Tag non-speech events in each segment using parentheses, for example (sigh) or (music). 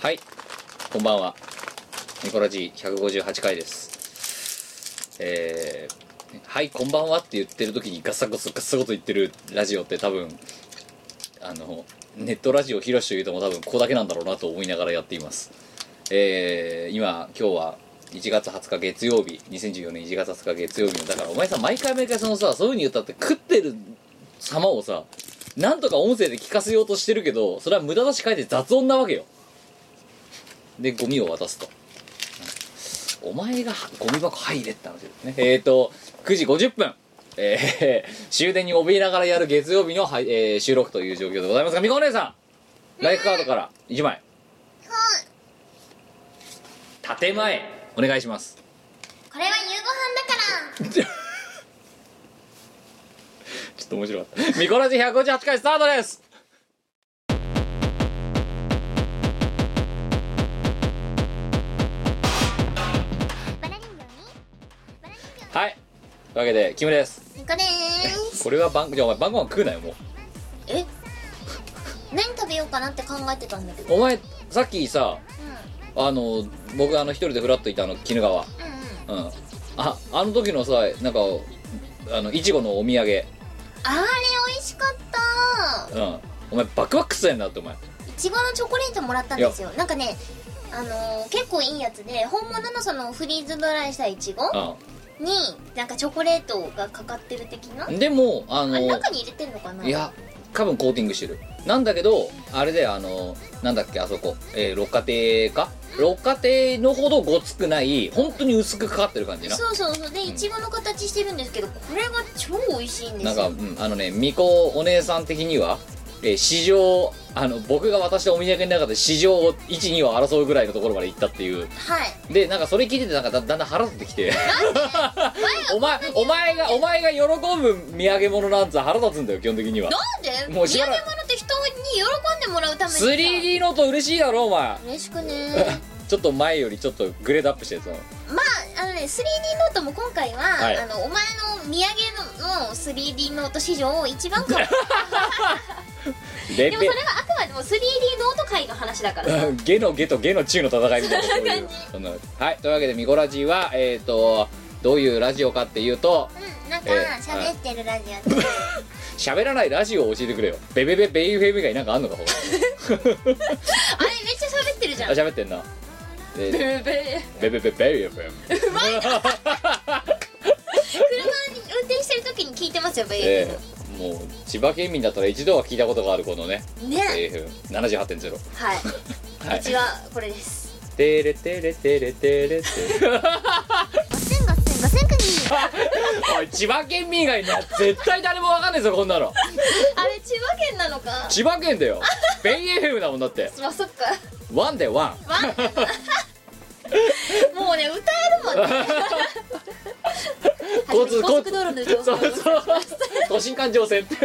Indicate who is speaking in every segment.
Speaker 1: はい、こんばんは。ニコラジー158回です。えー、はい、こんばんはって言ってる時にガサゴソガサゴソ言ってるラジオって多分、あの、ネットラジオヒロシというとも多分ここだけなんだろうなと思いながらやっています。えー、今、今日は1月20日月曜日、2014年1月20日月曜日の、だからお前さ、毎回毎回そのさ、そういう風に言ったって食ってる様をさ、なんとか音声で聞かせようとしてるけど、それは無駄出し書いて雑音なわけよ。でゴミを渡すと、お前がゴミ箱入れって話ですねえーと9時50分えー終電に怯えながらやる月曜日の、はいえー収録という状況でございますがみこお姉さんライフカードから1枚
Speaker 2: はい
Speaker 1: 建前お願いします
Speaker 2: これは夕ご飯だから
Speaker 1: ちょっと面白かった。ミコラジ158回スタートです
Speaker 2: バラ人形にバラ人形
Speaker 1: はい。というわけで、キムです。
Speaker 2: にこでーす
Speaker 1: これは晩、じゃあお前晩ご飯食うなよ、もう。
Speaker 2: え何食べようかなって考えてたんだけど
Speaker 1: お前、さっきさ、
Speaker 2: うん
Speaker 1: あの、僕あの、一人でフラッといたあの、鬼怒川。
Speaker 2: うんうん
Speaker 1: うん、ああの時のさなんかあのいちごのお土産、
Speaker 2: あれ美味しかっ
Speaker 1: う
Speaker 2: た
Speaker 1: ん、お前バックバックしたやんなってお前
Speaker 2: いちごのチョコレートもらったんですよなんかねあのー結構いいやつで本物のそのフリーズドライしたいちごになんかチョコレートがかかってる的なあ
Speaker 1: うんでもあの
Speaker 2: れ中に入れてんのかない
Speaker 1: や多分コーティングしてるなんだけどあれであのなんだっけあそこ、えー六花亭か六花亭のほどごつくない本当に薄くかかってる感じな
Speaker 2: そうそうそうでいちごの形してるんですけどこれが超美味しいんで
Speaker 1: なん
Speaker 2: す
Speaker 1: か、
Speaker 2: よ
Speaker 1: うん、あのね巫女お姉さん的には、えー史上あの僕が渡したお土産の中で史上12を争うぐらいのところまで行ったっていう
Speaker 2: はい
Speaker 1: でなんかそれ聞いててなんかだだんだん腹立ってきてお前お前がお前が喜ぶ土産物なんつう腹立つんだよ基本的には
Speaker 2: なんで
Speaker 1: もう
Speaker 2: 土
Speaker 1: しば
Speaker 2: 産
Speaker 1: ら
Speaker 2: 物
Speaker 1: く
Speaker 2: って人に喜んでもらうためにさ
Speaker 1: 3D ノート嬉しいだろお前
Speaker 2: 嬉しくね
Speaker 1: (laughs) ちょっと前よりちょっとグレードアップして
Speaker 2: (laughs)
Speaker 1: たの
Speaker 2: まああのね 3D ノートも今回は、
Speaker 1: はい
Speaker 2: あのお前の土産のの 3D ノート史上一
Speaker 1: (laughs)
Speaker 2: 番かも
Speaker 1: レ
Speaker 2: でもそ
Speaker 1: ベ
Speaker 2: れはあくまでも 3D ノート界の話
Speaker 1: (laughs)
Speaker 2: だから
Speaker 1: うんゲのゲとゲの中の戦いみたいなそういうそんなはいというわけでミコラジはえっ、とどういうラジオかっていうと
Speaker 2: うんなんか
Speaker 1: ええ
Speaker 2: 喋ってるラジオで
Speaker 1: 喋らないラジオを教えてくれよベベベベイフェム以外なんかあんのかほ
Speaker 2: (laughs) あれめっちゃ喋ってるじゃ
Speaker 1: あ
Speaker 2: ん
Speaker 1: 喋ってんなえー
Speaker 2: ブーブー
Speaker 1: ベベベベイフ
Speaker 2: (laughs)
Speaker 1: ェム
Speaker 2: 車運転してる時に聞いてますよブー、
Speaker 1: ええもう千葉県民だったら一度は聞いたことがあるこのね
Speaker 2: ね
Speaker 1: AF78.0
Speaker 2: はい、
Speaker 1: (laughs) はい「
Speaker 2: うちはこれです
Speaker 1: テレテレテレテレテレ
Speaker 2: ガッセンガッセンガッセンクニー」
Speaker 1: (laughs) おい千葉県民以外には絶対誰もわかんないぞこんな (laughs) の
Speaker 2: あれ千葉県なの
Speaker 1: (laughs)
Speaker 2: か
Speaker 1: 千葉県だよベイ FM だもんだって
Speaker 2: まあそっか
Speaker 1: ワンでワン
Speaker 2: ワン (laughs) もうね歌えるもん (laughs) ね
Speaker 1: 交通
Speaker 2: 高速道路の情
Speaker 1: そ
Speaker 2: 報
Speaker 1: うそう都心環状線って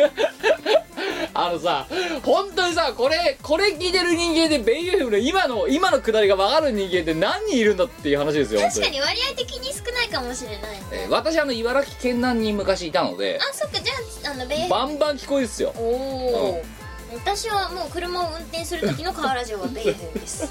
Speaker 1: (laughs) あのさ本当にさこれこれ聞いてる人間でベイ FM の今の今のくだりがわかる人間って何人いるんだっていう話ですよ本当
Speaker 2: 確かに割合的に少ないかもしれない
Speaker 1: えー私あの茨城県南に昔いたので
Speaker 2: あそっかじゃああのベ
Speaker 1: バンバン聞こえるっすよ
Speaker 2: おおー私はもう車を運転する時のカーラジオはベイフンです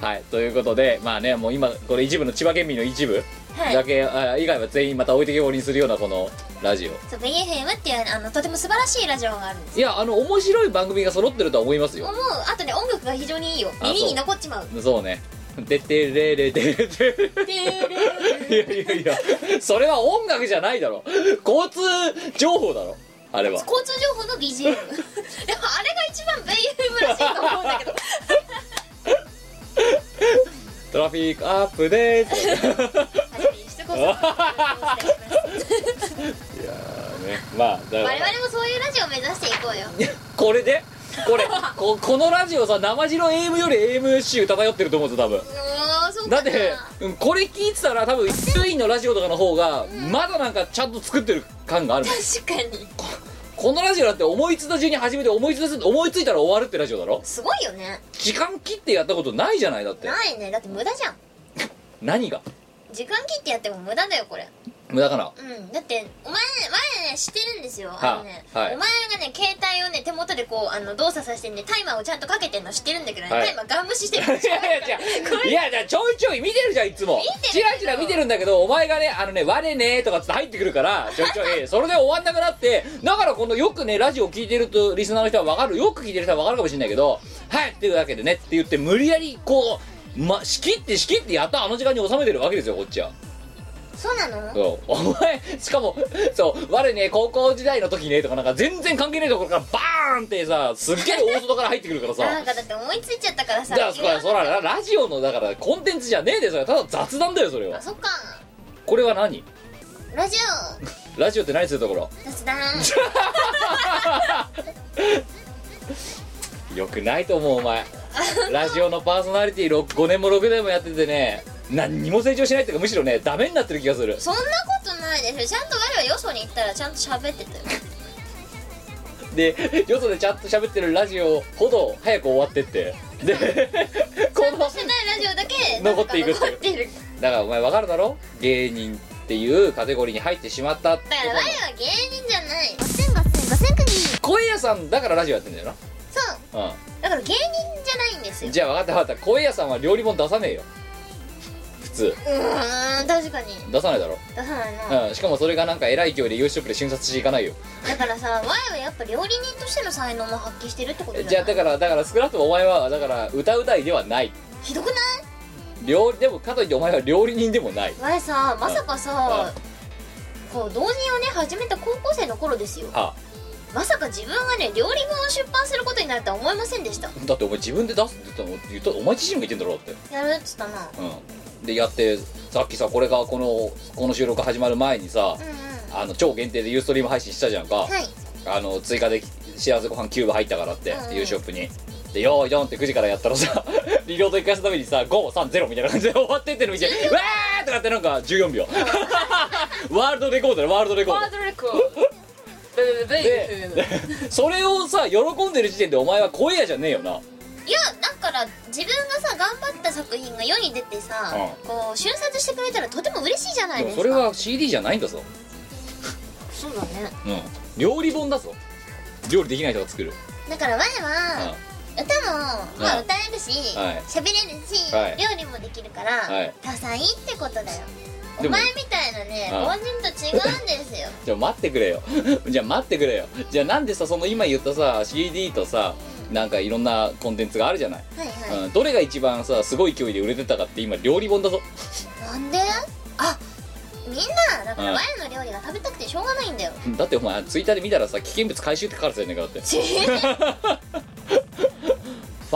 Speaker 1: はいということでまあねもう今これ一部の千葉県民の一部
Speaker 2: はい
Speaker 1: だけ、あ以外は全員また置いてけぼりにするようなこのラジオ
Speaker 2: そうベイフンっていうあのとても素晴らしいラジオがあるんです
Speaker 1: いやあの面白い番組が揃ってるとは思います
Speaker 2: もう
Speaker 1: よ
Speaker 2: あとね音楽が非常にいいよ
Speaker 1: あそう
Speaker 2: 耳に残っちま (laughs) う
Speaker 1: そうねでてれれでれでれ
Speaker 2: でーれー
Speaker 1: いやいやいやそれは音楽じゃないだろ交通情報だろあれは
Speaker 2: 交通情報の BGM (laughs) でもあれが一番 BFM らしいと思うんだけど
Speaker 1: トラフィックアップでーす
Speaker 2: 確かにしつこさんはお願いします
Speaker 1: いやーねまあだから
Speaker 2: 我々もそういうラジオを目指していこうよ
Speaker 1: これでこれここのラジオさ生地の AM より AM 集漂ってると思うぞ多分
Speaker 2: うーんそう
Speaker 1: だ
Speaker 2: かな
Speaker 1: ってうんこれ聞いてたら多分周囲のラジオとかの方がまだなんかちゃんと作ってる感があるもん
Speaker 2: 確かに
Speaker 1: このラジオだって思いついた順に始めて思いついた思いついたら終わるってラジオだろ
Speaker 2: すごいよね
Speaker 1: 時間切ってやったことないじゃないだって
Speaker 2: ないねだって無駄じゃん
Speaker 1: 何が
Speaker 2: 時間切ってやっても無駄だよこれ
Speaker 1: 無駄かな
Speaker 2: うん、だってお前ね前ね知ってるんですよ、
Speaker 1: は
Speaker 2: あのね、
Speaker 1: はい
Speaker 2: お前がね携帯をね手元でこうあの動作させてねタイマーをちゃんとかけてんの知ってるんだけどね、
Speaker 1: はい
Speaker 2: タイマーガン無視してる
Speaker 1: (laughs) いやいやいやいやちょいちょい見てるじゃんいつも
Speaker 2: 見て
Speaker 1: チ
Speaker 2: るけど
Speaker 1: ラチラ見てるんだけどお前がね「あのね我ね」とかつって入ってくるからちょいちょいええそれで終わんなくなってだからこのよくねラジオ聞いてるとリスナーの人は分かるよく聞いてる人は分かるかもしれないけど「はい」っていうだけでねって言って無理やりこう、ま、仕切って仕切ってやったあの時間に収めてるわけですよこっちは
Speaker 2: そうなの
Speaker 1: そうお前しかもそう我ね高校時代の時ねとかなんか全然関係ないところからバーンってさすっげえ大外から入ってくるからさ
Speaker 2: なんかだって思いついちゃったからさ
Speaker 1: だからそ
Speaker 2: 君は
Speaker 1: らそらラジオのだからコンテンツじゃねえでそれただ雑談だよそれ
Speaker 2: あ
Speaker 1: は
Speaker 2: そっか
Speaker 1: これは何
Speaker 2: ラジ
Speaker 1: ラジオって何するところ
Speaker 2: オ雑談
Speaker 1: よくないと思うお
Speaker 2: (laughs)
Speaker 1: 前ラジオのパーソナリティ6 5年も6年もやっててね何にも成長しないっていうかむしろねダメになってる気がする
Speaker 2: そんなことないですよちゃんと我はよそに行ったらちゃんと喋ってたよ
Speaker 1: でよそでちゃんと喋ってるラジオほど早く終わってってで (laughs)
Speaker 2: (laughs)
Speaker 1: この
Speaker 2: 世代ラジオだけ
Speaker 1: 残っていくって
Speaker 2: 残ってる
Speaker 1: だからお前わかるだろ芸人っていうカテゴリーに入ってしまったって
Speaker 2: だから我は芸人じゃないガセンガセンガセンクギ
Speaker 1: 小屋さんだからラジオやってんだよ
Speaker 2: そう
Speaker 1: なうん
Speaker 2: だから芸人じゃないんですよ
Speaker 1: じゃあ分かった分かった小屋さんは料理本出さねえよ普通
Speaker 2: うーん確かに
Speaker 1: 出さないだろ、
Speaker 2: 出さないな、
Speaker 1: うん、しかもそれがなんか偉い勢いで夕食で瞬殺していかないよ
Speaker 2: だからさ前はやっぱ料理人としての才能も発揮してるってことじゃない
Speaker 1: じゃあだからだから少なくともお前はだから歌うたいではない
Speaker 2: ひどくない
Speaker 1: 料理でもかといってお前は料理人でもない
Speaker 2: 前さまさかさ、こう同人をね始めた高校生の頃ですよ
Speaker 1: は
Speaker 2: まさか自分がね料理本を出版することになるとは思いませんでした
Speaker 1: あ、だってお前自分で出すって言ったの言ったお前自身が言ってんだろだって
Speaker 2: やるっつったな
Speaker 1: うんでやってさっきさこれがこのこの収録始まる前にさ
Speaker 2: うんうんは
Speaker 1: あの超限定でユーストリーム配信したじゃんか、
Speaker 2: い
Speaker 1: あの追加で幸せご飯キューブ入ったからって、
Speaker 2: うんうん
Speaker 1: ユーショップにでよーいどんって9時からやったらさ (laughs) リロード1回すためにさ530みたいな感じで終わってってるみたいなわーとかってなんか14秒 (laughs) ワールドレコードだよワールドレコー
Speaker 3: ワ
Speaker 1: ド
Speaker 3: ードレコードででで
Speaker 1: それをさ喜んでる時点でお前は声やじゃねえよない
Speaker 2: やだから自分がさ頑張った作品が世に出てさ、
Speaker 1: う
Speaker 2: こう瞬殺してくれたらとても嬉しいじゃない
Speaker 1: で
Speaker 2: で
Speaker 1: もそ
Speaker 2: すか
Speaker 1: れは CD じゃないんだぞ、
Speaker 2: そうだね
Speaker 1: うん、料理本だぞ料理できない人が作る、
Speaker 2: だから前
Speaker 1: うん
Speaker 2: は、歌も、まあ、歌えるし
Speaker 1: はい
Speaker 2: 喋、れるし、
Speaker 1: はい
Speaker 2: 料理もできるから、
Speaker 1: はい
Speaker 2: 多彩ってことだよお
Speaker 1: でも
Speaker 2: 前みたいなね
Speaker 1: ああ
Speaker 2: 凡人と違うんですよ
Speaker 1: じゃあ待ってくれよ (laughs) じゃあ待ってくれよじゃあなんでさその今言ったさ CD とさなんかいろんなコンテンツがあるじゃない
Speaker 2: はいはい、
Speaker 1: うん、どれが一番さすごい勢いで売れてたかって今料理本だぞ
Speaker 2: なんであみんなだから
Speaker 1: うん
Speaker 2: 前の料理が食べたくてしょうがないんだよ
Speaker 1: だってお前ツイッターで見たらさ危険物回収って書かれてたよねだってフ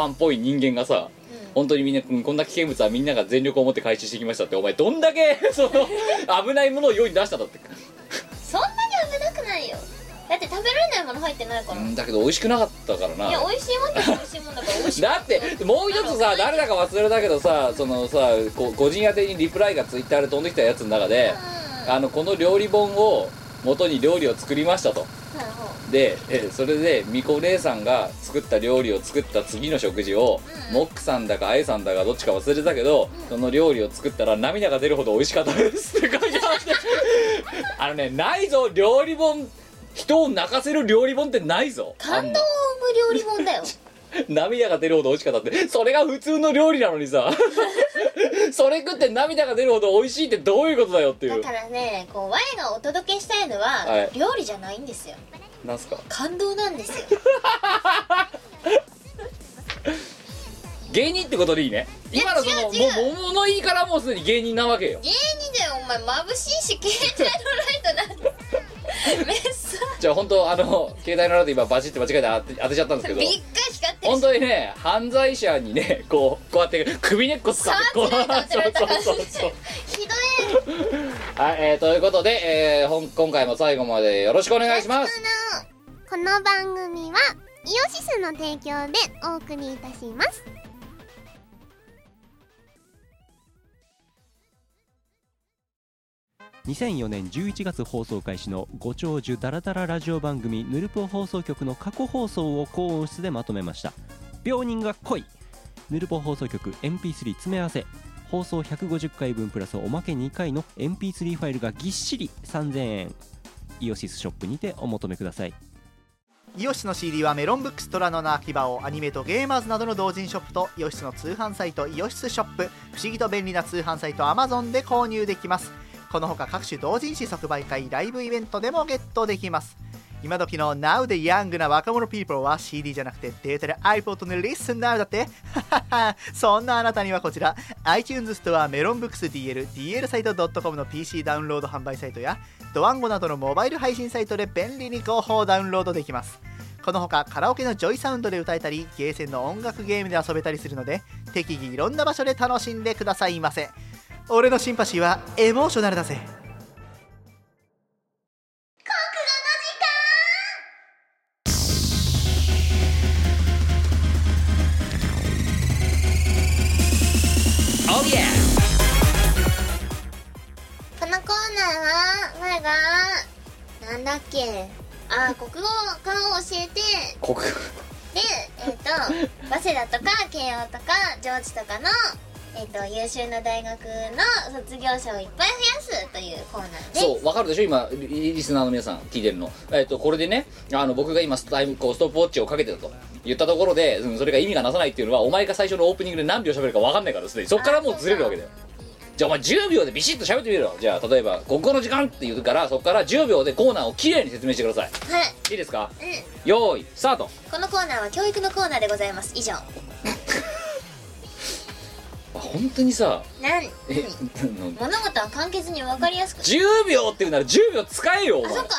Speaker 1: ァンっぽい人間がさ
Speaker 2: うん
Speaker 1: 本当にみんなうんこんな危険物はみんなが全力を持って回収してきましたってお前どんだけ (laughs) その危ないものを世に出したんだって
Speaker 2: そんなに危なくないよだって食べられないもの入ってないから、
Speaker 1: うん
Speaker 2: い
Speaker 1: だけど美味しくなかったからな
Speaker 2: や美味しいもんだから美味しいもんだから美味しい
Speaker 1: だってもう一つさ誰だか忘れたけどさそのさこ個人宛てにリプライがツイッターで飛んできたやつの中で
Speaker 2: うん
Speaker 1: あのこの料理本を元に料理を作りましたと
Speaker 2: なるほど
Speaker 1: でえそれでみこ姉さんが作った料理を作った次の食事を、
Speaker 2: うん
Speaker 1: モックさんだかあゆさんだかどっちか忘れたけど、
Speaker 2: うん
Speaker 1: その料理を作ったら涙が出るほど美味しかったですって書いてあ
Speaker 2: (laughs)
Speaker 1: ってあのねないぞ料理本人を泣かせる料理本ってないぞあ
Speaker 2: 感動を
Speaker 1: んな
Speaker 2: 生む料理本だよ
Speaker 1: 涙が出るほど美味しかったってそれが普通の料理なのに
Speaker 2: (laughs)
Speaker 1: さそれ食って涙が出るほど美味しいってどういうことだよってい
Speaker 2: だ
Speaker 1: (laughs) う
Speaker 2: からねこう我がお届けしたいのは、
Speaker 1: はい
Speaker 2: 料理じゃないんですよ
Speaker 1: なんすか
Speaker 2: 感動なんです
Speaker 1: (laughs)
Speaker 2: よ
Speaker 1: 芸人ってことでいいね
Speaker 2: いや
Speaker 1: 今のその
Speaker 2: 違う違
Speaker 1: もも物言いからもうすでに芸人なわけよ
Speaker 2: 芸人だよお前眩しいし携帯のライトなんてめっさ
Speaker 1: じゃあ本当あの携帯のライト今バチって間違えて当て当てちゃったんですけど
Speaker 2: びっくり光ってる
Speaker 1: 本当にね犯罪者にねこうこうやって首根っこ使ってこう
Speaker 2: サーチライト当てられた感じ
Speaker 1: そうそうそうそう
Speaker 2: ひどい
Speaker 1: はい、えーということで、えーほん今回も最後までよろしくお願いします
Speaker 4: この番組はイオシスの提供でお送りいたします
Speaker 5: 2004年11月放送開始のご長寿ダラダララジオ番組「ヌルポ放送局」の過去放送を高音質でまとめました「病人が来い」ヌルポ放送局 MP3 詰め合わせ放送150回分プラスおまけ2回の MP3 ファイルがぎっしり3000円イオシスショップにてお求めください
Speaker 6: イオシスの CD はメロンブックストラノの秋葉をアニメとゲーマーズなどの同人ショップとイオシスの通販サイトイオシスショップ不思議と便利な通販サイト Amazon で購入できますこのほか各種同人誌即売会ライブイベントでもゲットできます今時の Now でヤングな若者 people は CD じゃなくてデータで iPod の Listen Now だって (laughs) そんなあなたにはこちら iTunes ストアメロンブックス DL、DL サイト .com の PC ダウンロード販売サイトやドワンゴなどのモバイル配信サイトで便利に広報ダウンロードできますこのほかカラオケのジョイサウンドで歌えたりゲーセンの音楽ゲームで遊べたりするので適宜いろんな場所で楽しんでくださいませ俺のシンパシーはエモーショナルだぜ
Speaker 2: このコーナーは前がなんだっけあー国語科を教えて
Speaker 1: 国語
Speaker 2: でえっ、と早稲田とか慶応とか上智とかのえっ、と優秀な大学の卒業者をいっぱい増やすというコーナーです
Speaker 1: そうわかるでしょ今リリスナーの皆さん聞いてるのえっ、とこれでねあの僕が今スタイムこうストップウォッチをかけてたと言ったところで、うんそれが意味がなさないっていうのはお前が最初のオープニングで何秒喋るかわかんないからすでにそっからもうずれるわけだよじゃあお前10秒でビシッと喋ってみろよじゃあ例えば「国語の時間」って言うからそっから10秒でコーナーをきれいに説明してください
Speaker 2: はい
Speaker 1: いいですか
Speaker 2: うん
Speaker 1: よーいスタート
Speaker 2: このコーナーは教育のコーナーでございます以上
Speaker 1: あ本当にさ
Speaker 2: なん
Speaker 1: え、うん
Speaker 2: 物事は簡潔に分かりやすく10
Speaker 1: 10秒って言うなら10秒使えよお前なんで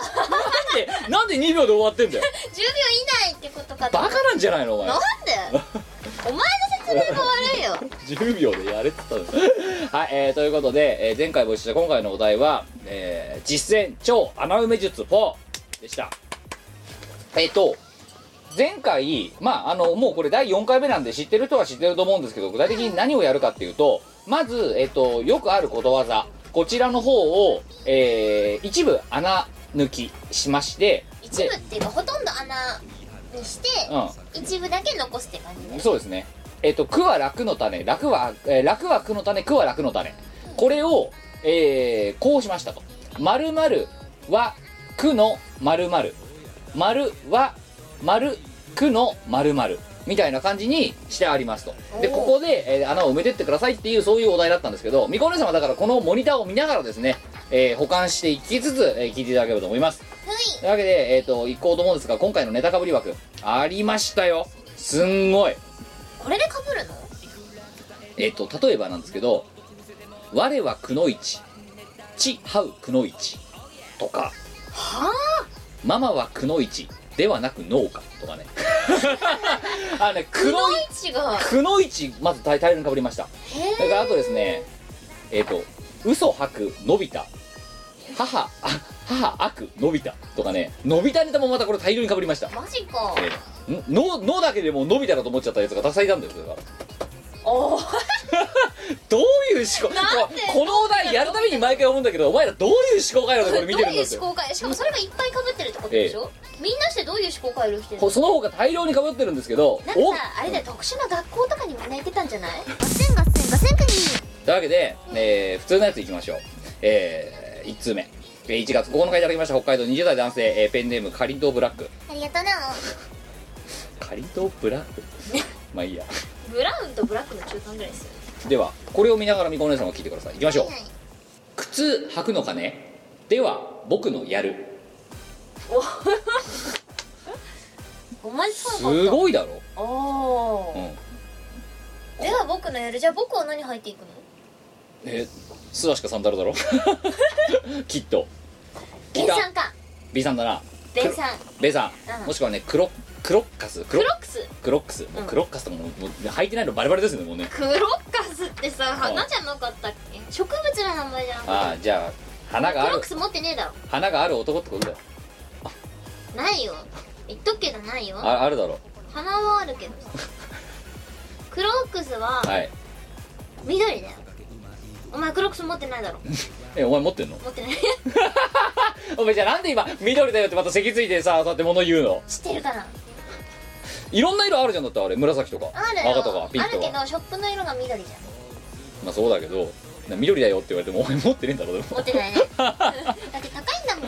Speaker 1: なんで2秒で終わってんだよ
Speaker 2: 秒以内ってことかと
Speaker 1: バカなんじゃないのお前
Speaker 2: なんでお前の説明が悪いよ
Speaker 1: 10秒でやれって言ったのはい、えー、ということで、えー前回募集した今回のお題は、えー実践超穴埋め術4でしたえっ、と前回まああのもうこれ第4回目なんで知ってる人は知ってると思うんですけど具体的に何をやるかっていうとまず、えっとよくあることわざこちらの方を、えー一部穴抜きしまして
Speaker 2: 一部っていうかほとんど穴にして、一部だけ残すって感じね
Speaker 1: そうですね。えっ、と、苦は楽の種、楽は、えー楽は苦の種、苦は楽の種。これを、えーこうしましたと。〇〇は苦の〇〇。〇は〇苦の〇〇。みたいな感じにしてありますと。で、
Speaker 2: おー
Speaker 1: ここで、えー穴を埋めてってくださいっていう、そういうお題だったんですけど、みこねさんはだからこのモニターを見ながらですね、えー保管していきつつ、えー聞いていただければと思います。というわけで、えっ、と、行こうと思うんですが、今回のネタかぶり枠、ありましたよ。すんごい。
Speaker 2: これでかぶるの
Speaker 1: えっ、と、例えばなんですけど、我はくのいち、ちはうくのいちとか、
Speaker 2: は
Speaker 1: ママはくのいちではなく農家と (laughs) かね。あのね、
Speaker 2: あ
Speaker 1: く
Speaker 2: く
Speaker 1: の
Speaker 2: の
Speaker 1: い
Speaker 2: いちが
Speaker 1: くのいち、まず大大量にかぶりました。
Speaker 2: へ
Speaker 1: それからあとですね、えっ、と、嘘吐く、のびた。母、あ、母、悪、のびた。とかね、のびたネタもまたこれ大量にかぶりました
Speaker 2: え。マジか
Speaker 1: えーの、のだけでもうのびただと思っちゃったやつがたくさんいたんだよ、それが。
Speaker 2: おお
Speaker 1: どういう思考
Speaker 2: なんで
Speaker 1: このお題やるために毎回思うんだけどお前らどういう思考回路でこれ見てるん
Speaker 2: どうい
Speaker 1: で
Speaker 2: う
Speaker 1: すよ
Speaker 2: 思考回しかもそれがいっぱいかぶってるってことでしょ、みんなしてどういう思考回路してるの
Speaker 1: その方が大量に被ってるんですけど
Speaker 2: なん
Speaker 1: お
Speaker 2: かさあれだよ特殊な学校とかにみんな行ってたんじゃない
Speaker 4: ガセンガセンガセンクニ
Speaker 1: というわけで、えー普通のやついきましょうえ1通目えー1月9日いただきました北海道20代男性、えーペンネームかりんとうブラック
Speaker 2: ありがとうな
Speaker 1: かりんとうブラッ
Speaker 2: (laughs)
Speaker 1: クまあいいや
Speaker 2: ブラウンとブラックの中間ぐらいですよ
Speaker 1: ではこれを見ながらみこお姉さんは聞いてくださいいきましょう、
Speaker 2: はい
Speaker 1: 靴履くのかねでは僕のやる
Speaker 2: お前そう
Speaker 1: す
Speaker 2: だった
Speaker 1: ごいだろ、
Speaker 2: おお
Speaker 1: うん、
Speaker 2: では僕のやるじゃあ僕は何入っていくの
Speaker 1: え素足かサンダルだ
Speaker 2: (laughs)
Speaker 1: ろきっと
Speaker 2: 原産か
Speaker 1: B さんだな
Speaker 2: 原産
Speaker 1: ベさ
Speaker 2: うん
Speaker 1: んもしくはねクロクロッカスク
Speaker 2: ク
Speaker 1: ロ
Speaker 2: ロックス
Speaker 1: クロックスもうクロッカスとかももう履いてないのバレバレですよねもうね
Speaker 2: クロッカスってさ花じゃなかったっけ植物の名前じゃな
Speaker 1: あ
Speaker 2: か
Speaker 1: あ
Speaker 2: っ
Speaker 1: じゃあ花
Speaker 2: た
Speaker 1: があ
Speaker 2: クロッ
Speaker 1: る
Speaker 2: クス持ってねえだろ
Speaker 1: 花がある男ってことだよ
Speaker 2: ないよ言っとくけどないよ
Speaker 1: ああるだろ
Speaker 2: 花はあるけどさクロックスは
Speaker 1: はい
Speaker 2: 緑だよお前クロックス持ってないだろ
Speaker 1: えお前持ってんの
Speaker 2: 持ってない (laughs)
Speaker 1: お前じゃあなんで今緑だよってまた席ついてさそうやって物言うの
Speaker 2: 知ってるかない
Speaker 1: ろんな色あるじゃんだってあれ紫とか
Speaker 2: あるよ
Speaker 1: 赤とかピンク
Speaker 2: ある
Speaker 1: と
Speaker 2: け
Speaker 1: か
Speaker 2: どショップの色が緑じゃん
Speaker 1: まあそうだけどな緑だよって言われてもお前持ってねえんだろでも
Speaker 2: 持ってないね (laughs) だって高いんだも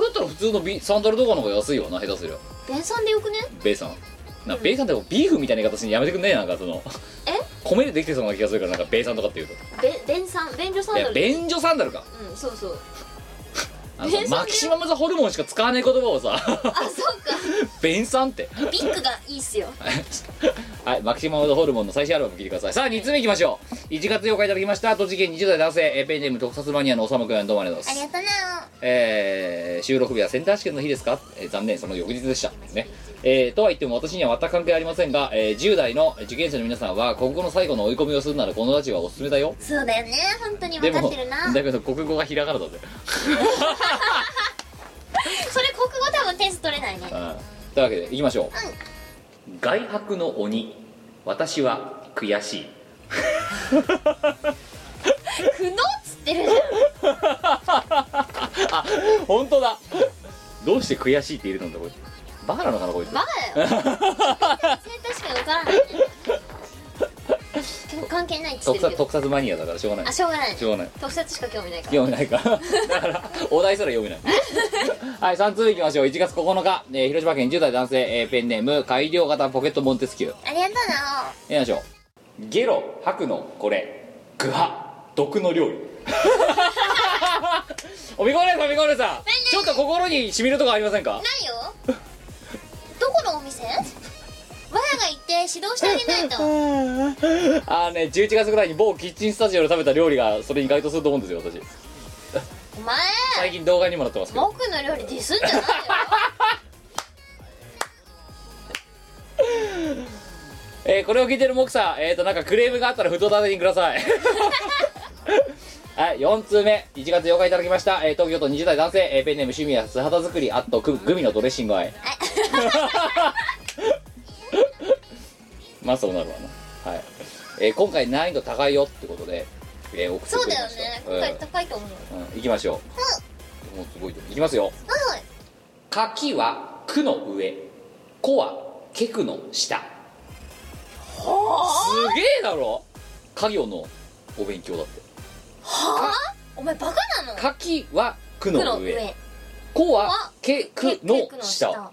Speaker 1: あれだったら普通のビサンダルとかの方が安いわな下手すりゃ
Speaker 2: 弁さんでよくね
Speaker 1: ベイさんなベイさんってビーフみたいな形にやめてくんねえなんかその (laughs)
Speaker 2: え
Speaker 1: 米でできてそうな気がするからなんかベイさんとかっていうと
Speaker 2: べ弁さん便所サン
Speaker 1: い
Speaker 2: ダ
Speaker 1: や
Speaker 2: ル
Speaker 1: 便所サンダルか
Speaker 2: うんそうそう
Speaker 1: あの
Speaker 2: ベイ
Speaker 1: さ
Speaker 2: さん
Speaker 1: マキシマムザホルモンしか使わない言葉をさ (laughs)
Speaker 2: あそうか
Speaker 1: 「ベンさん」って (laughs)
Speaker 2: ビッグがいいっすよ
Speaker 1: はいマキシマムザホルモンの最新アルバム聴いてくださいさあ2つ目いきましょう1月8日いただきました栃木県20代男性えーペンネーム特撮マニアのおさむくんどうもありがとうござ
Speaker 4: あ
Speaker 1: い
Speaker 4: り
Speaker 1: ま
Speaker 4: が
Speaker 1: す
Speaker 4: とうな
Speaker 1: えー収録日はセンター試験の日ですか、えー残念その翌日でしたねえーとは言っても私には全く関係ありませんが、えー10代の受験生の皆さんは国語の最後の追い込みをするならこのラジオはおすすめだよ
Speaker 2: そうだよね本当に
Speaker 1: で
Speaker 2: 分か
Speaker 1: も
Speaker 2: ってるな
Speaker 1: だけど国語がひらがなだぜ、
Speaker 2: それ国語多分点数取れないね
Speaker 1: うん、というわけでいきましょう、外泊の鬼私は悔
Speaker 2: (laughs)
Speaker 1: しい
Speaker 2: 苦悩っつってるじゃん
Speaker 1: あ本当だどうして悔しいって言えるのだこれバカなのかなこいつ
Speaker 2: バカだよ絶対しか受からないね今日関係ないっつっ
Speaker 1: 特撮
Speaker 2: てるけど
Speaker 1: 特撮マニアだからしょうがな
Speaker 2: あ
Speaker 1: い
Speaker 2: しょうがない
Speaker 1: しょうがない
Speaker 2: 特撮しか興味ないから
Speaker 1: 読めないからだからお題すら読めないはい3通いきましょう1月9日、えー広島県10代男性、えーペンネーム改良型ポケットモンテスキュー
Speaker 4: ありがとうな
Speaker 1: いきましょうゲロ吐くのこれグハ毒の料理おみこねさんおみこねさんちょっと心にしみるとこありません
Speaker 2: (laughs)
Speaker 1: か
Speaker 2: ないよどこのお店わらが行って指導してあげな
Speaker 1: (laughs)
Speaker 2: いと
Speaker 1: あのね11月ぐらいに某キッチンスタジオで食べた料理がそれに該当すると思うんですよ私
Speaker 2: お前
Speaker 1: 最近動画にもなってますけど
Speaker 2: 僕の料理ディスんじゃないよ
Speaker 1: えーこれを聞いてるモクさん、えー、となんかクレームがあったら不当立てにください (laughs) はい、4通目1月8日いただきました、えー東京都20代男性、えーペンネーム趣味や素肌作りあとくグミのドレッシングあえ (laughs) まあそうなるわな、はいえー今回難易度高いよってことで、えー、送って
Speaker 2: そう
Speaker 1: くれ
Speaker 2: だよ
Speaker 1: ました (laughs)
Speaker 2: ね今回高いと思う
Speaker 1: うんうん、行きましょう、もうすごいと思ういきますよ柿は「く」の上「こ」は「けく」の下すげえだろ家業のお勉強だって
Speaker 2: はあお前バカなの
Speaker 1: 柿は「く」の上「こ」は
Speaker 2: は
Speaker 1: 「けく」の下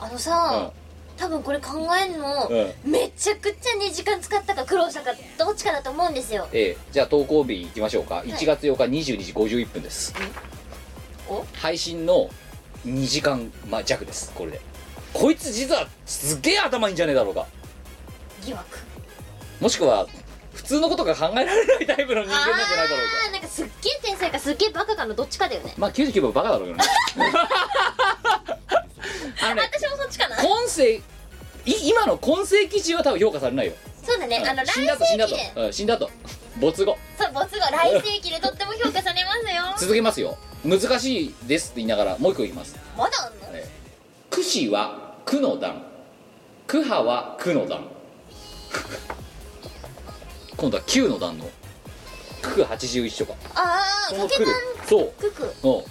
Speaker 2: あの
Speaker 1: う
Speaker 2: さ
Speaker 1: ん、
Speaker 2: 多分これ考えんの、
Speaker 1: うん
Speaker 2: めちゃくちゃね時間使ったか苦労したかどっちかだと思うんですよ
Speaker 1: ええじゃあ投稿日いきましょうか1月8日22時51分です
Speaker 2: お
Speaker 1: 配信の2時間まあ弱ですこれでこいつ実はすげえ頭いいんじゃねえだろうか
Speaker 2: 疑惑
Speaker 1: もしくは普通のことが考えられないタイプの人間なんじゃないだろうか
Speaker 2: あーなんかすっげえ天才かすっげえバカかのどっちかだよね
Speaker 1: まあ99分バカだろうけど (laughs) ねあのね
Speaker 2: 私もそっちかな
Speaker 1: 今世い今の今世紀中は多分評価されないよ
Speaker 2: そうだね
Speaker 1: うん
Speaker 2: あの来
Speaker 1: 死
Speaker 2: 世
Speaker 1: んだと死んだ
Speaker 2: 紀
Speaker 1: と
Speaker 2: で、
Speaker 1: うん、死んだと没後
Speaker 2: そう没後来世紀でとっても評価されますよ
Speaker 1: 続けますよ難しいですって言いながらもう一個言います
Speaker 2: まだあんの
Speaker 1: 「くしはくの段」「くははくの段」 (laughs) 今度は9の段の「くく81書か
Speaker 2: ああ
Speaker 1: そ
Speaker 2: か
Speaker 1: の
Speaker 2: け
Speaker 1: くる
Speaker 2: たん
Speaker 1: そう
Speaker 2: くく
Speaker 1: の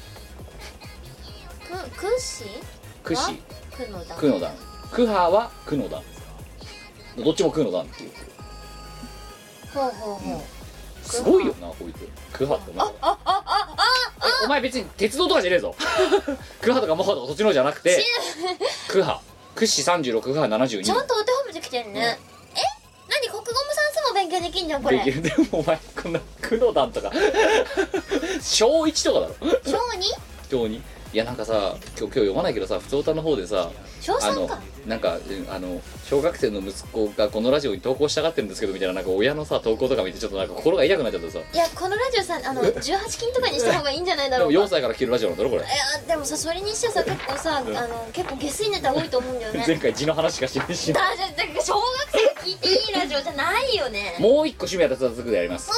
Speaker 2: くくし
Speaker 1: くし
Speaker 2: くのだ
Speaker 1: くの段くははくの段どっちもくの段っていう
Speaker 2: ほうほうほう、
Speaker 1: すごいよなこいつクハってな
Speaker 2: あああああ
Speaker 1: お前別に鉄道とかじゃねえぞ (laughs) クハとかモハとかそっちの方じゃなくてクハクッシー36クハ72
Speaker 2: ちゃんとお手本見てきてるね、
Speaker 1: うん
Speaker 2: え何国語も算数も勉強できんじゃんこ
Speaker 1: で
Speaker 2: れ
Speaker 1: きるでもお前こんなクノダンとか小1とかだろ
Speaker 2: 小二
Speaker 1: 小2いやなんかさ今日今日読まないけどさ普通歌の方でさ
Speaker 2: 小
Speaker 1: あ
Speaker 2: 三
Speaker 1: の
Speaker 2: か
Speaker 1: なんかうんあの小学生の息子がこのラジオに投稿したがってるんですけどみたいななんか親のさ投稿とか見てちょっとなんか心が痛くなっちゃってさ
Speaker 2: いやこのラジオさあの18金とかにした方がいいんじゃないだ
Speaker 1: で
Speaker 2: ろ
Speaker 1: も
Speaker 2: うか
Speaker 1: 4歳から聴けるラジオなんだろこれ
Speaker 2: いやでもさそれにしてはさ結構さあの結構下水ネタ多いと思うんだよね
Speaker 1: 前回字の話しかしてないし
Speaker 2: だじゃだから小学生が聞いていいラジオじゃないよね
Speaker 1: もう一個趣味は続くでやります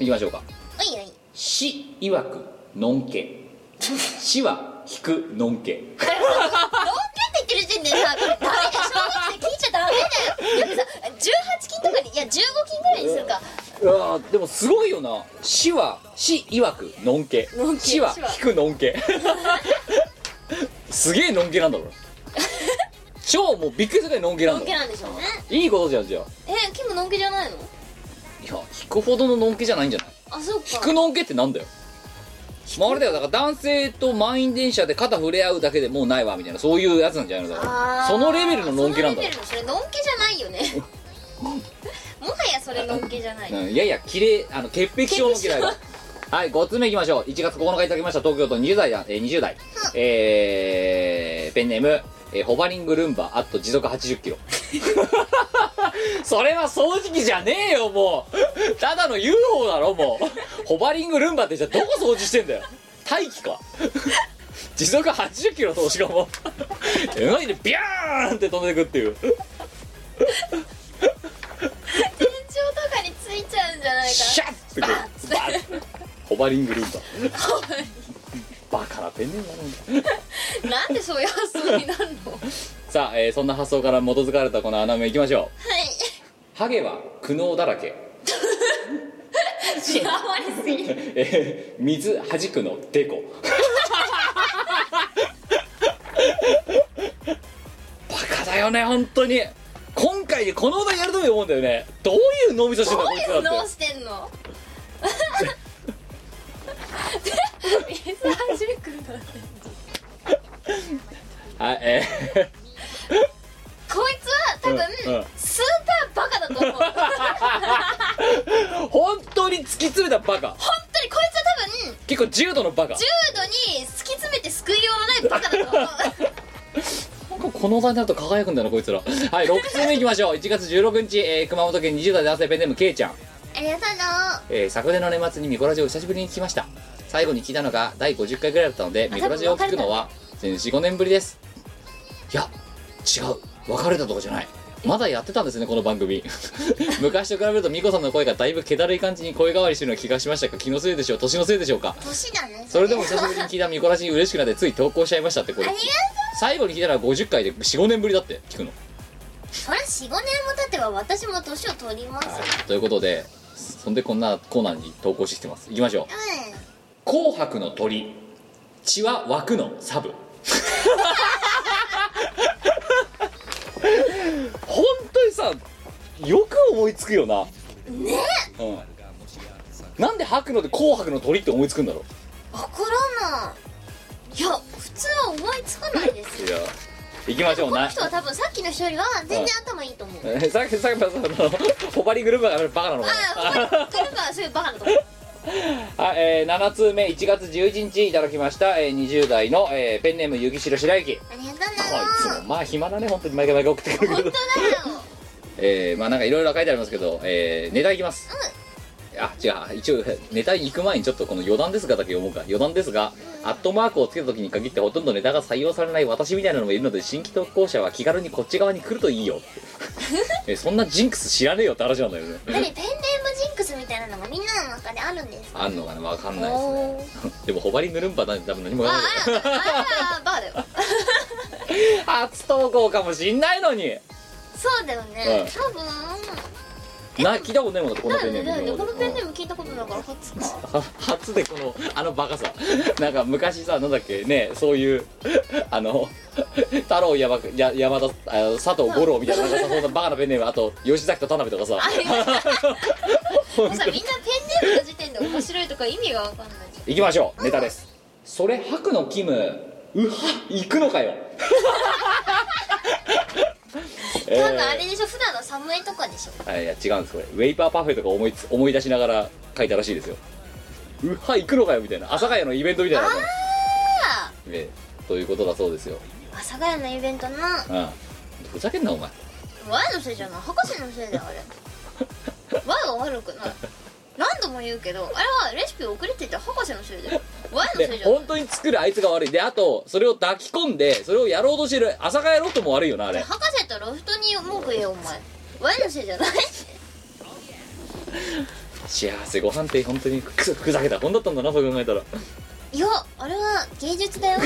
Speaker 1: いきましょうか
Speaker 2: おいおい
Speaker 1: 「し」いわく「のんけ」「し」は「引く」「のんけ
Speaker 2: ロン毛って言ってる時点でさこれダメだ小学生聞いちゃダメだよよくさ18金とかにいや15金ぐらいにするか」
Speaker 1: うわーでもすごいよな「し」は「し」いわく「のんけ」
Speaker 2: のんけ
Speaker 1: し」は
Speaker 2: しは (laughs)
Speaker 1: 「引く」「のんけ」すげえのんけなんだろうし超もうびっくりするぐらいのんけな
Speaker 2: の
Speaker 1: の
Speaker 2: んけなんでしょうね
Speaker 1: いいことじゃんじゃあ
Speaker 2: えキムのんけじゃないの
Speaker 1: いや引くほどののんけじゃないんじゃない
Speaker 2: あそうか
Speaker 1: 引くのんけってなんだよまあ、あれだよだから男性と満員電車で肩触れ合うだけでもうないわみたいなそういうやつなんじゃないのだから
Speaker 2: あー
Speaker 1: そのレベルののんけなんだ
Speaker 2: そ
Speaker 1: よ
Speaker 2: のレベルのそれのんけじゃないよね
Speaker 1: (laughs)
Speaker 2: もはやそれのんけじゃない
Speaker 1: うんいやいや綺麗あの潔癖症の嫌いだはい5つ目いきましょう1月9日いただきました東京都20代だ、えー20代、えーペンネーム、えーホバリングルンバあと時速80キロ (laughs) それは掃除機じゃねえよもうただの UFO だろもうホバリングルンバってじゃあどこ掃除してんだよ大気か時速80キロとしかも (laughs) うまいでビャーンって飛んでくっていう
Speaker 2: 天井とかについちゃうんじゃないか
Speaker 1: シャッてこうバッホバリングルンババカなペンネームだな
Speaker 2: ななんでそういう発想になるのはい
Speaker 1: さあ、えーそんな発想から基づかれたこの穴埋めいきましょうハゲは苦悩だらけ、
Speaker 2: 極まりすぎる
Speaker 1: えー水はじくのデコバカだよね本当に今回でこのお題やるとめ思うんだよね (laughs) どういう脳みそしてん
Speaker 2: ど
Speaker 1: だ
Speaker 2: う
Speaker 1: こいつらって
Speaker 2: いうのをしてん
Speaker 1: (laughs)
Speaker 2: の水はじくの
Speaker 1: はいえ
Speaker 2: (laughs)
Speaker 1: ー
Speaker 2: こいつは多分、
Speaker 1: うんうん
Speaker 2: スーパーバカだ
Speaker 1: (laughs)
Speaker 2: と思う本当にこ
Speaker 1: 本当に突き詰めたバカ
Speaker 2: いつは多分
Speaker 1: 結構重度のバカ
Speaker 2: 重度に突き詰めて救いようのないバカだと
Speaker 1: (laughs)
Speaker 2: 思う
Speaker 1: なんかこのお題になると輝くんだよなこいつら (laughs) はい6通目いきましょう1月16日、えー熊本県20代男性ペンネームけいちゃん、
Speaker 2: ありがとう
Speaker 1: えー昨年の年末にミコラジを久しぶりに聞きました最後に聞いたのが第50回ぐらいだったのでミコラジを聞くのは45年ぶりですいや違う別れたとかじゃないまだやってたんですねこの番組 (laughs) 昔と比べるとミコさんの声がだいぶ気だるい感じに声変わりしてるような気がしましたが気のせいでしょう年のせいでしょうか
Speaker 2: 年だね
Speaker 1: それでも久しぶりに聞いたミコラジに嬉しくなってつい投稿しちゃいましたって
Speaker 2: (laughs)
Speaker 1: これ最後に聞いたら50回で45年ぶりだって聞くの
Speaker 2: そりゃ45年も経っては私も年を取りますよ
Speaker 1: ということでそんでこんなコーナーに投稿してきてますいきましょう
Speaker 2: う
Speaker 1: 「紅白の鳥血は湧くのサブ」 (laughs) 本当にさよく思いつくよなねうんなんで白ので紅白の鳥って思いつくんだろ
Speaker 2: んわからないいや普通は思いつかないです
Speaker 1: うい
Speaker 2: よ
Speaker 1: や行きましょう
Speaker 2: この
Speaker 1: な
Speaker 2: 人は多分さっきの人よりは全然頭いいと思う
Speaker 1: えーさっきさっきのそのホバリングループがバカなのか
Speaker 2: あ
Speaker 1: な
Speaker 2: あこれこれはそういうバカだと思う
Speaker 1: はい、えー、7通目1月11日いただきました、えー、20代の、えーペンネームゆぎしろ白雪
Speaker 2: ありがと
Speaker 1: こいつも
Speaker 2: う
Speaker 1: まあ暇だね本当に毎回毎回送ってくる
Speaker 2: な
Speaker 1: け
Speaker 2: 本当
Speaker 1: ど
Speaker 2: だよ
Speaker 1: えー、まあなんかいろいろ書いてありますけど、えー、ネタいきます、あ違う一応ネタに行く前にちょっとこの余談ですがだけ読もうか余談ですが、アットマークをつけた時に限ってほとんどネタが採用されない私みたいなのもいるので新規投稿者は気軽にこっち側に来るといいよって
Speaker 2: (laughs)
Speaker 1: えそんなジンクス知らねえよって話なんだよね
Speaker 2: 何ペンネームジンクスみたいなのがみんなの中であるんですか
Speaker 1: あんのかなわかんないですね
Speaker 2: お
Speaker 1: (laughs)
Speaker 2: ー
Speaker 1: でもホバリングルンバなんて多分何も
Speaker 2: あ
Speaker 1: わかんない
Speaker 2: あらあらバカだよ
Speaker 1: 初投稿かもしんないのに
Speaker 2: そうだよ
Speaker 1: う
Speaker 2: ね
Speaker 1: ん
Speaker 2: 多分
Speaker 1: な聞いたことないもんだってこの
Speaker 2: な
Speaker 1: ペン
Speaker 2: ん
Speaker 1: ネー
Speaker 2: で
Speaker 1: ム
Speaker 2: なんでこのペンネー
Speaker 1: ム
Speaker 2: ム聞いたことだから初か
Speaker 1: (laughs) 初でこのあのバカさなんか昔さなんだっけねそういう (laughs) あの太郎山や山田あ佐藤五郎みたいななんかさそんなバカなペンネームあと吉崎と田辺とかさ
Speaker 2: ありまもうさみんなペンネームの時点で面白いとか意味がわかんないじ
Speaker 1: 行きましょうネタですそれ白のキムうは行くのかよ (laughs)
Speaker 2: ゃん多分あれでしょ普段の寒いとかでしょ
Speaker 1: あいや違うんですこれウェイパーパフェとか思いつ思い出しながら書いたらしいですようわ行くのかよみたいな朝ヶ谷のイベントみたいなねということだそうですよ、
Speaker 2: 阿佐ヶ谷のイベント
Speaker 1: う
Speaker 2: の
Speaker 1: ん、ふざけんなお前
Speaker 2: ワイのせいじゃない博士のせいだよあれワイは悪くない何度も言うけどあれはレシピ遅れてて博士のせいだよワイのせい
Speaker 1: で
Speaker 2: じゃない
Speaker 1: 本当に作るあいつが悪いであとそれを抱き込んでそれをやろうとしてる朝ヶ谷ロフトも悪いよなあれ
Speaker 2: 博士とロフトに文句言えよお前ワイのせいじゃない
Speaker 1: 幸せご飯って本当にくそふざけた本だったんだなそう考えたら
Speaker 2: いやあれは芸術だよ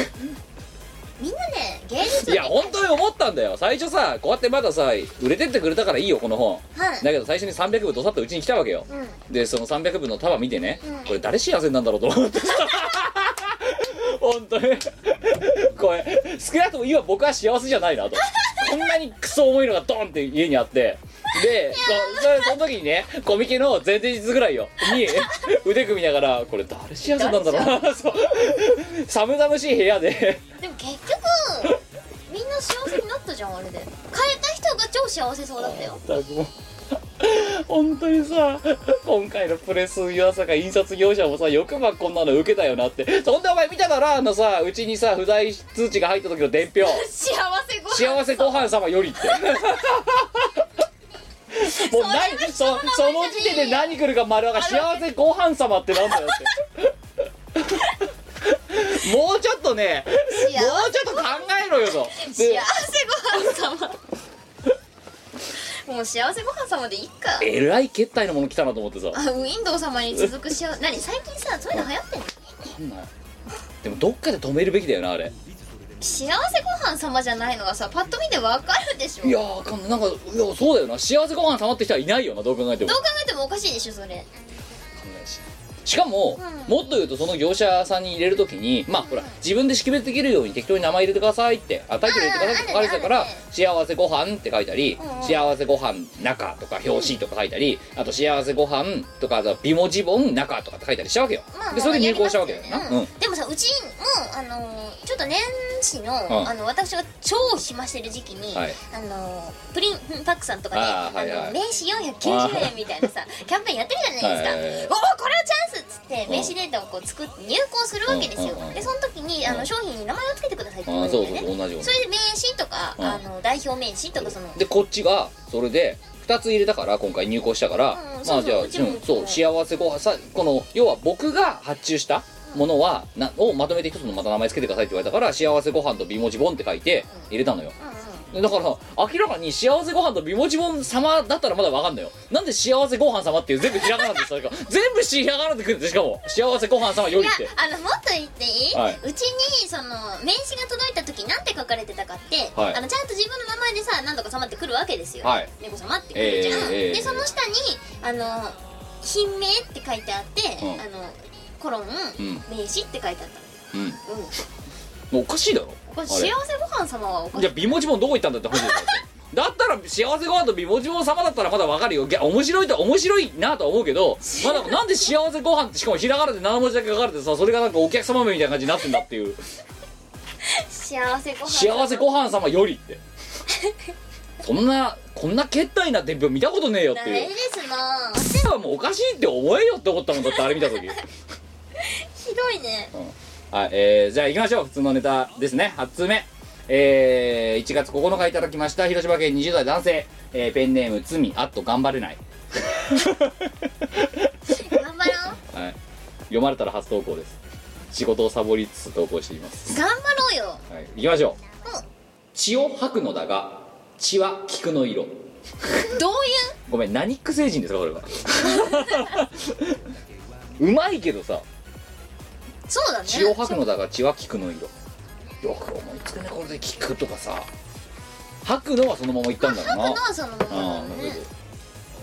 Speaker 2: みんなね芸術
Speaker 1: いや本当に思ったんだよ最初さこうやってまださ売れてってくれたからいいよこの本
Speaker 2: はい
Speaker 1: だけど最初に300部どさっとうちに来たわけよ、
Speaker 2: うん
Speaker 1: でその300分の束見てね、
Speaker 2: うん
Speaker 1: これ誰幸せなんだろうと思って (laughs) 本当にこれ少なくとも今僕は幸せじゃないなとこんなにクソ重いのがドンって家にあってでこそれその時にねコミケの前々日ぐらいよに腕組みながらこれ誰幸せなんだろうなそう寒々しい部屋で
Speaker 2: でも結局みんな幸せになったじゃんあれで変えた人が超幸せそうだったよ
Speaker 1: 全くもう本当にさ今回のプレス岩坂印刷業者もさよくまあこんなの受けたよなってそんでお前見ただろあのさうちにさ不在通知が入った時の伝票
Speaker 2: 幸せご飯
Speaker 1: 幸せご飯様よりってもうないそその時点で何来るか丸わか幸せご飯様ってなんだよってもうちょっとね
Speaker 2: 幸
Speaker 1: もうちょっと考えろよと
Speaker 2: せ
Speaker 1: で
Speaker 2: 幸せご飯様もう幸せご飯様でいいか
Speaker 1: えらい決体のもの来たなと思ってさ
Speaker 2: あウィンドウ様に続く幸せ何最近さそういうの流行ってん
Speaker 1: な
Speaker 2: の
Speaker 1: んなんでもどっかで止めるべきだよなあれ
Speaker 2: 幸せご飯様じゃないのがさパッと見てわかるでしょ
Speaker 1: い
Speaker 2: ど
Speaker 1: や
Speaker 2: う
Speaker 1: ー
Speaker 2: 考
Speaker 1: かんなんかいやそうだよな幸せご飯溜まってきたらいないよなどう考えても
Speaker 2: えてもおかしいでしょそれ
Speaker 1: わかんないししかも、
Speaker 2: うん
Speaker 1: もっと言うとその業者さんに入れるときにまあほら自分で識別できるように適当に名前入れてくださいってあタイトル入れてくださいって書かれてたか
Speaker 2: あ
Speaker 1: ら
Speaker 2: るね
Speaker 1: 「幸せご飯って書いたり
Speaker 2: うんう
Speaker 1: 「
Speaker 2: ん
Speaker 1: 幸せご飯中」とか表紙とか書いたりあと「幸せご飯とかあと「美文字本中」とかって書いたりしたわけよ
Speaker 2: まあ
Speaker 1: でそれで入稿したわけ
Speaker 2: や
Speaker 1: だ
Speaker 2: り
Speaker 1: よ
Speaker 2: ま
Speaker 1: な
Speaker 2: すよ
Speaker 1: う
Speaker 2: ね
Speaker 1: ん
Speaker 2: でもさうちもあのーちょっと年始の,、
Speaker 1: ん
Speaker 2: あの私が超暇してる時期に、
Speaker 1: はい
Speaker 2: あのープリンパックさんとかで
Speaker 1: あーはいはい
Speaker 2: あの名刺490円みたいなさキャンペーンやってるじゃないですか、
Speaker 1: はいはいはい
Speaker 2: おおこれはチャンスっつって名刺データをこう作って入稿するわけですよ、
Speaker 1: うんうんうん
Speaker 2: でその時にあ
Speaker 1: う
Speaker 2: の
Speaker 1: ん
Speaker 2: 商品に名前をつけてくださいって言わ
Speaker 1: あ
Speaker 2: れ
Speaker 1: ーそ
Speaker 2: て
Speaker 1: うそう
Speaker 2: ね
Speaker 1: そう同じ同じ
Speaker 2: それで名刺とか、
Speaker 1: うん
Speaker 2: あの代表名刺とかその
Speaker 1: でこっちがそれで2つ入れたから今回入稿したから、
Speaker 2: うん
Speaker 1: ま
Speaker 2: そうそう
Speaker 1: あじゃあ
Speaker 2: うちも
Speaker 1: うんそう幸せご飯さこの要は僕が発注したものはなをまとめて一つのまた名前つけてくださいって言われたから幸せご飯と美文字本って書いて入れたのよ
Speaker 2: うんうん
Speaker 1: でだから明らかに幸せご飯と美文字本様だったらまだわかんないよなんで幸せご飯様っていう全部ひらがなでしたか全部ひらがなでくるんでしかも幸せご飯様よ
Speaker 2: い
Speaker 1: り
Speaker 2: や
Speaker 1: って
Speaker 2: あのもっと言っていい、
Speaker 1: はいう
Speaker 2: ちにその名刺が届いた時なんて書かれてたかって、
Speaker 1: はい
Speaker 2: あのちゃんと自分の名前でさ何とか様ってくるわけですよ、
Speaker 1: はい
Speaker 2: 猫様ってくるじゃん、
Speaker 1: えーえー
Speaker 2: でその下にあの品名って書いてあって、
Speaker 1: うん
Speaker 2: あのコロン、
Speaker 1: ん
Speaker 2: 名刺って書いてあっ
Speaker 1: うんも
Speaker 2: たうん
Speaker 1: うおかしいだろ
Speaker 2: これ
Speaker 1: あ
Speaker 2: 幸せご飯様はおかし
Speaker 1: (laughs) じ
Speaker 2: い
Speaker 1: ゃあ美文字本どこ行ったんだって話だよだったら幸せご飯と美文字本様だったらまだわかるよいや面白いと面白いなとは思うけどまだなんで幸せご飯ってしかもひらがなで7文字だけ書かれてさそれがなんかお客様名みたいな感じになってんだっていう
Speaker 2: 幸せご飯様
Speaker 1: 幸せご飯様よりってそんなこんなけったいな伝票見たことねえよっ
Speaker 2: ダ
Speaker 1: て
Speaker 2: メ
Speaker 1: い
Speaker 2: で
Speaker 1: う
Speaker 2: すな
Speaker 1: それはもうおかしいって思えよって思ったもんだってあれ見た時
Speaker 2: ひどいね
Speaker 1: はい、えー、じゃあ行きましょう普通のネタですね8つ目えー、1月9日いただきました広島県20代男性、えーペンネーム罪あっと頑張れない
Speaker 2: 頑張ろう
Speaker 1: はい、読まれたら初投稿です仕事をサボりつつ投稿しています、
Speaker 2: 頑張ろうよ
Speaker 1: はい、いきましょう、
Speaker 2: うん
Speaker 1: 血を吐くのだが血は菊の色
Speaker 2: どう
Speaker 1: ごめん何ック星人ですかこれはうまいけどさ
Speaker 2: いうそうだね
Speaker 1: 血を吐くのだが血は菊の色よく思いつくねこれで菊とかさ吐くのはそのままいったんだろうな
Speaker 2: 吐くのはそのま
Speaker 1: あ
Speaker 2: ま
Speaker 1: あ
Speaker 2: だ
Speaker 1: な
Speaker 2: ね
Speaker 1: るほど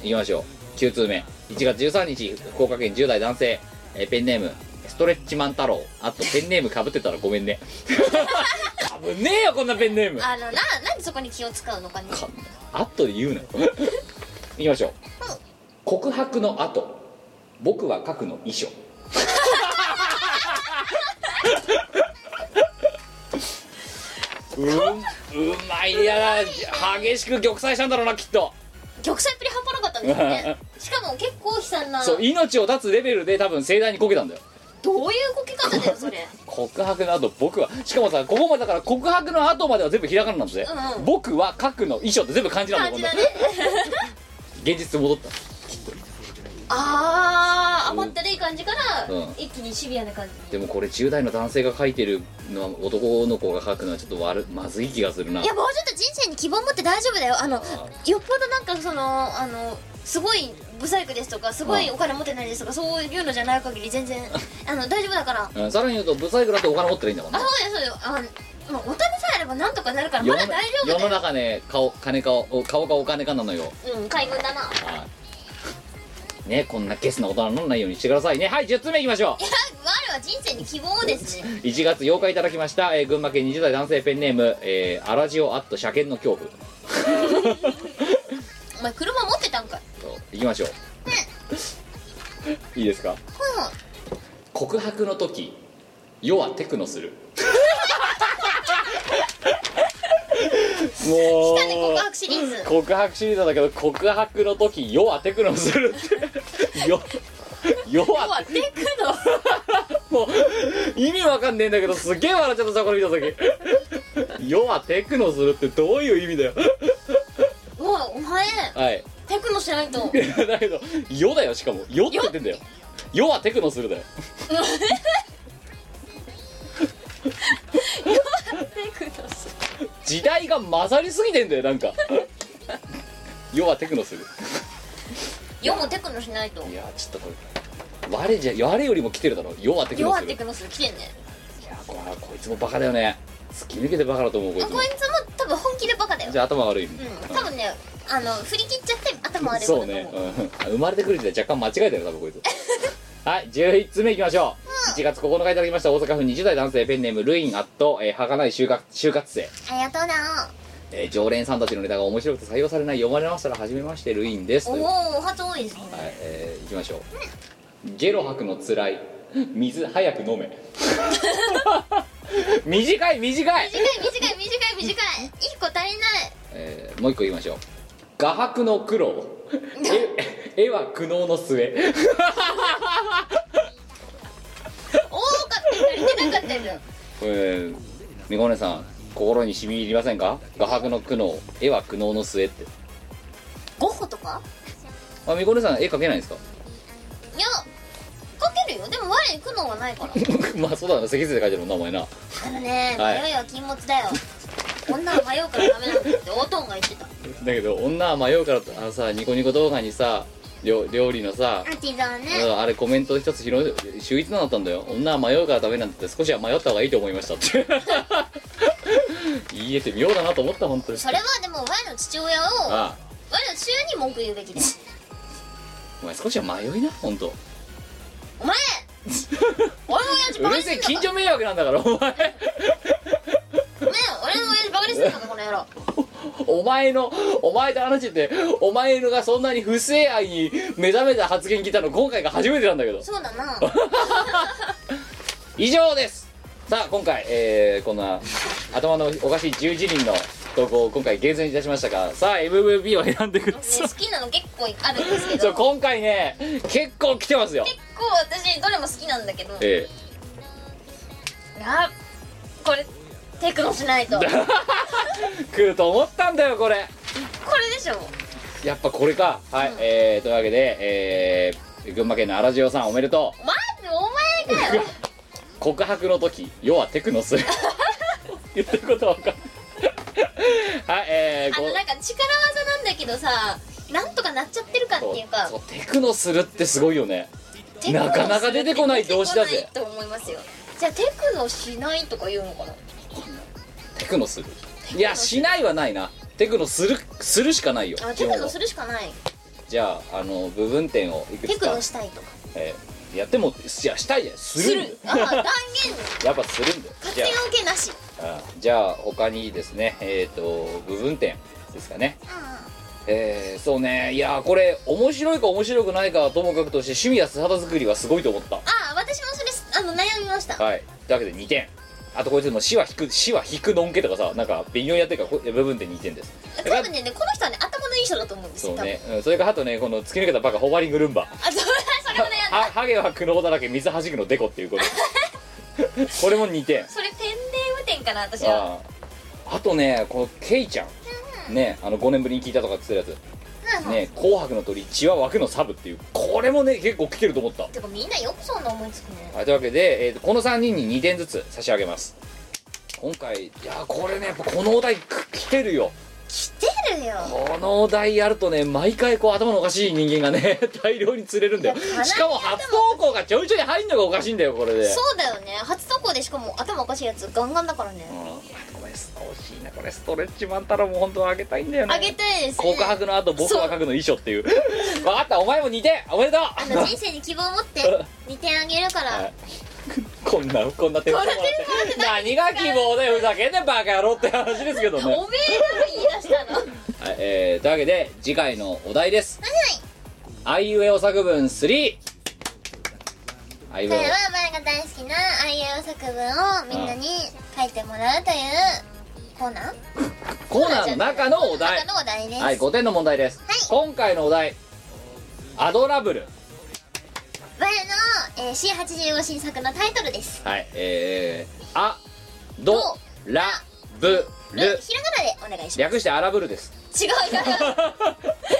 Speaker 1: いきましょう9通目1月13日福岡県10代男性、えーペンネームストレッチマン太郎あとペンネームかぶってたらごめん
Speaker 2: (laughs)
Speaker 1: ねかぶんねえよこんなペンネーム
Speaker 2: あのななんでそこに気を使うのかね
Speaker 1: かあとで言うなよいきましょう告白の後僕は書くの遺書うん、うまいやな激しく玉砕したんだろうなきっと
Speaker 2: 玉砕っぷり半端なかったんですよ
Speaker 1: (laughs)
Speaker 2: ねしかも結構悲惨な
Speaker 1: そう命を絶つレベルで多分盛大にこけたんだよ
Speaker 2: どういうこけ方だよそれ
Speaker 1: 告白の後僕はしかもさここまでだから告白の後までは全部ひらがななんですね、
Speaker 2: うんうん
Speaker 1: 僕は書くの衣装って全部漢字なんだよ
Speaker 2: 感
Speaker 1: こ
Speaker 2: じ
Speaker 1: んな
Speaker 2: だね
Speaker 1: 現実戻った
Speaker 2: ああ甘ったるい感じから、
Speaker 1: うん
Speaker 2: 一気にシビアな感
Speaker 1: でもこれ10代の男性が書いてるのは男の子が書くのはちょっと悪まずい気がするな
Speaker 2: じいやもうちょっと人生に希望持って大丈夫だよあのよっぽどなんかそのあのすごいブサイクですとかすごいお金持ってないですとかそういうのじゃない限り全然あの大丈夫だから
Speaker 1: うんさらに言うとブサイクだってお金持ってるいいんだもん
Speaker 2: あ
Speaker 1: な
Speaker 2: そうですそうですあのもうお金さえあればなんとかなるから
Speaker 1: 世
Speaker 2: ま
Speaker 1: の
Speaker 2: だ大丈
Speaker 1: 世
Speaker 2: 夫
Speaker 1: の
Speaker 2: だよ
Speaker 1: 中ね顔金かお顔かお金かなのよ
Speaker 2: うん海軍だな
Speaker 1: はいねこんなゲスな大人にならないようにしてくださいねはい10つ目いきましょう
Speaker 2: いや悪は人生に希望をですね
Speaker 1: 1月8日いただきました、えー群馬県20代男性ペンネーム、えー、アラジオアット車検の恐怖
Speaker 2: お前車持ってたんかい
Speaker 1: と行きましょういいですか
Speaker 2: は
Speaker 1: 告白の時世はテクノするも
Speaker 2: い告
Speaker 1: う
Speaker 2: 白シリーズ
Speaker 1: 告白シリーズなんだけど告白の時世はテクノする (laughs) って世世
Speaker 3: 今日
Speaker 1: は
Speaker 3: はテクノ
Speaker 1: もう意味わかんねえんだけどすげえ笑っちゃったさこれ見た時世はテクノするってどういう意味だよ
Speaker 2: おいお前
Speaker 1: はい
Speaker 2: テクノしないと
Speaker 1: (laughs) だけど「よ」だよしかも「よ」って言ってんだよ「よ」はテクノするだよ
Speaker 3: テクノす
Speaker 1: 時代が混ざりすぎてんだよなんか (laughs) 「よ」はテクノする
Speaker 2: 世もテクノしないと
Speaker 1: いやーちょっとこれ我じゃ我よりも来てるだろ「よ」はテク
Speaker 2: 世
Speaker 1: ノ
Speaker 2: は
Speaker 1: するい
Speaker 2: テ
Speaker 1: や
Speaker 2: クノする来てんね
Speaker 1: これはこいつもバカだよね突き抜けてバカだと思うこいつも
Speaker 2: こいつも多分本気でバカだよ
Speaker 1: じゃあ頭悪い、
Speaker 2: うん多分ねあの振り切っちゃって頭悪いこと
Speaker 1: そ
Speaker 2: だ
Speaker 1: う
Speaker 2: と思
Speaker 1: ね、うん、生まれてくる時代若干間違えたよ多分
Speaker 2: (laughs)
Speaker 1: こいつはい11つ目いきましょう、1月9日いただきました大阪府20代男性ペンネームルインアット、えー、儚い就活就活生
Speaker 4: ありがとうな
Speaker 1: えー常連さんたちのネタが面白くて採用されない読まれましたら初めましてルインですというはい、
Speaker 2: おおお初多いですね
Speaker 1: えー、いきましょうゲロ吐くのつらい水早く飲め (laughs) 短い短い、
Speaker 2: 短い短い短い短い一個足りない
Speaker 1: えーもう一個言いましょう画伯の苦労絵絵は苦悩の末 (laughs)
Speaker 2: 多かったり足りてなかったりだ
Speaker 1: これみこねさん心にしみ入りませんか画伯の苦悩絵は苦悩の末って
Speaker 2: 5歩とか
Speaker 1: あみこねさん絵描けないんですか (laughs)
Speaker 2: いやかけるよでも我に苦悩はないから
Speaker 1: まあそうだな脊髄で描いてるもんなお前な
Speaker 2: あのね
Speaker 1: はい
Speaker 2: 迷いは禁物だよ (laughs) 女は迷うからダメなんだってオートンが言ってた
Speaker 1: だけど女は迷うからあのさニコニコ動画にさ料料理のさ
Speaker 2: アティザーね
Speaker 1: ああれコメント一つ拾い秀逸なのだったんだよ女は迷うからダメなんだって少しは迷った方がいいと思いましたって (laughs) 言えて妙だなと思った本当に
Speaker 2: それはでも我の父親を我の
Speaker 1: ああ
Speaker 2: 父親に文句言うべきです
Speaker 1: お前少しは迷いな本当 (laughs)
Speaker 2: お前俺の親父
Speaker 1: う
Speaker 2: バカ
Speaker 1: る
Speaker 2: にす
Speaker 1: せえ
Speaker 2: んの
Speaker 1: 近
Speaker 2: か
Speaker 1: 所迷惑なんだからお前
Speaker 2: お前俺の親父バカにすんのかこの野郎
Speaker 1: お前のお前と話しててお前のがそんなに不正愛に目覚めた発言聞いたの今回が初めてなんだけど
Speaker 2: そうだ
Speaker 1: (laughs)
Speaker 2: な
Speaker 1: 以上ですさあ今回、えー、こんな頭のおかしい11人の投稿を今回厳選いたしましたがさあ MVP を選んでくだ
Speaker 2: ね
Speaker 1: さ
Speaker 2: 好
Speaker 1: い
Speaker 2: きなの結構あるんですけ
Speaker 1: そう
Speaker 2: ど結構
Speaker 1: 今回ね結構来てますよ
Speaker 2: 私どれも好きなんだけどい
Speaker 1: え
Speaker 2: やこれテクノしないとこれ
Speaker 1: え来ると思ったんだよこれ
Speaker 2: でしょ
Speaker 1: やっぱこれかはい、えー、というわけで、えー、群馬県の荒塩さんおめでとう
Speaker 2: まずお前
Speaker 1: (laughs)
Speaker 2: だよ
Speaker 1: 告白の時要はテクノ
Speaker 2: (laughs)
Speaker 1: する言ってることは分かんないはいえー、
Speaker 2: あ
Speaker 1: こ
Speaker 2: のなんか力技なんだけどさなんとかなっちゃってるかっていうか
Speaker 1: そうそうテクノするってすごいよね
Speaker 2: テクノ
Speaker 1: なかなか出てこない動詞だ
Speaker 2: 出て
Speaker 1: ぜ
Speaker 2: こないと思いますよじゃあテクノしないとか言うのかな
Speaker 1: テクノするいやしないはないなテクノするするしかないよ
Speaker 2: あテクノ
Speaker 1: は
Speaker 2: するしかない
Speaker 1: じゃああの部分点をいく
Speaker 2: テ
Speaker 1: つ
Speaker 2: ク
Speaker 1: か
Speaker 2: ノ、したいとか
Speaker 1: えーやってもいやしたいじゃんする
Speaker 2: するあ断言
Speaker 1: やっぱするんだよ
Speaker 2: 勝
Speaker 1: じゃ
Speaker 2: 手な受けなし
Speaker 1: ああじゃあ他にですねえっ、と部分点ですかねえー、そうねいやーこれ面白いか面白くないかはともかくとして趣味や素肌作りはすごいと思った
Speaker 2: あ私もそれすあの悩みました
Speaker 1: はいというわけで2点あとこいつも「死は引く死は引くのんけ」とかさなんか微妙にやってるからこ部分点2点です
Speaker 2: 多分ねねこの人はね頭のいい人だと思うんです
Speaker 1: そ
Speaker 2: よ
Speaker 1: うね、うん、それからあとねこの突き抜けたバカホバリングルンバ
Speaker 2: 多分あそれそれも悩んだ
Speaker 1: はハゲは苦悩だらけ水はじくのデコっていう
Speaker 2: (laughs)
Speaker 1: ことこれも2点
Speaker 2: それペンネーム店かな私は
Speaker 1: あああとねこのケイちゃんねあの5年ぶりに聞いたとかって言ってるやつね「紅白の鳥血は湧くのサブ」っていうこれもね結構来てると思った
Speaker 2: てかみんなよくそんな思いつくね
Speaker 1: はい、というわけで、えーとこの3人に2点ずつ差し上げます今回いやーこれねやっぱこのお題く来てるよ
Speaker 2: 来てるよ
Speaker 1: このお題やるとね毎回こう頭のおかしい人間がね (laughs) 大量に釣れるんだよ
Speaker 2: いや
Speaker 1: しかも初投稿がちょいちょい入るのがおかしいんだよこれで
Speaker 2: そうだよね初投稿でしかも頭おかしいやつガンガンだからね
Speaker 1: うん、これ惜しいなこれストレッチマン太郎も本当はあげたいんだよね
Speaker 2: あげたいですね
Speaker 1: 告白の後僕は書くの遺書っていう (laughs) わかったお前も2点おめでとう (laughs)
Speaker 2: あの人生に希望を持って2点あげるから
Speaker 1: いこんなこんな手間もらって何が希望だよふざけんなバカ野郎って話ですけどね
Speaker 2: おめえが言い出したの
Speaker 1: はい、えー、というわけで次回のお題ですはいあいうえお作文3あいう
Speaker 2: こ
Speaker 1: え
Speaker 2: れ
Speaker 1: お
Speaker 2: は前が大好きなあいうえお作文をみんなに書いてもらうというコーナー
Speaker 1: コーナーの中のお題
Speaker 2: 中のお題です、
Speaker 1: はい5点の問題です、今回のお題アドラブル
Speaker 2: 我の、えー、C85 新作のタイトルです
Speaker 1: はいえー、アドラブ
Speaker 2: ひ
Speaker 1: ル
Speaker 2: らがなでお願いしま
Speaker 1: 略してアラブル (laughs) です
Speaker 2: す違う違う違う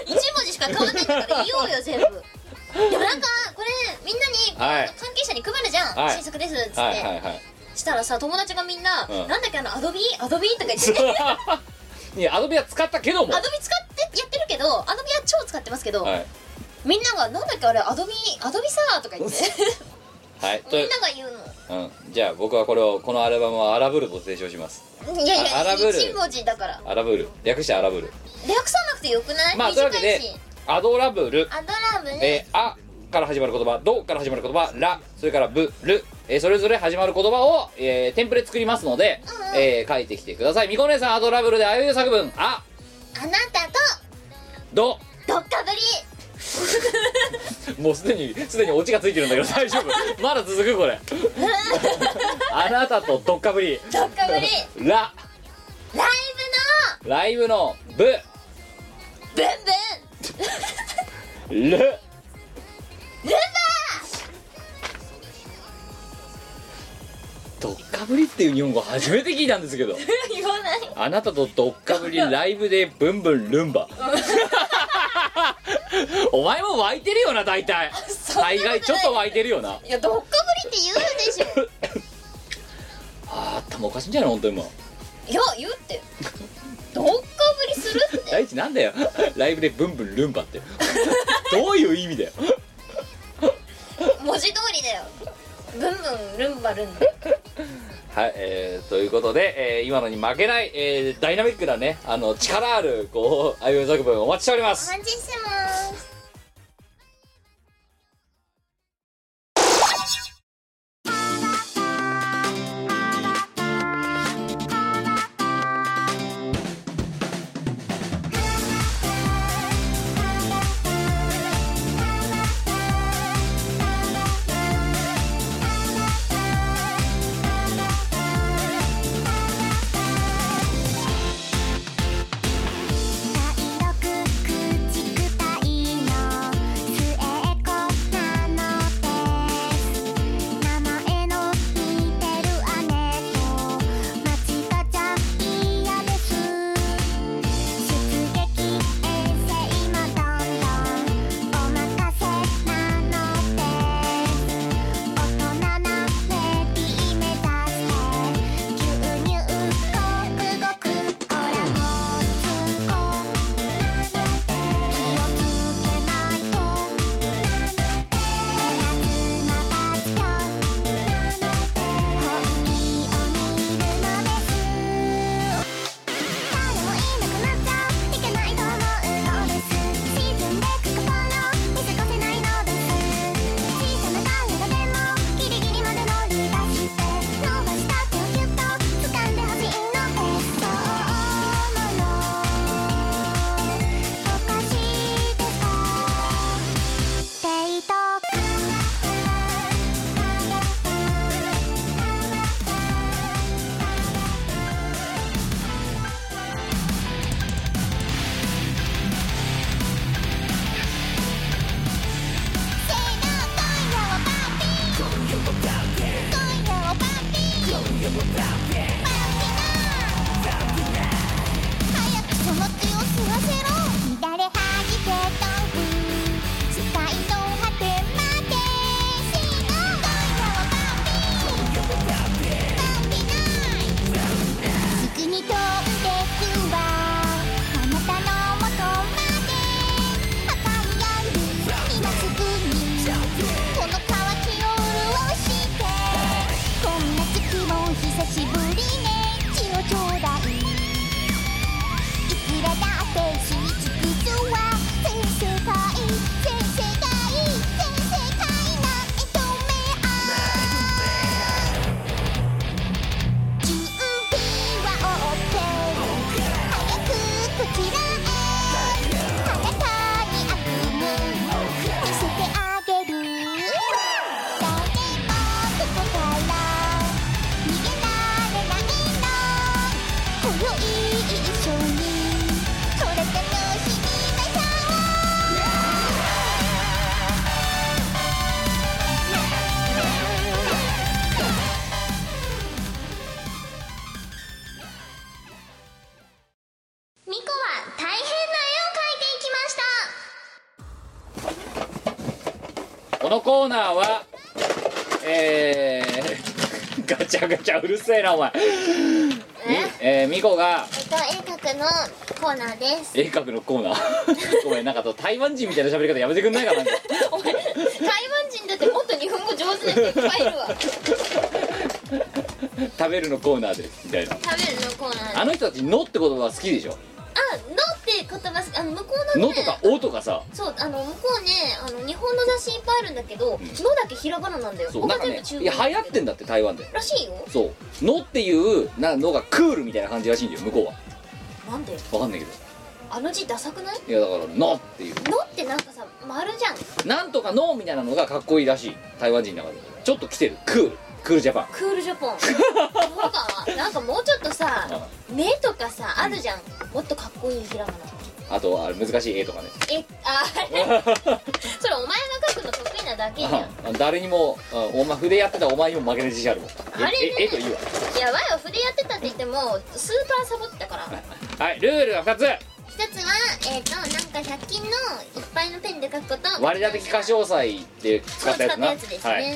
Speaker 2: 一文字しか変わんないんだから言おうよ
Speaker 1: (laughs)
Speaker 2: 全部でもなんかこれみんなに、
Speaker 1: はい
Speaker 2: 関係者に配るじゃん、
Speaker 1: はい
Speaker 2: 新作ですっつって、
Speaker 1: はいはいはい
Speaker 2: したらさ友達がみんな、
Speaker 1: うん
Speaker 2: なんだっけあのアドビアドビとか言って
Speaker 1: (laughs)
Speaker 2: アドビ
Speaker 1: いやアドビは使ったけども
Speaker 2: 使ってやってるけどアドビは超使ってますけど、
Speaker 1: はい、
Speaker 2: みんながなんだっけあれアドビアドビさーとか言って (laughs)
Speaker 1: はい、と
Speaker 2: み
Speaker 1: い
Speaker 2: んなが言う
Speaker 1: うん、じゃあ僕はこれをこのアルバムをアラブルと提唱します
Speaker 2: のいやい
Speaker 1: あア
Speaker 2: や
Speaker 1: ラブル
Speaker 2: 一文字だから
Speaker 1: アラブル略してアラブル
Speaker 2: 略さなくてよくない、
Speaker 1: まあというわ
Speaker 2: 短
Speaker 1: けで
Speaker 2: いし
Speaker 1: アドラブル
Speaker 2: アドラムね、
Speaker 1: えーあから始まる言葉ドから始まる言葉ラそれからブル、えーそれぞれ始まる言葉を、えーテンプレ作りますので、えー書いてきてくださいみこねえさんアドラブルであゆう作文あ
Speaker 2: あなたと
Speaker 1: ド
Speaker 2: どっかぶり
Speaker 1: もうすでにすでにオチがついてるんだけど (laughs) 大丈夫まだ続くこれ (laughs) あなたとどっかぶり
Speaker 2: どっかぶり
Speaker 1: ラ
Speaker 2: ライ
Speaker 1: ライブのブ
Speaker 2: ブのブンブ
Speaker 1: ルルドッカブリっていう日本語初めて聞いたんですけど
Speaker 2: ン (laughs) 言わない
Speaker 1: あなたとドッカブリライブでブンブンルンバ (laughs) お前も湧いてるよな大体
Speaker 2: そんなことない
Speaker 1: 大概ちょっと湧いてるよない
Speaker 2: やどっかぶりって言うでしょ
Speaker 1: あ頭おかしいんじゃない本当にもう
Speaker 2: いや言うってどっかぶりするって
Speaker 1: 第一なんだよライブでブンブンルンバって (laughs) どういう意味だよ
Speaker 2: 文字通りだよブンブンルンバルンバ
Speaker 1: はい、えーということで、えー今のに負けない、えーダイナミックなねあの力あるこうああいう作文お待ちしております
Speaker 2: 待ちしてます
Speaker 4: 「茶色くくちくた
Speaker 1: このコーナーはえー、 (laughs) ガチャガチャうるせえなお前みえー、ミコが
Speaker 2: えっと絵描くのコーナーです
Speaker 1: 絵描くのコーナ (laughs) ーごめんなんか台湾人みたいな喋り方やめてくんないかななんか
Speaker 2: お前台湾人だってもっと日本語上手な人いっぱいいる
Speaker 1: (laughs)
Speaker 2: わ食
Speaker 1: 食べるのコーナーでみたいな
Speaker 2: べるのコーナーです
Speaker 1: あの人たち「の」って言葉好きでしょ
Speaker 2: あ、のって言葉すあの向こ
Speaker 1: 「
Speaker 2: うの
Speaker 1: の」
Speaker 2: ね
Speaker 1: とか「お」とかさ
Speaker 2: そうあの向こうねあの日本の雑誌いっぱいあるんだけど「の」だけひらがななんだよ
Speaker 1: そうなんか
Speaker 2: 他全
Speaker 1: ね
Speaker 2: 部中
Speaker 1: い
Speaker 2: 国
Speaker 1: や流行ってんだって台湾で
Speaker 2: らしいよ
Speaker 1: そう「の」っていうなのがクールみたいな感じらしいんだよ向こうは
Speaker 2: なんで
Speaker 1: わかんないけど
Speaker 2: あの字ダサくない
Speaker 1: いやだから「の」っていう
Speaker 2: のってなんかさ丸じゃん
Speaker 1: なんとかのみたいなのがかっこいいらしい台湾人の中でちょっと来てるクールクールジャパン
Speaker 2: クールジャポ
Speaker 1: (laughs)
Speaker 2: ンそうかなんかもうちょっとさ目とかさあるじゃんもっとかっこいいひらがな
Speaker 1: あとはあれ難しい絵とかね
Speaker 2: えああ
Speaker 1: (laughs)
Speaker 2: れそれお前が書くの得意なだけじゃん
Speaker 1: あ誰にもあお前筆やってたお前にも負けない自信あるもん
Speaker 2: あれね
Speaker 1: ええ絵といいわ
Speaker 2: やばいよ筆やってたって言ってもスーパーサボってたから
Speaker 1: はいルールが2つ
Speaker 2: 一つはえっ、となんか100均のいっぱいのペンで書くこと
Speaker 1: 割り当て非過
Speaker 2: を
Speaker 1: 小祭って使
Speaker 2: 使
Speaker 1: っ
Speaker 2: ったた
Speaker 1: や
Speaker 2: や
Speaker 1: つ
Speaker 2: つ
Speaker 1: な
Speaker 2: ですね、
Speaker 1: は、
Speaker 2: はい
Speaker 1: え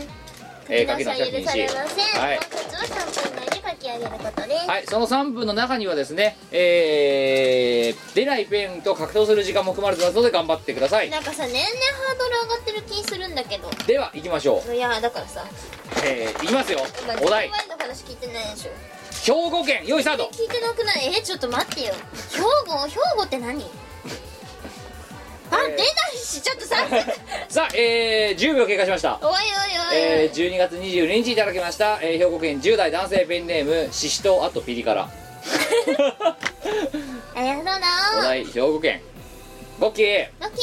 Speaker 1: ー書
Speaker 2: え
Speaker 1: き出しは禁止
Speaker 2: されません、
Speaker 1: はい
Speaker 2: もう一つは3分以内で書き上げることです、
Speaker 1: はい、その3分の中にはですねえー、出ないペンと格闘する時間も含まれてますので頑張ってください
Speaker 2: なんかさ年々ハードル上がってる気するんだけど
Speaker 1: では行きましょう
Speaker 2: いやだからさ
Speaker 1: えー、行きますよ
Speaker 2: お前
Speaker 1: お題
Speaker 2: 前の話聞いてないでしょ
Speaker 1: 兵庫県用意スタート
Speaker 2: 聞いてなくないえちょっと待ってよ兵庫兵庫って何あ、出ないしちょっ
Speaker 1: (laughs)
Speaker 2: とさおい
Speaker 1: さあえー、10秒経過しました
Speaker 2: おいおい、
Speaker 1: えー、12月22日いただきました、えー兵庫県10代男性ペンネームししとあとピリ辛
Speaker 2: ありがとう
Speaker 1: お
Speaker 2: な
Speaker 1: 題兵庫県ゴッキー
Speaker 2: ロッキ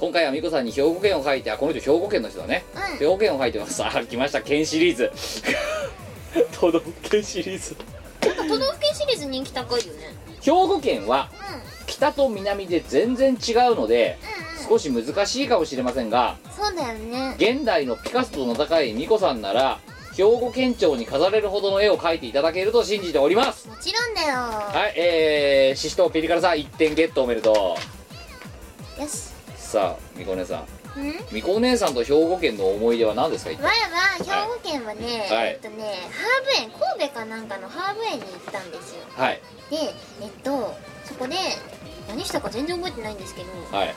Speaker 1: 今回はみこさんに兵庫県を書いてあこの人兵庫県の人だね、
Speaker 2: うん
Speaker 1: 兵庫県を書いてます (laughs) あ来ました県シリーズ (laughs) 都道府県シリーズ
Speaker 2: ーなんか都道府県シリーズ人気高いよね
Speaker 1: 兵庫県は
Speaker 2: うんうん
Speaker 1: 北と南で全然違うので少し難しいかもしれませんが
Speaker 2: うんそうだよね
Speaker 1: 現代のピカソとの高いみこさんなら兵庫県庁に飾れるほどの絵を描いていただけると信じております
Speaker 2: もちろんだよ
Speaker 1: はい、えー、シシトウピリ辛さん1点ゲットおめでと
Speaker 2: よし
Speaker 1: うさあみこお姉さ
Speaker 2: うん
Speaker 1: んみこお姉さんと兵庫県の思い出は何ですか一
Speaker 2: 我
Speaker 1: 体
Speaker 2: は兵庫県はね、
Speaker 1: はい
Speaker 2: えっとねハーブ園神戸かなんかのハーブ園に行ったんですよ
Speaker 1: はい
Speaker 2: でえっとそこで何したか全然覚えてないんですけど、
Speaker 1: はい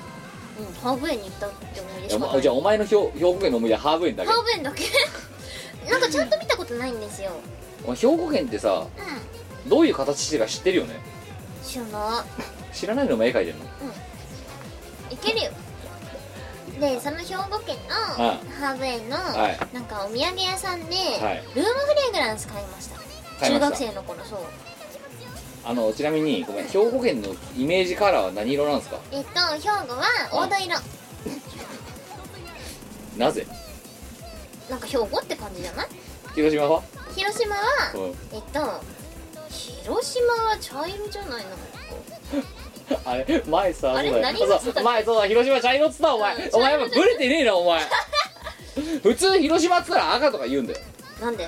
Speaker 2: うん、ハーブ園に行ったって思い出しかない
Speaker 1: おじゃあお前の兵兵庫県の思い出はハーブ園だけ
Speaker 2: ハーブ園だけ (laughs) なんかちゃんと見たことないんですよ
Speaker 1: お前兵庫県ってさ
Speaker 2: うん
Speaker 1: どういう形してるか知ってるよね
Speaker 2: 知らな
Speaker 1: 知らないのも絵描いてるの
Speaker 2: いいけるよでその兵庫県の
Speaker 1: は
Speaker 2: ハーブ園の
Speaker 1: はい
Speaker 2: なんかお土産屋さんで
Speaker 1: はい
Speaker 2: ルームフレグランス買いました
Speaker 1: 買い
Speaker 2: 中
Speaker 1: ました
Speaker 2: 学生の頃そう
Speaker 1: あのちなみにごめん兵庫県のイメージカラーは何色なんですか
Speaker 2: えっと兵庫は黄土色
Speaker 1: なぜ
Speaker 2: なんか兵庫って感じじゃない
Speaker 1: 広島は
Speaker 2: 広島は、
Speaker 1: うん
Speaker 2: えっと広島は茶色じゃないの
Speaker 1: あれ前さ
Speaker 2: あれ
Speaker 1: そうだよ
Speaker 2: 何色っつったっけ
Speaker 1: 前そうだ広島茶色っつったお前、
Speaker 2: うん
Speaker 1: お前はブレてねえなお前普通広島っつったら赤とか言うんだよ
Speaker 2: なんで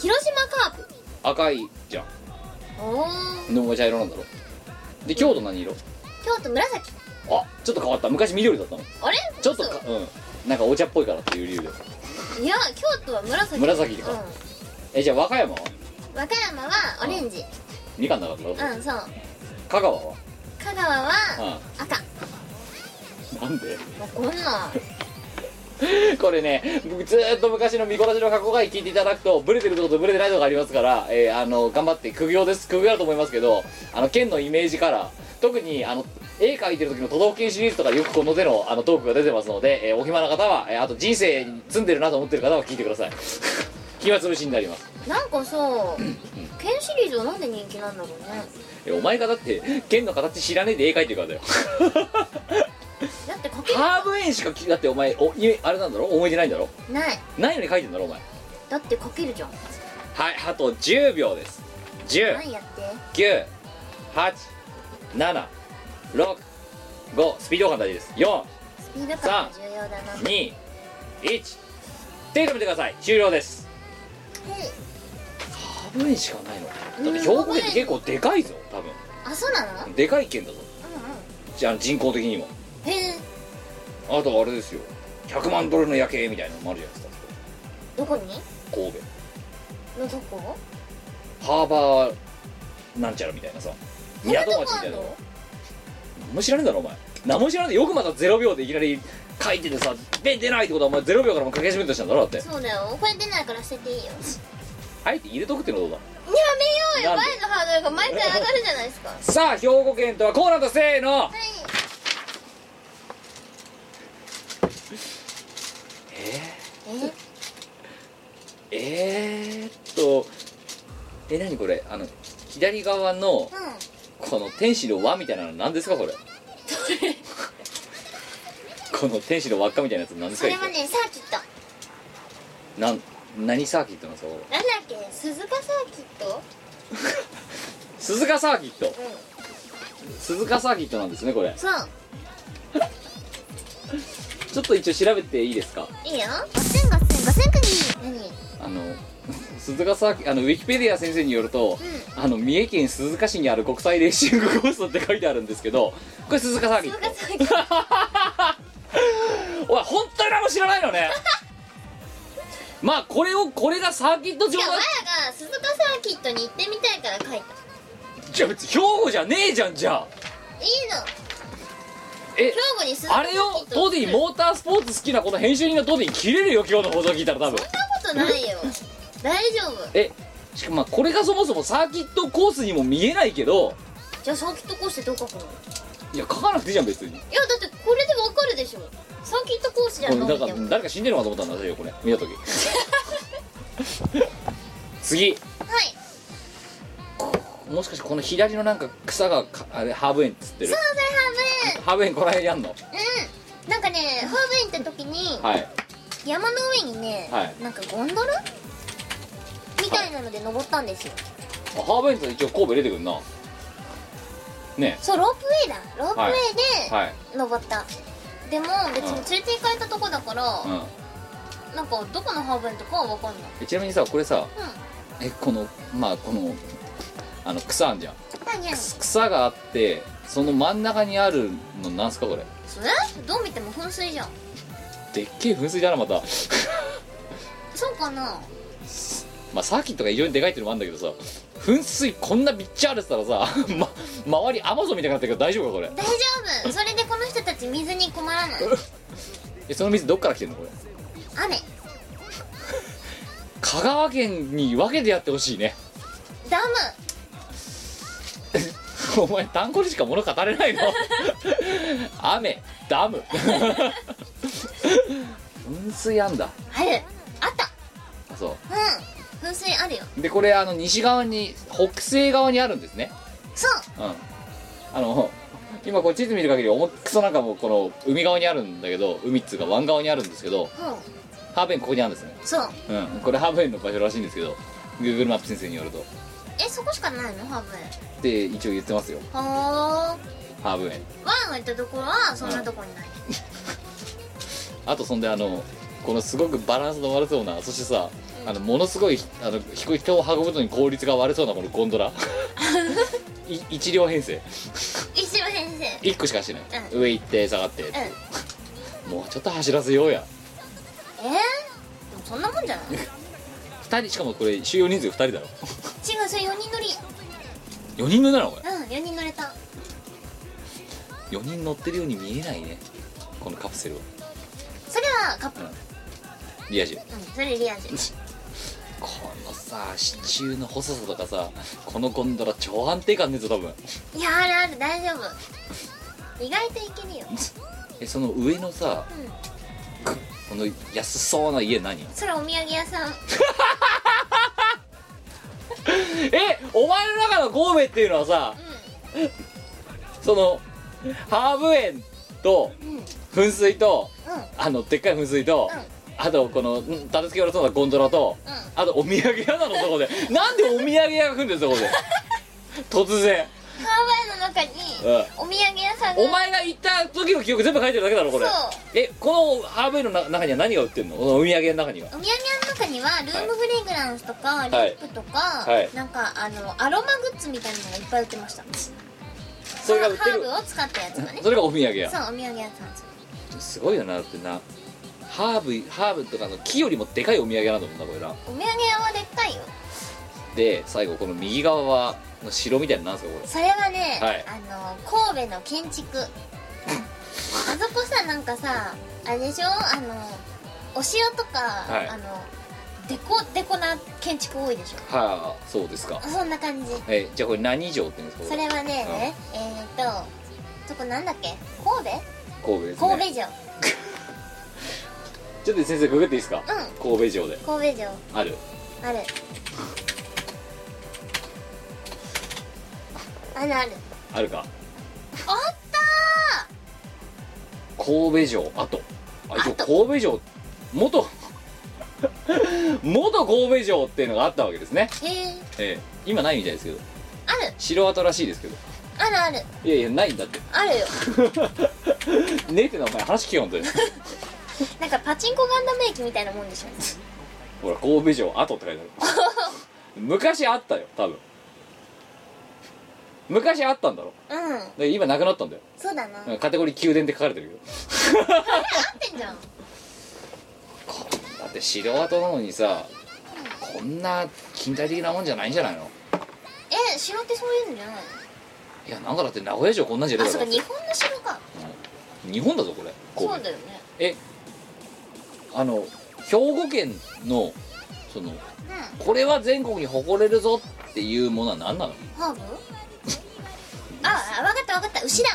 Speaker 2: 広島カープ
Speaker 1: 赤いじゃん
Speaker 2: おお
Speaker 1: でも茶色なんだろで京都何色
Speaker 2: 京都紫
Speaker 1: あちょっと変わった昔緑だったの
Speaker 2: あれ
Speaker 1: ちょっと
Speaker 2: 嘘
Speaker 1: かうんなんかお茶っぽいからっていう理由で
Speaker 2: いや京都は紫
Speaker 1: 紫か
Speaker 2: うん、
Speaker 1: えじゃあ和歌山は
Speaker 2: 和歌山はオレンジ
Speaker 1: みかんなかった
Speaker 2: う
Speaker 1: ら
Speaker 2: ん、そう
Speaker 1: 香川は
Speaker 2: 香川は赤
Speaker 1: うんなんで (laughs)
Speaker 2: もうこんなん
Speaker 1: これね僕ずーっと昔の見こらしの過去回聞いていただくとブレてるとことブレてないとこがありますから、えーあの頑張って苦行です苦行だと思いますけどあの県のイメージから特にあの絵描いてる時の都道府県シリーズとかよくこの手のあのトークが出てますので、えーお暇な方は、えーあと人生に積んでるなと思ってる方は聞いてください (laughs) 暇つぶしになります
Speaker 2: なんかさ県シリーズはなんで人気なんだろうね
Speaker 1: えお前がだって剣の形知らねえで絵描いてるからだよ (laughs)
Speaker 2: だってかけ
Speaker 1: ハーブ園しかきだってお前おいあれなんだろ思い出ないんだろ
Speaker 2: ない
Speaker 1: ないのに描いてんだろお前
Speaker 2: だってかけるじゃん
Speaker 1: はいあと10秒です
Speaker 2: 何やって
Speaker 1: 1098765スピード感大事です
Speaker 2: スピード感が重要だなはい
Speaker 1: 421手止めてください終了ですハーブ園しかないのだって兵庫県って結構でかいぞ多分
Speaker 2: あそうなのうん
Speaker 1: でかい県だぞ
Speaker 2: う
Speaker 1: じゃあ人口的にも
Speaker 2: んへえ
Speaker 1: あとあれですよ100万ドルの夜景みたいなのもあるじゃないですか
Speaker 2: どこに
Speaker 1: 神戸
Speaker 2: のどこ
Speaker 1: ハーバーなんちゃらみたいなさ
Speaker 2: そんな
Speaker 1: 港
Speaker 2: とこ
Speaker 1: 町み
Speaker 2: あ
Speaker 1: たい
Speaker 2: ん
Speaker 1: な
Speaker 2: の
Speaker 1: 何も知らねえだろお前何も知らねえよくまた0秒でいきなり書いててさペン出ないってことはお前0秒からもう書き始めたしたんだろだって
Speaker 2: そうだよこれ出ないから捨てていい (laughs) よや
Speaker 1: あえて入れとくってのはどうだ
Speaker 2: めよう
Speaker 1: な
Speaker 2: よ
Speaker 1: んで
Speaker 2: 前のハードルが毎回上がるじゃないです (laughs) かは
Speaker 1: さあ兵庫県とはこうなんだせーの
Speaker 2: いえ
Speaker 1: えー、えーっとえ何これあの左側の
Speaker 2: うん
Speaker 1: この天使の輪みたいなの何ですかこれこの天使の輪っかみたいなやつ何です
Speaker 2: そ
Speaker 1: か
Speaker 2: れはねサーキット
Speaker 1: なん何サーキットなんですかこれ
Speaker 2: なんだっけ鈴鹿サーキット
Speaker 1: 鈴鹿サーキット
Speaker 2: うん
Speaker 1: 鈴鹿サーキットなんですねこれ
Speaker 2: そう
Speaker 1: ちょっと一応調べていいですか
Speaker 2: いいよ
Speaker 4: ガセンガセンガセンクニー
Speaker 2: 何
Speaker 1: あの (laughs) 鈴鹿サーキあのウィキペディア先生によると、あの三重県鈴鹿市にある国際レーシングコーストって書いてあるんですけどこれ鈴鹿サーキット
Speaker 2: 鈴鹿サ
Speaker 1: (laughs) おい本当に何も知らないの
Speaker 2: (laughs)
Speaker 1: ねまあこれをこれがサーキット場
Speaker 2: いや
Speaker 1: だ
Speaker 2: わやが鈴鹿サーキットに行ってみたいから書いた
Speaker 1: じゃあ別に兵庫じゃねえじゃんじゃあ
Speaker 2: いいの
Speaker 1: え
Speaker 2: 兵庫に鈴鹿
Speaker 1: あ
Speaker 2: サー
Speaker 1: れ
Speaker 2: キット
Speaker 1: をトディモータースポーツ好きなこの編集人のトディに切れるよ今日の放送聞いたら多分
Speaker 2: そんなことないよ大丈夫
Speaker 1: えしかもまあこれがそもそもサーキットコースにも見えないけど
Speaker 2: じゃあサーキットコースってどう書くのい
Speaker 1: いや書かなくていいじゃん別に
Speaker 2: やだってこれでわかるでしょサーキットコースじゃん
Speaker 1: こ
Speaker 2: ど
Speaker 1: れ
Speaker 2: う
Speaker 1: なん
Speaker 2: 見て
Speaker 1: か
Speaker 2: も
Speaker 1: 誰か死んでるのかと思ったんだよこれ見た
Speaker 2: (laughs)
Speaker 1: 時次
Speaker 2: はい
Speaker 1: もしかしてこの左のなんか草がかあれハーブ園っつってる
Speaker 2: それハ
Speaker 1: ハーブ園この辺やんの
Speaker 2: ーブ園うんなんかねハーブ園行った時に
Speaker 1: はい
Speaker 2: 山の上にね、
Speaker 1: はい
Speaker 2: なんかゴンドラみたいなので登ったんですよ、
Speaker 1: あハーブ園って一応神戸出てくんなね
Speaker 2: そうロープウェイだロープウェイ
Speaker 1: え
Speaker 2: で
Speaker 1: はい
Speaker 2: 登った、でも別に連れて行かれたとこだから、
Speaker 1: うん
Speaker 2: なんかどこのハーブ園とかは分かんない
Speaker 1: えちなみにさこれさ
Speaker 2: うん
Speaker 1: えこのまあこのあの草あんじゃん
Speaker 2: 何や
Speaker 1: 草があってその真ん中にあるのなんすかこれ
Speaker 2: それどう見ても噴水じゃん
Speaker 1: でっけえ噴水だなまた (laughs)
Speaker 2: そうかな
Speaker 1: まあサーキットが異常にでかいっていうのもあるんだけどさ噴水こんなびっちゃあるってたらさ、 (laughs) ま、周りアマゾンみたいになってるけど大丈夫かこれ
Speaker 2: 大丈夫それでこの人たち水に困らない
Speaker 1: えその水どっから来てんのこれ
Speaker 2: 雨
Speaker 1: 香川県に分けてやってほしいね (laughs)
Speaker 2: ダム
Speaker 1: お前単語にしか物語れないの (laughs) 雨ダム (laughs) 噴水あんだ
Speaker 2: あるあった
Speaker 1: あそ
Speaker 2: うん噴水あるよ
Speaker 1: うでこれあの西側に北西側にあるんですね
Speaker 2: そう
Speaker 1: うんあの今こう地図見る限り重くそなんかもうこの海側にあるんだけど海っつうか湾側にあるんですけど
Speaker 2: うん
Speaker 1: ハーベンここにあるんですね
Speaker 2: そう
Speaker 1: うんこれハーベンの場所らしいんですけど Google マップ先生によると
Speaker 2: えそこしかないのハーブ園
Speaker 1: って一応言ってますよ
Speaker 2: は
Speaker 1: ハーブ園
Speaker 2: ーワンが行ったところはそんなとこにない、
Speaker 1: あとそんであのこのすごくバランスの悪そうなそしてさあのものすごいあの人人を運ぶのに効率が悪そうなこのゴンド
Speaker 2: (laughs)
Speaker 1: ラい一両編成
Speaker 2: 一郎先生
Speaker 1: 一個しかしてない、
Speaker 2: う
Speaker 1: 上行って下がって、
Speaker 2: うんえ
Speaker 1: もうちょっと走らせようや
Speaker 2: ー、でもそんなもんじゃない違う
Speaker 1: 二人しかもこれ収容人数二人だろ
Speaker 2: それ4人乗り
Speaker 1: 四人乗りなのこれ
Speaker 2: うん4人乗れた
Speaker 1: 四人乗ってるように見えないねこのカプセルは
Speaker 2: それはカップル
Speaker 1: リア充
Speaker 2: うんそれリア充
Speaker 1: このさ支柱の細さとかさこのゴンドラ超安定感ねえぞ多分
Speaker 2: いやあるある大丈夫意外といけるよ
Speaker 1: えその上のさ、
Speaker 2: うん
Speaker 1: この安そうな家何
Speaker 2: それお土産屋さん
Speaker 1: えお前の中の神戸っていうのはさ
Speaker 2: う
Speaker 1: そのハーブ園と
Speaker 2: んうんうん
Speaker 1: 噴水と
Speaker 2: うん
Speaker 1: あのでっかい噴水と、あとこのんたどつけられそうなゴンドラと
Speaker 2: う
Speaker 1: あとお土産屋なのそこでなんでお土産屋が来るんだよそ
Speaker 2: (laughs)
Speaker 1: こで突然
Speaker 2: ハーバーの中にお土産屋さんが
Speaker 1: お前が行った時の記憶全部書いてるだけだろこれ
Speaker 2: そう
Speaker 1: えこのハーブ園のな中には何が売ってるのこのお土産の中には
Speaker 2: お土産屋の中にはルームフレグランスとか
Speaker 1: い
Speaker 2: リップとか、
Speaker 1: はい
Speaker 2: なんかあのアロマグッズみたいなのがいっぱい売ってました
Speaker 1: それが売って
Speaker 2: ハー
Speaker 1: る
Speaker 2: ブを使ったやつがね
Speaker 1: それがお土産屋
Speaker 2: そうお土産屋さん
Speaker 1: すごいよなだってなハーブハーブとかの木よりもでかいお土産なんだもんなこれな
Speaker 2: お土産屋はでっかいよ
Speaker 1: で最後この右側は城みたいなのなんですかこ
Speaker 2: それはね、
Speaker 1: はい
Speaker 2: あの神戸の建築あそこさなんかさあれでしょあのお城とか、
Speaker 1: はい
Speaker 2: あのデコデコな建築多いでしょ
Speaker 1: れはあそうですか
Speaker 2: あそんな感じ
Speaker 1: えじゃあこれ何城って言うんですか
Speaker 2: それはね、えー、っとそこなんだっけ神
Speaker 1: 神戸で
Speaker 2: 戸
Speaker 1: すね
Speaker 2: 神戸城、
Speaker 1: ちょっと先生ググっていいですか、
Speaker 2: う
Speaker 1: 神戸城で
Speaker 2: 神戸城
Speaker 1: ある
Speaker 2: あるあるある
Speaker 1: あるか
Speaker 2: あった
Speaker 1: 神戸城跡あ一応
Speaker 2: 跡
Speaker 1: 神戸城元元神戸城っていうのがあったわけですね、
Speaker 2: ーへえ
Speaker 1: ええ今ないみたいですけど
Speaker 2: ある
Speaker 1: 城跡らしいですけど
Speaker 2: あるある
Speaker 1: いやいやないんだって
Speaker 2: あるよ
Speaker 1: ねえってのはお前話聞けよ本当に
Speaker 2: なんかパチンコガンダム駅みたいなもんでしょ
Speaker 1: ほら神戸城跡って書いてある (laughs) 昔あったよ多分昔あったんだろ
Speaker 2: うん
Speaker 1: で今なくなったんだよ
Speaker 2: そうだな合っ
Speaker 1: カテゴリー宮殿って書かれてるけど
Speaker 2: てんじゃん
Speaker 1: こんだって城跡なのにさこんな近代的なもんじゃないんじゃないの
Speaker 2: え城ってそういうのじゃない
Speaker 1: いやなんかだって名古屋城こんなんじゃ
Speaker 2: の
Speaker 1: ね
Speaker 2: あ
Speaker 1: えだ
Speaker 2: そう
Speaker 1: ろ
Speaker 2: か日本の城か
Speaker 1: 日本だぞこれ
Speaker 2: そう
Speaker 1: 神戸
Speaker 2: だよね
Speaker 1: えあの兵庫県のその
Speaker 2: う
Speaker 1: これは全国に誇れるぞっていうものは何なの
Speaker 2: んハーブああわかったわかった牛だ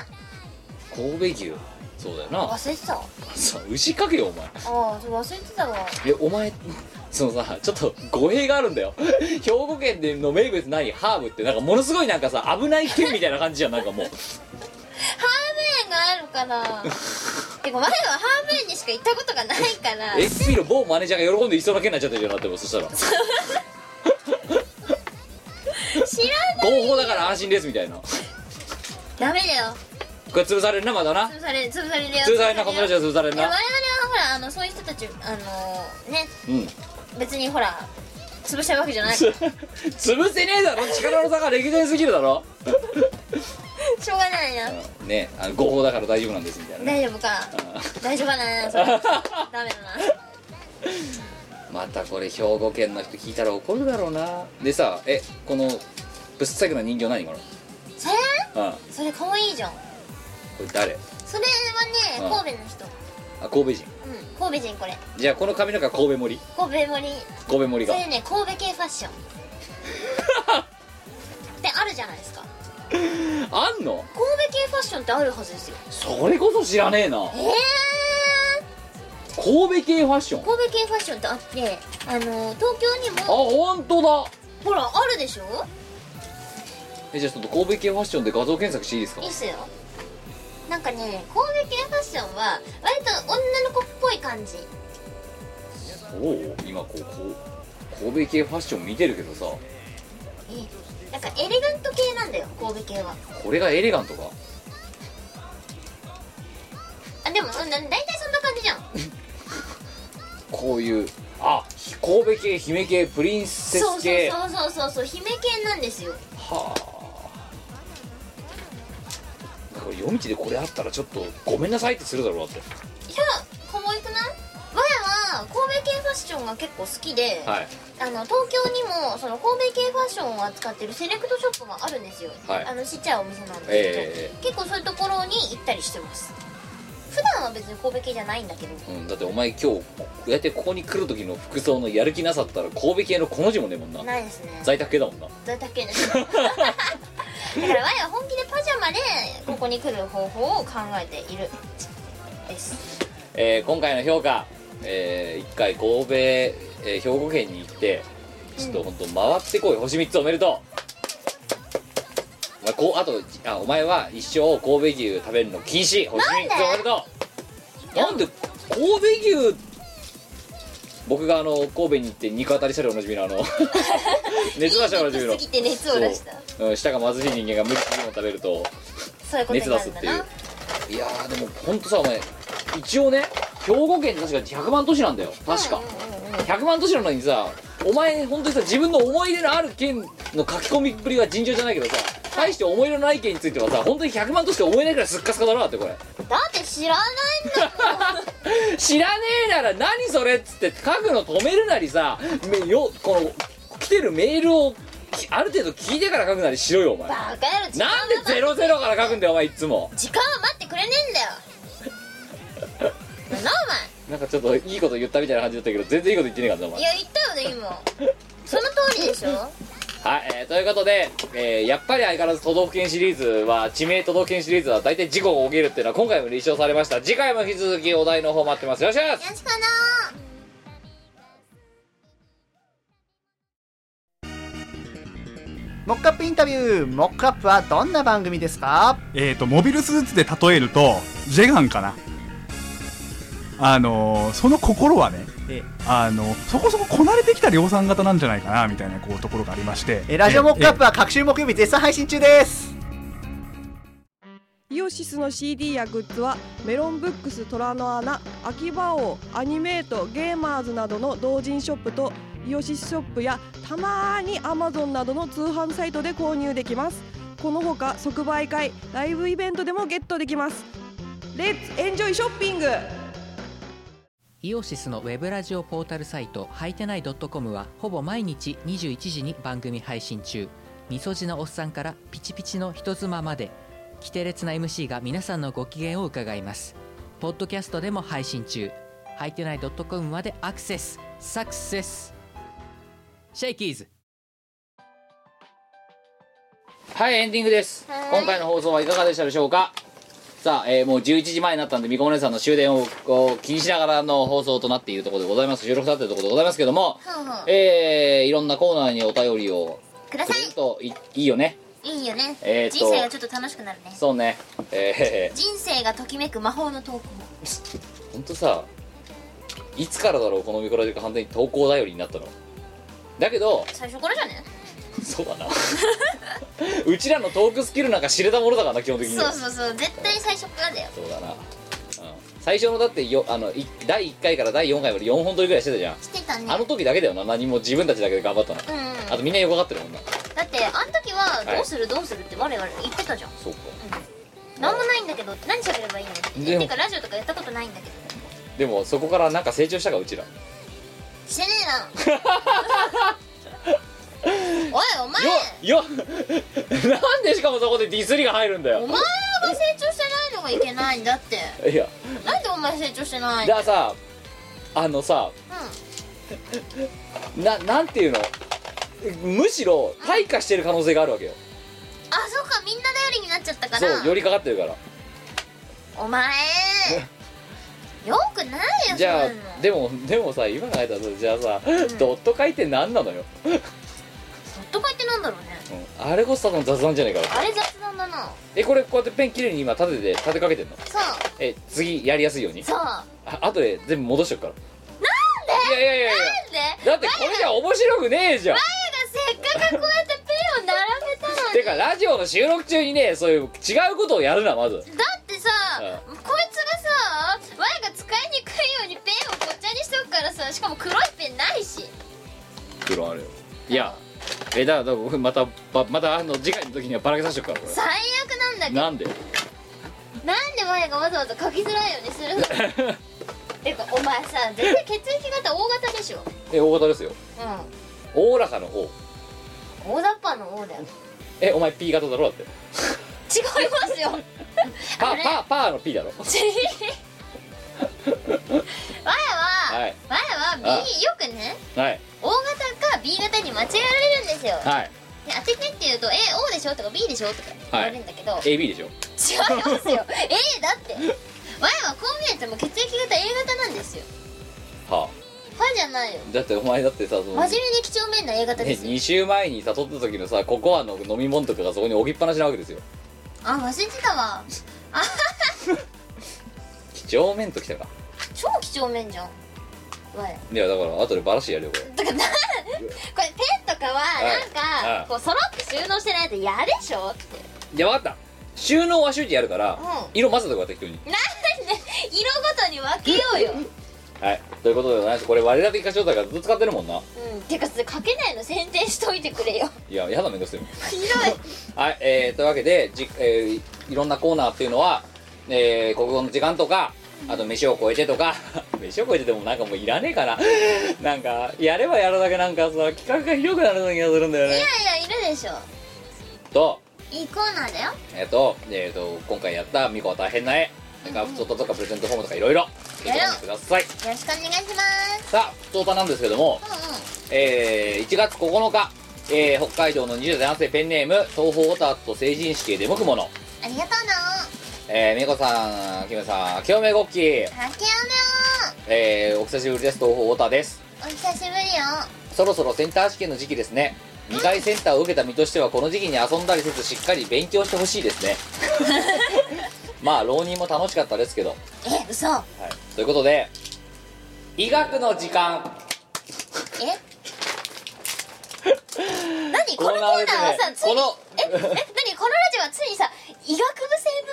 Speaker 1: 神戸牛そうだよな
Speaker 2: 忘れてたあ
Speaker 1: さ (laughs) 牛かけよお前
Speaker 2: あそう忘れてたわ
Speaker 1: えお前そのさちょっと語弊があるんだよ (laughs) 兵庫県での名物ないハーブってなんかものすごいなんかさ危ない県みたいな感じじゃんなんかもう
Speaker 2: ハーブ園があるから (laughs) てか前はハーブ園にしか行ったことがないから
Speaker 1: え SP の某マネージャーが喜んでいそうな件になっちゃってるよなってもうそしたら
Speaker 2: 知らん
Speaker 1: 合法だから安心ですみたいなこ
Speaker 2: ダメだよ
Speaker 1: れ潰されるなまだな
Speaker 2: 潰され潰されるよ
Speaker 1: 潰されるなこのラジオ
Speaker 2: 潰さ
Speaker 1: 潰され
Speaker 2: れ
Speaker 1: る
Speaker 2: るよいや我々
Speaker 1: な
Speaker 2: はほらあのそういう人たちあのね
Speaker 1: うん
Speaker 2: 別にほら潰したいわけじゃ (laughs) ない
Speaker 1: つ (laughs)
Speaker 2: から
Speaker 1: 潰せねえだろ力の差が歴然すぎるだろ
Speaker 2: しょうがないな
Speaker 1: ねあの合法だから大丈夫なんですみたいなね
Speaker 2: 大丈夫か
Speaker 1: あ
Speaker 2: 大丈夫かな
Speaker 1: (laughs)
Speaker 2: それダメだな
Speaker 1: ーまたこれ兵庫県の人聞いたら怒るだろうなでさえこのぶっさくな人形何これ
Speaker 2: それ
Speaker 1: あ
Speaker 2: それ可愛いじゃん
Speaker 1: これ誰
Speaker 2: それはね
Speaker 1: うん
Speaker 2: 神戸の人
Speaker 1: あ神戸人
Speaker 2: うん神戸人これ
Speaker 1: じゃあこの髪の毛は神戸森
Speaker 2: 神戸盛り
Speaker 1: 神戸森
Speaker 2: そ
Speaker 1: が
Speaker 2: れね神戸系ファ
Speaker 1: (laughs)
Speaker 2: ッションってあるじゃないですか
Speaker 1: あんの
Speaker 2: 神戸系ファッションってあるはずですよ
Speaker 1: それこそ知らねえな
Speaker 2: ええ
Speaker 1: 神戸系ファッション
Speaker 2: ー、
Speaker 1: あ
Speaker 2: 神戸系ファッションってあってあの東京にも
Speaker 1: 本当だ
Speaker 2: ほらあるでしょ
Speaker 1: えじゃあちょっと神戸系ファッションで画像検索していいですか
Speaker 2: いいっすよなんかね神戸系ファッションは割と女の子っぽい感じ
Speaker 1: おお今こうこう神戸系ファッション見てるけどさ
Speaker 2: えなんかエレガント系なんだよ神戸系は
Speaker 1: これがエレガントか
Speaker 2: あでもうんな大体そんな感じじゃん
Speaker 1: こういうあ神戸系姫系プリンセ
Speaker 2: そう
Speaker 1: ス系
Speaker 2: そうそうそうそう姫系なんですよ
Speaker 1: はあだから夜道でこれあったらちょっとごめんなさいってするだろうなって
Speaker 2: いや可愛くない前は神戸系ファッションが結構好きで、
Speaker 1: はい
Speaker 2: あの東京にもその神戸系ファッションを扱ってるセレクトショップがあるんですよ、
Speaker 1: はい
Speaker 2: あのちっちゃいお店なんですけど、
Speaker 1: え
Speaker 2: 結構そういうところに行ったりしてます普段は別に神戸系じゃないんだけど
Speaker 1: うん、だってお前今日こうやってここに来る時の服装のやる気なさったら神戸系のこの字もねえもんな
Speaker 2: ないですね
Speaker 1: 在宅系だもんな
Speaker 2: だだけですだから前は本気でパジャマでここに来る方法を考えているです
Speaker 1: えー今回の評価、え1回神戸、えー兵庫県に行ってちょっと本当回ってこい星3つおめでとう、まあ、こうあとあお前は一生神戸牛食べるの禁止星3つおめでとうなんで神戸牛僕があの神戸に行って肉当たりしたらおなじみのあ (laughs) の熱出したらおなじみの
Speaker 2: すぎて熱を出した
Speaker 1: そううん舌が貧しい人間が無理にも食べると
Speaker 2: そういうことに
Speaker 1: 熱
Speaker 2: な
Speaker 1: 出す
Speaker 2: るん
Speaker 1: っ
Speaker 2: だ
Speaker 1: ていう
Speaker 2: ない
Speaker 1: やーでもほんとさお前一応ね兵庫県って確か100万都市なんだよ確か
Speaker 2: うんうんうん
Speaker 1: 100万都市なのにさお前本当にさ自分の思い出のある県の書き込みっぷりは尋常じゃないけどさ大して思い入れのない件についてはさ本当に100万としか思えないくらいすっかすかだろだってこれ (laughs)
Speaker 2: だって知らない
Speaker 1: 知らねえなら何それっつって書くの止めるなりさめよこの来てるメールをきある程度聞いてから書くなりしろよお前
Speaker 2: バカ野郎時間が
Speaker 1: なんでゼロゼロから書くんだよお前いつも
Speaker 2: 時間は待ってくれねえんだよ
Speaker 1: (laughs)
Speaker 2: なんだお
Speaker 1: なんかちょっといいこと言ったみたいな感じだったけど全然いいこと言ってねえからなお
Speaker 2: 前
Speaker 1: 前
Speaker 2: いや言ったよね今その通りでしょ
Speaker 1: はい、えーということで、えーやっぱり相変わらず都道府県シリーズは地名都道府県シリーズは大体事故が起きるっていうのは今回も立証されました次回も引き続きお題の方待ってますよろしくお願いします
Speaker 2: よしこの
Speaker 6: モックアップインタビューモックアップはどんな番組ですか
Speaker 7: えっ、とモビルスーツで例えるとジェガンかなあのーその心はね
Speaker 6: え
Speaker 7: あのそこそここなれてきた量産型なんじゃないかなみたいなこうところがありまして
Speaker 6: えラジオモックアップ
Speaker 7: え
Speaker 6: は各週木曜日絶賛配信中です
Speaker 8: イオシスの CD やグッズはメロンブックス虎の穴秋葉王アニメートゲーマーズなどの同人ショップとイオシスショップやたまーに Amazon などの通販サイトで購入できますこのほか即売会ライブイベントでもゲットできますレッツエンジョイショッピング
Speaker 9: イオシスのウェブラジオポータルサイトはいてない .com はほぼ毎日21時に番組配信中みそじのおっさんからピチピチの人妻まで規定列な MC が皆さんのご機嫌を伺いますポッドキャストでも配信中はいてない .com までアクセスサクセスシェイキーズ
Speaker 1: はいエンディングです
Speaker 2: はい
Speaker 1: 今回の放送はいかがでしたでしょうかさあ、えーもう11時前になったんでみこお姉さんの終電をこう気にしながらの放送となっているところでございます収録されているところでございますけども
Speaker 2: ふんふん
Speaker 1: えー、いろんなコーナーにお便りを
Speaker 2: くだ
Speaker 1: く
Speaker 2: さ
Speaker 1: れるといいいよね
Speaker 2: いいいよね、
Speaker 1: えーと
Speaker 2: 人生がちょっと楽しくなるね
Speaker 1: そうねえ
Speaker 2: 人生がときめく魔法の投稿
Speaker 1: ー、ほんとさいつからだろうこのミコラジが完全に投稿頼りになったのだけど
Speaker 2: 最初からじゃね
Speaker 1: そうだな (laughs) うちらのトークスキルなんか知れたものだからな基本的には
Speaker 2: そうそうそう絶対最初からだよ
Speaker 1: そうだな、うん、最初のだってよあのい第1回から第4回まで4本撮りぐらいしてたじゃん、
Speaker 2: してたね
Speaker 1: あの時だけだよな何も自分たちだけで頑張ったの、
Speaker 2: うん
Speaker 1: あとみんな横がってるもんな
Speaker 2: だってあの時はどうするどうするって我々言ってたじゃん
Speaker 1: そうか
Speaker 2: なんもないんだけど何喋ればいいのって
Speaker 1: でも
Speaker 2: てかラジオとかやったことないんだけ
Speaker 1: (laughs)
Speaker 2: ど
Speaker 1: でもそこからなんか成長したかうちらよ
Speaker 2: してねえなおいお前
Speaker 1: よ (laughs) なんでしかもそこでディスりが入るんだ
Speaker 2: お
Speaker 1: よ
Speaker 2: 前が成長してないのがいけないんだって
Speaker 1: いや
Speaker 2: なんでお前成長してない
Speaker 1: じ
Speaker 2: の
Speaker 1: ゃあさあのさななんていうのむしろ退化してる可能性があるわけよ
Speaker 2: あそうかみんな頼りになっちゃったから
Speaker 1: そう寄りかかってるから
Speaker 2: お前よくないよ
Speaker 1: じゃ
Speaker 2: そんな
Speaker 1: あ
Speaker 2: の
Speaker 1: でもでもさ今考えたらさじゃあさ、ドット書いて何なのよ、
Speaker 2: そっとかいってなんだろうね
Speaker 1: うんあれこそただの雑談じゃねえから
Speaker 2: あれ雑談だな
Speaker 1: えこれこうやってペン綺麗に今立てて立てかけてんの
Speaker 2: そう
Speaker 1: え次やりやすいように
Speaker 2: そうなん
Speaker 1: あ後で全部戻しとくからなんでいやいやいやいや
Speaker 2: で
Speaker 1: だってこれじゃ面白くねえじゃん
Speaker 2: せっかくこうやってペンを並べたの
Speaker 1: て
Speaker 2: に
Speaker 1: かラジオの収録中にねそういう違うことをやるなまず
Speaker 2: だってさ、
Speaker 1: う
Speaker 2: こいつがさワイが使いにくいようにペンをごっちゃにしとくからさしかも黒いペンないし
Speaker 1: 黒あるよいやえだからだからまたばまたあの次回の時にはばらけさせとくからこ
Speaker 2: 最悪なん
Speaker 1: れ
Speaker 2: だ
Speaker 1: なんで
Speaker 2: けどなんでワイがわざわざ書きづらいようにする
Speaker 1: (laughs)
Speaker 2: のてかお前さ絶対血液型 O 型でしょ
Speaker 1: え大型ですよ
Speaker 2: う
Speaker 1: おおらかの方
Speaker 2: ん大雑把の O だよ違い
Speaker 1: えお前 P 型だろだって
Speaker 2: ま
Speaker 1: (laughs)
Speaker 2: すよ
Speaker 1: パ
Speaker 2: あれ
Speaker 1: ーパーパーの P だろ
Speaker 2: ワイは、
Speaker 1: はい
Speaker 2: ワイは
Speaker 1: あ
Speaker 2: B よくね
Speaker 1: はい
Speaker 2: O 型か B 型に間違えられるんですよ、
Speaker 1: はい
Speaker 2: で当ててって言うと「え O でしょ?」とか「B でしょ?」とか言われるんだけど、
Speaker 1: AB でしょ
Speaker 2: 違いますよ (laughs) A だって前はこう見えても血液型 A 型なんですよ
Speaker 1: は
Speaker 2: ファじゃないよ
Speaker 1: あだってお前だってさその
Speaker 2: 真面目に几帳面な A 型
Speaker 1: ね、
Speaker 2: ですよ、
Speaker 1: 2週前にさ撮った時のさココアの飲み物とかがそこに置きっぱなしなわけですよ
Speaker 2: あ忘れてたわ
Speaker 1: 几帳面ときたか
Speaker 2: 超几帳面じゃんわ
Speaker 1: いやだから後でバラしてやるよこれ
Speaker 2: だからな (laughs) これペンとかはなん
Speaker 1: はいは
Speaker 2: か
Speaker 1: い
Speaker 2: こう揃って収納してないと嫌でしょって
Speaker 1: いや分かった収納は周知やるから、
Speaker 2: うん
Speaker 1: 色混ぜとこうやって適当に
Speaker 2: なんで色ごとに分けようよ
Speaker 1: はいということでございましてこれ我々ピカチョウだからずっと使ってるもんな
Speaker 2: うんてかそれ書けないの宣伝しといてくれ
Speaker 1: (laughs)
Speaker 2: よ
Speaker 1: いややだめんどくせえもん
Speaker 2: ひどい
Speaker 1: はい、えー、というわけでじ、えーいろんなコーナーっていうのは、えー国語の時間とかあと飯を超えてとか (laughs) 飯を超えてでもなんかもういらねえかななんかやればやるだけなんかさ企画が広くなるような気がするんだよね
Speaker 2: いやいやいるでしょ
Speaker 1: と
Speaker 2: いいコーナーだよ
Speaker 1: えっ、と,、えー、と今回やった「ミコは大変な絵」なんか普通とかプレゼントフォームとかいろいろ入れてみてください
Speaker 2: よろしくお願いし
Speaker 1: さあ普通歌なんですけども、
Speaker 2: ます
Speaker 1: えー1月9日、えー北海道の20代男性ペンネーム東方オタと成人式へ出向くもの
Speaker 2: うんうんありがとうな
Speaker 1: えー、みこさん、きむさん、清めごっき、
Speaker 2: はけお
Speaker 1: えー、お久しぶりです、東方太田です。
Speaker 2: なお久しぶりよ
Speaker 1: そろそろセンター試験の時期ですね。2回センターを受けた身としては、この時期に遊んだりせず、しっかり勉強してほしいです
Speaker 2: (laughs)
Speaker 1: ね。まあ、浪人も楽しかったですけど。はい。
Speaker 2: え嘘
Speaker 1: ということで、医学の時間。
Speaker 2: (laughs) え何このコーナーはさつい
Speaker 1: こ
Speaker 2: に
Speaker 1: の、
Speaker 2: ええ何このラジオはついにさ医学部生向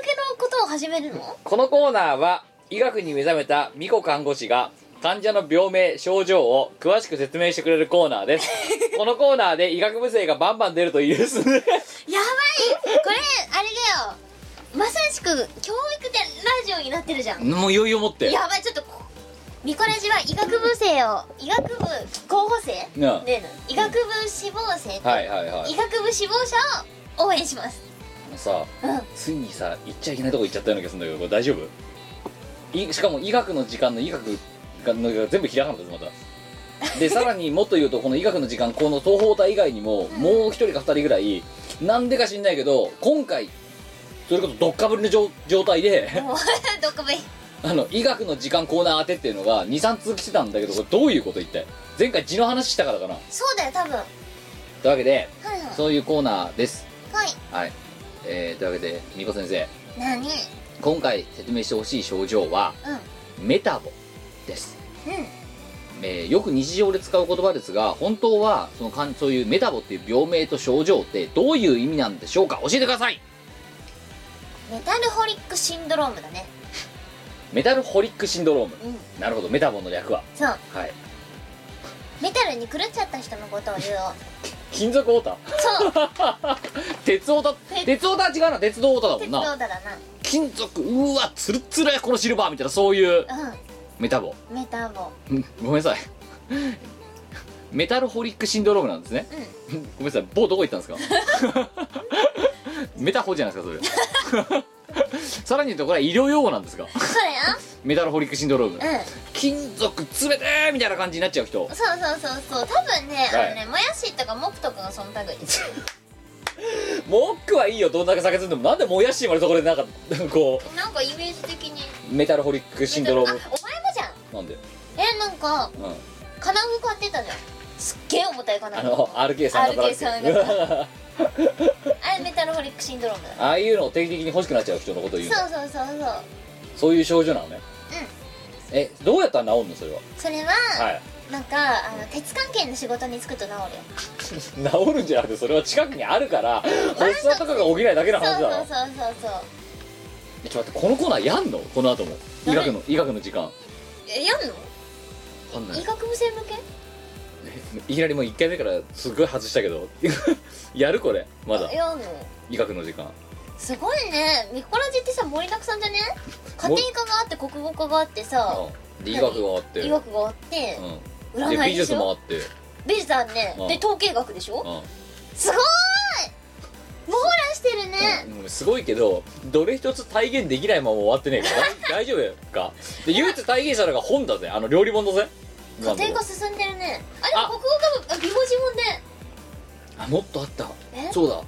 Speaker 2: けのことを始めるの
Speaker 1: このコーナーは医学に目覚めた美子看護師が患者の病名症状を詳しく説明してくれるコーナーです (laughs) このコーナーで医学部生がバンバン出るといいですね
Speaker 2: やばい (laughs) これあれだよまさしく教育でラジオになってるじゃん
Speaker 1: もう余裕を持って
Speaker 2: やばいちょっとこミコラジは医学部生を医学部候補生
Speaker 1: なあ
Speaker 2: で医学部志望生、
Speaker 1: はいはいは
Speaker 2: 医
Speaker 1: い
Speaker 2: 学部志望者を応援します
Speaker 1: さ
Speaker 2: うん
Speaker 1: ついにさ行っちゃいけないとこ行っちゃったような気がするんだけどこれ大丈夫いしかも医学の時間の医学がのが全部ひらがなですまたでさらにもっと言うとこの医学の時間この東方体以外にももう一人か二人ぐらいなんでか知んないけど今回それこそどっかぶりの状状態で
Speaker 2: もう (laughs) どっかぶり
Speaker 1: あの医学の時間コーナー当てっていうのが23通来てたんだけどこれどういうこと一体前回字の話したからかな
Speaker 2: そうだよ多分はい
Speaker 1: というわけで
Speaker 2: はい
Speaker 1: そういうコーナーです
Speaker 2: はい
Speaker 1: はい、えー、というわけでみこ先生
Speaker 2: 何うん
Speaker 1: 今回説明してほしい症状はメタボです、
Speaker 2: うん
Speaker 1: えーよく日常で使う言葉ですが本当はそのかんそういうメタボっていう病名と症状ってどういう意味なんでしょうか教えてください
Speaker 2: メタルホリックシンドロームだね
Speaker 1: メタルホリックシンドローム
Speaker 2: うん
Speaker 1: なるほどメタボの略は
Speaker 2: そう
Speaker 1: はい
Speaker 2: メタルに狂っちゃった人のこと
Speaker 1: (laughs)
Speaker 2: を言おう
Speaker 1: 金属オー (laughs) タ
Speaker 2: そう
Speaker 1: 鉄オタ
Speaker 2: 鉄
Speaker 1: 鉄オタは違うな鉄道オタだも
Speaker 2: 鉄
Speaker 1: ん
Speaker 2: 道
Speaker 1: な
Speaker 2: だだ
Speaker 1: 金属うわツルッツルやこのシルバーみたいなそういう
Speaker 2: な
Speaker 1: メタボ
Speaker 2: うんメタボ
Speaker 1: うんごめんなさいメタルホリックシンドロームなんですね
Speaker 2: うん
Speaker 1: ごめんなさい某どこ行ったんですかメタホじゃないですかそれさらに言うとこれは医療用語なんですか
Speaker 2: そう
Speaker 1: メタルホリックシンドローム
Speaker 2: だようん
Speaker 1: 金属詰めてーみたいな感じになっちゃう人
Speaker 2: そうそうそうそう多分ね、
Speaker 1: はい
Speaker 2: あのねもやしとかモクとかがその類です
Speaker 1: モックはいいよどんだけ酒積んでもなんでもやしまでそこでなんかこ
Speaker 2: なんかイメージ的に
Speaker 1: うメタルホリックシンドロー
Speaker 2: あお
Speaker 1: ム
Speaker 2: 前もじゃん
Speaker 1: なんで、
Speaker 2: えなんか
Speaker 1: うん、
Speaker 2: 金具買ってたじゃんすっげえ重たい金具
Speaker 1: あの RK さん
Speaker 2: RK さん
Speaker 1: だか
Speaker 2: が
Speaker 1: ら
Speaker 2: あれメタルホリックシンドロームだ
Speaker 1: ああいうのを定期的に欲しくなっちゃう人のことを言うの
Speaker 2: そうそうそうそう
Speaker 1: そういう症状なのねえどうやったら治るのそれは
Speaker 2: それは、
Speaker 1: はい
Speaker 2: なんかあの鉄関係の仕事に就くと治るよ
Speaker 1: 治るんじゃなくてそれは近くにあるから発作とかが起きないだけの
Speaker 2: そう
Speaker 1: 話
Speaker 2: そ
Speaker 1: だ
Speaker 2: う
Speaker 1: ろ
Speaker 2: そうそうそう
Speaker 1: えちょっと待ってこのコーナーやんのこの後も医学の医学の時間わ
Speaker 2: えやんの
Speaker 1: かんない
Speaker 2: 医学部生向け
Speaker 1: いきなりもう1回目からすごい外したけど (laughs) やるこれまだ
Speaker 2: やんの
Speaker 1: 医学の時間
Speaker 2: すごいねミコラジってさ盛りだくさんじゃね家庭科があって国語科があってさ
Speaker 1: うんで医学があって
Speaker 2: 医学があって、
Speaker 1: うんで
Speaker 2: 占
Speaker 1: 美
Speaker 2: いでし
Speaker 1: 術もあ
Speaker 2: ょ
Speaker 1: って
Speaker 2: 美術あるね、
Speaker 1: うん
Speaker 2: で統計学でしょ、
Speaker 1: うん
Speaker 2: すごーい網羅してるね、
Speaker 1: うんすごいけどどれ一つ体現できないまま終わってねえから大丈夫かで唯一体現したのが本だぜあの料理本だぜ
Speaker 2: 家庭科進んでるねあで
Speaker 1: あ
Speaker 2: も国語科もあ美文字もね
Speaker 1: あもっとあった
Speaker 2: え
Speaker 1: そうだ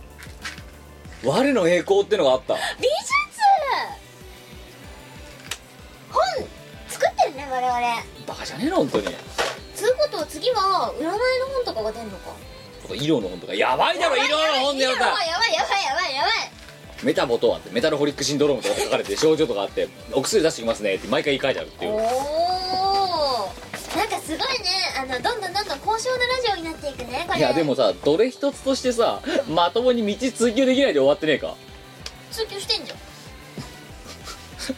Speaker 1: 我の栄光ってのがあった
Speaker 2: 美術本作ってるね我々
Speaker 1: バカじゃねえの本当に
Speaker 2: つうことは次は占いの本とかが出んのか
Speaker 1: とか医療の本とかやばいだろ医療の本でや
Speaker 2: や
Speaker 1: っ
Speaker 2: ば
Speaker 1: た
Speaker 2: いやばいやばいやばいやばい
Speaker 1: メタボとはってメタルホリックシンドロームとか書かれて症状とかあってお薬出してきますねって毎回書いてあるっていう
Speaker 2: おーなんかすごいねあのどんどんどんどん高尚なラジオになっていくねこれ
Speaker 1: いやでもさどれ一つとしてさまともに道追求できないで終わってねえか
Speaker 2: 通級してんじゃん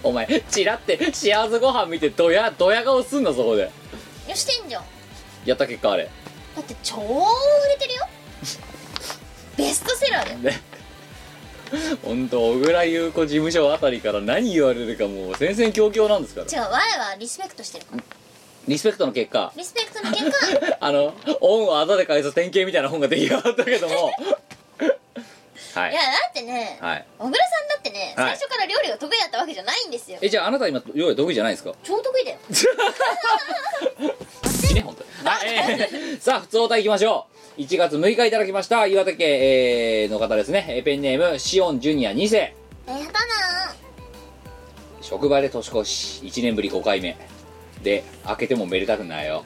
Speaker 1: お前チラって幸せご飯見てドヤドヤ顔すんなそこで
Speaker 2: いやしてんじゃん
Speaker 1: やった結果あれ
Speaker 2: だって超売れてるよベストセラーだよ
Speaker 1: ね本当小倉優子事務所あたりから何言われるかもう戦々恐々なんですから
Speaker 2: 違う我はリスペクトしてるから
Speaker 1: リスペクトの結果
Speaker 2: リスペクトの結
Speaker 1: (laughs)
Speaker 2: 果
Speaker 1: あの恩をあだで返す典型みたいな本が出来上がったけどもはいい
Speaker 2: やだってね、
Speaker 1: はい
Speaker 2: 小倉さんだってね
Speaker 1: はい
Speaker 2: 最初から料理が得意だったわけじゃないんですよ
Speaker 1: えじゃああなた今料理得意じゃないですか
Speaker 2: 超得意だよ
Speaker 1: いいね本当にはい (laughs) えーさあ普通お題いきましょう1月6日いただきました岩手県、えーの方ですねえーペンネームシオンジュニア2世
Speaker 2: えやだな
Speaker 1: 職場で年越し1年ぶり5回目で開けてもめでたくないよ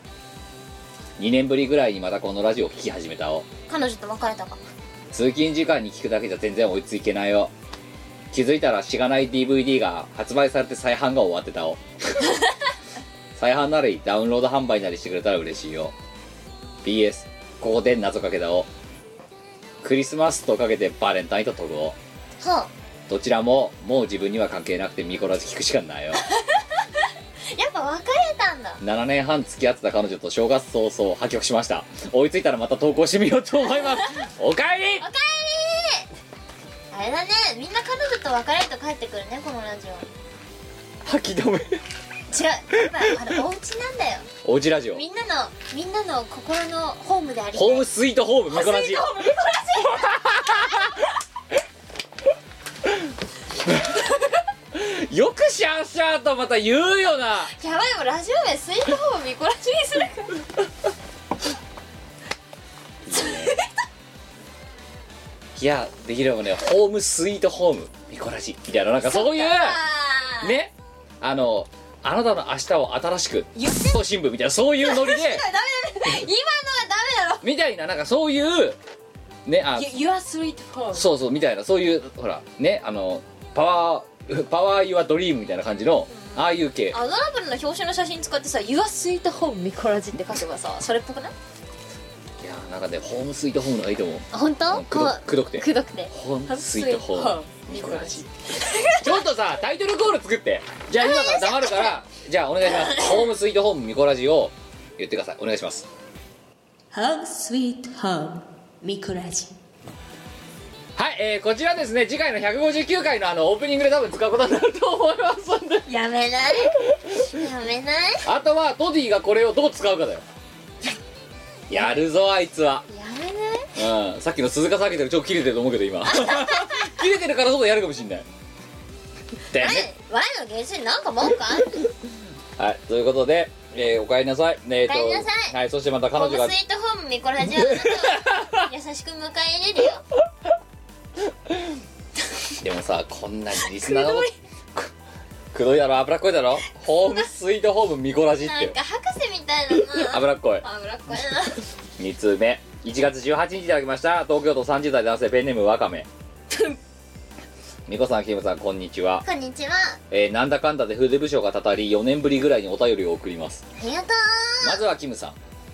Speaker 1: 2年ぶりぐらいにまたこのラジオを聴き始めたよ
Speaker 2: 彼女と別れたか
Speaker 1: 通勤時間に聞くだけじゃ全然追いついけないよ気づいたらしがない DVD が発売されて再販が終わってた (laughs) よ再販なりダウンロード販売なりしてくれたら嬉しいよ BS ここで謎かけだよクリスマスとかけてバレンタインと飛ぶよ
Speaker 2: はあ
Speaker 1: どちらももう自分には関係なくて見こらず聞くしか (laughs) ないよ
Speaker 2: やっぱ別れたんだ
Speaker 1: 7年半付き合ってた彼女と正月早々破局しました追いついたらまた投稿してみようと思いますおかえり
Speaker 2: おかえりーあれだねみんな彼女と別れると帰ってくるねこのラジオ
Speaker 1: (laughs) 吐き止め
Speaker 2: 違うやっぱあ
Speaker 1: (laughs)
Speaker 2: のお家なんだよ
Speaker 1: おじラジオ
Speaker 2: みんなのみんなの心のホームであり
Speaker 1: ホームスイートホーム
Speaker 2: ホ
Speaker 1: ミ
Speaker 2: ーム
Speaker 1: コ
Speaker 2: ラ
Speaker 1: ラ
Speaker 2: ジ
Speaker 1: ジ
Speaker 2: ホームミコラ
Speaker 1: よくシャーシャーとまた言うよな
Speaker 2: ジやばいもうラジオ名スイートホームミコラジにするから
Speaker 1: いやできればねホームスイートホームミコラジみたいななんかそういう
Speaker 2: あー
Speaker 1: ねあのあなたの明日を新しくと新聞みたいなそういうノリで
Speaker 2: ダメダメダメ今のはダメだろ
Speaker 1: みたいななんかそういうねあ
Speaker 3: You- You are sweet home
Speaker 1: そうそうみたいなそういうほらねあのパワーパワーユアドリームみたいな感じのああいう系
Speaker 2: アドラブルの表紙の写真使ってさ「You are sweet home ミコラジ」って書けばさそれっぽくない
Speaker 1: いやーなんかねホームスイートホームのがいいと思う
Speaker 2: あ本当
Speaker 1: うんくどくどくて
Speaker 2: くどくて
Speaker 1: ホームスイートホーム
Speaker 2: ミ
Speaker 1: ミ
Speaker 2: コ
Speaker 1: コ
Speaker 2: ラ
Speaker 1: ラ
Speaker 2: ジ
Speaker 1: ジちょっとさタイトルコール作ってじゃあ今から黙るからじゃあお願い
Speaker 3: (laughs)
Speaker 1: しますホームスイートホームミコラジを言ってくださいお願いします
Speaker 3: Home sweet home ミコラジ
Speaker 1: はい、えー、こちらですね次回の159回のあのオープニングで多分使うことになると思います
Speaker 3: (laughs)
Speaker 1: んで
Speaker 2: やめないやめない
Speaker 1: あとはトディがこれをどう使うかだよやるぞあいつは
Speaker 2: やめない
Speaker 1: うんさっきの鈴鹿下げてる超切れてると思うけど今
Speaker 3: (laughs)
Speaker 1: 切れてるからこそやるかもしんないで
Speaker 2: ワイの原始になんか文句あんの
Speaker 1: はいということで、えー、おかえりなさいえーと
Speaker 2: おかえりなさい
Speaker 1: はいそしてまた彼
Speaker 2: ホ
Speaker 1: 女
Speaker 2: ー
Speaker 1: が
Speaker 2: ムスイートホームミコラジはあなたを優しく迎え入れるよ
Speaker 1: でもさこんなにリスナーのくくどいだろ脂っこいだろホームスイートホームミコラジっ
Speaker 2: な
Speaker 1: て
Speaker 2: ん
Speaker 1: よ
Speaker 2: か博士みたいだな
Speaker 1: 脂っこい
Speaker 2: 油っこいな
Speaker 1: 2通目1月18日いただきました東京都30代男性ペンネームわかめみこさんキムさんこんにちは、
Speaker 2: こんにちは
Speaker 1: えーなんだかんだで筆部署がたたり4年ぶりぐらいにお便りを送ります
Speaker 2: ありがと
Speaker 1: まずはキムさ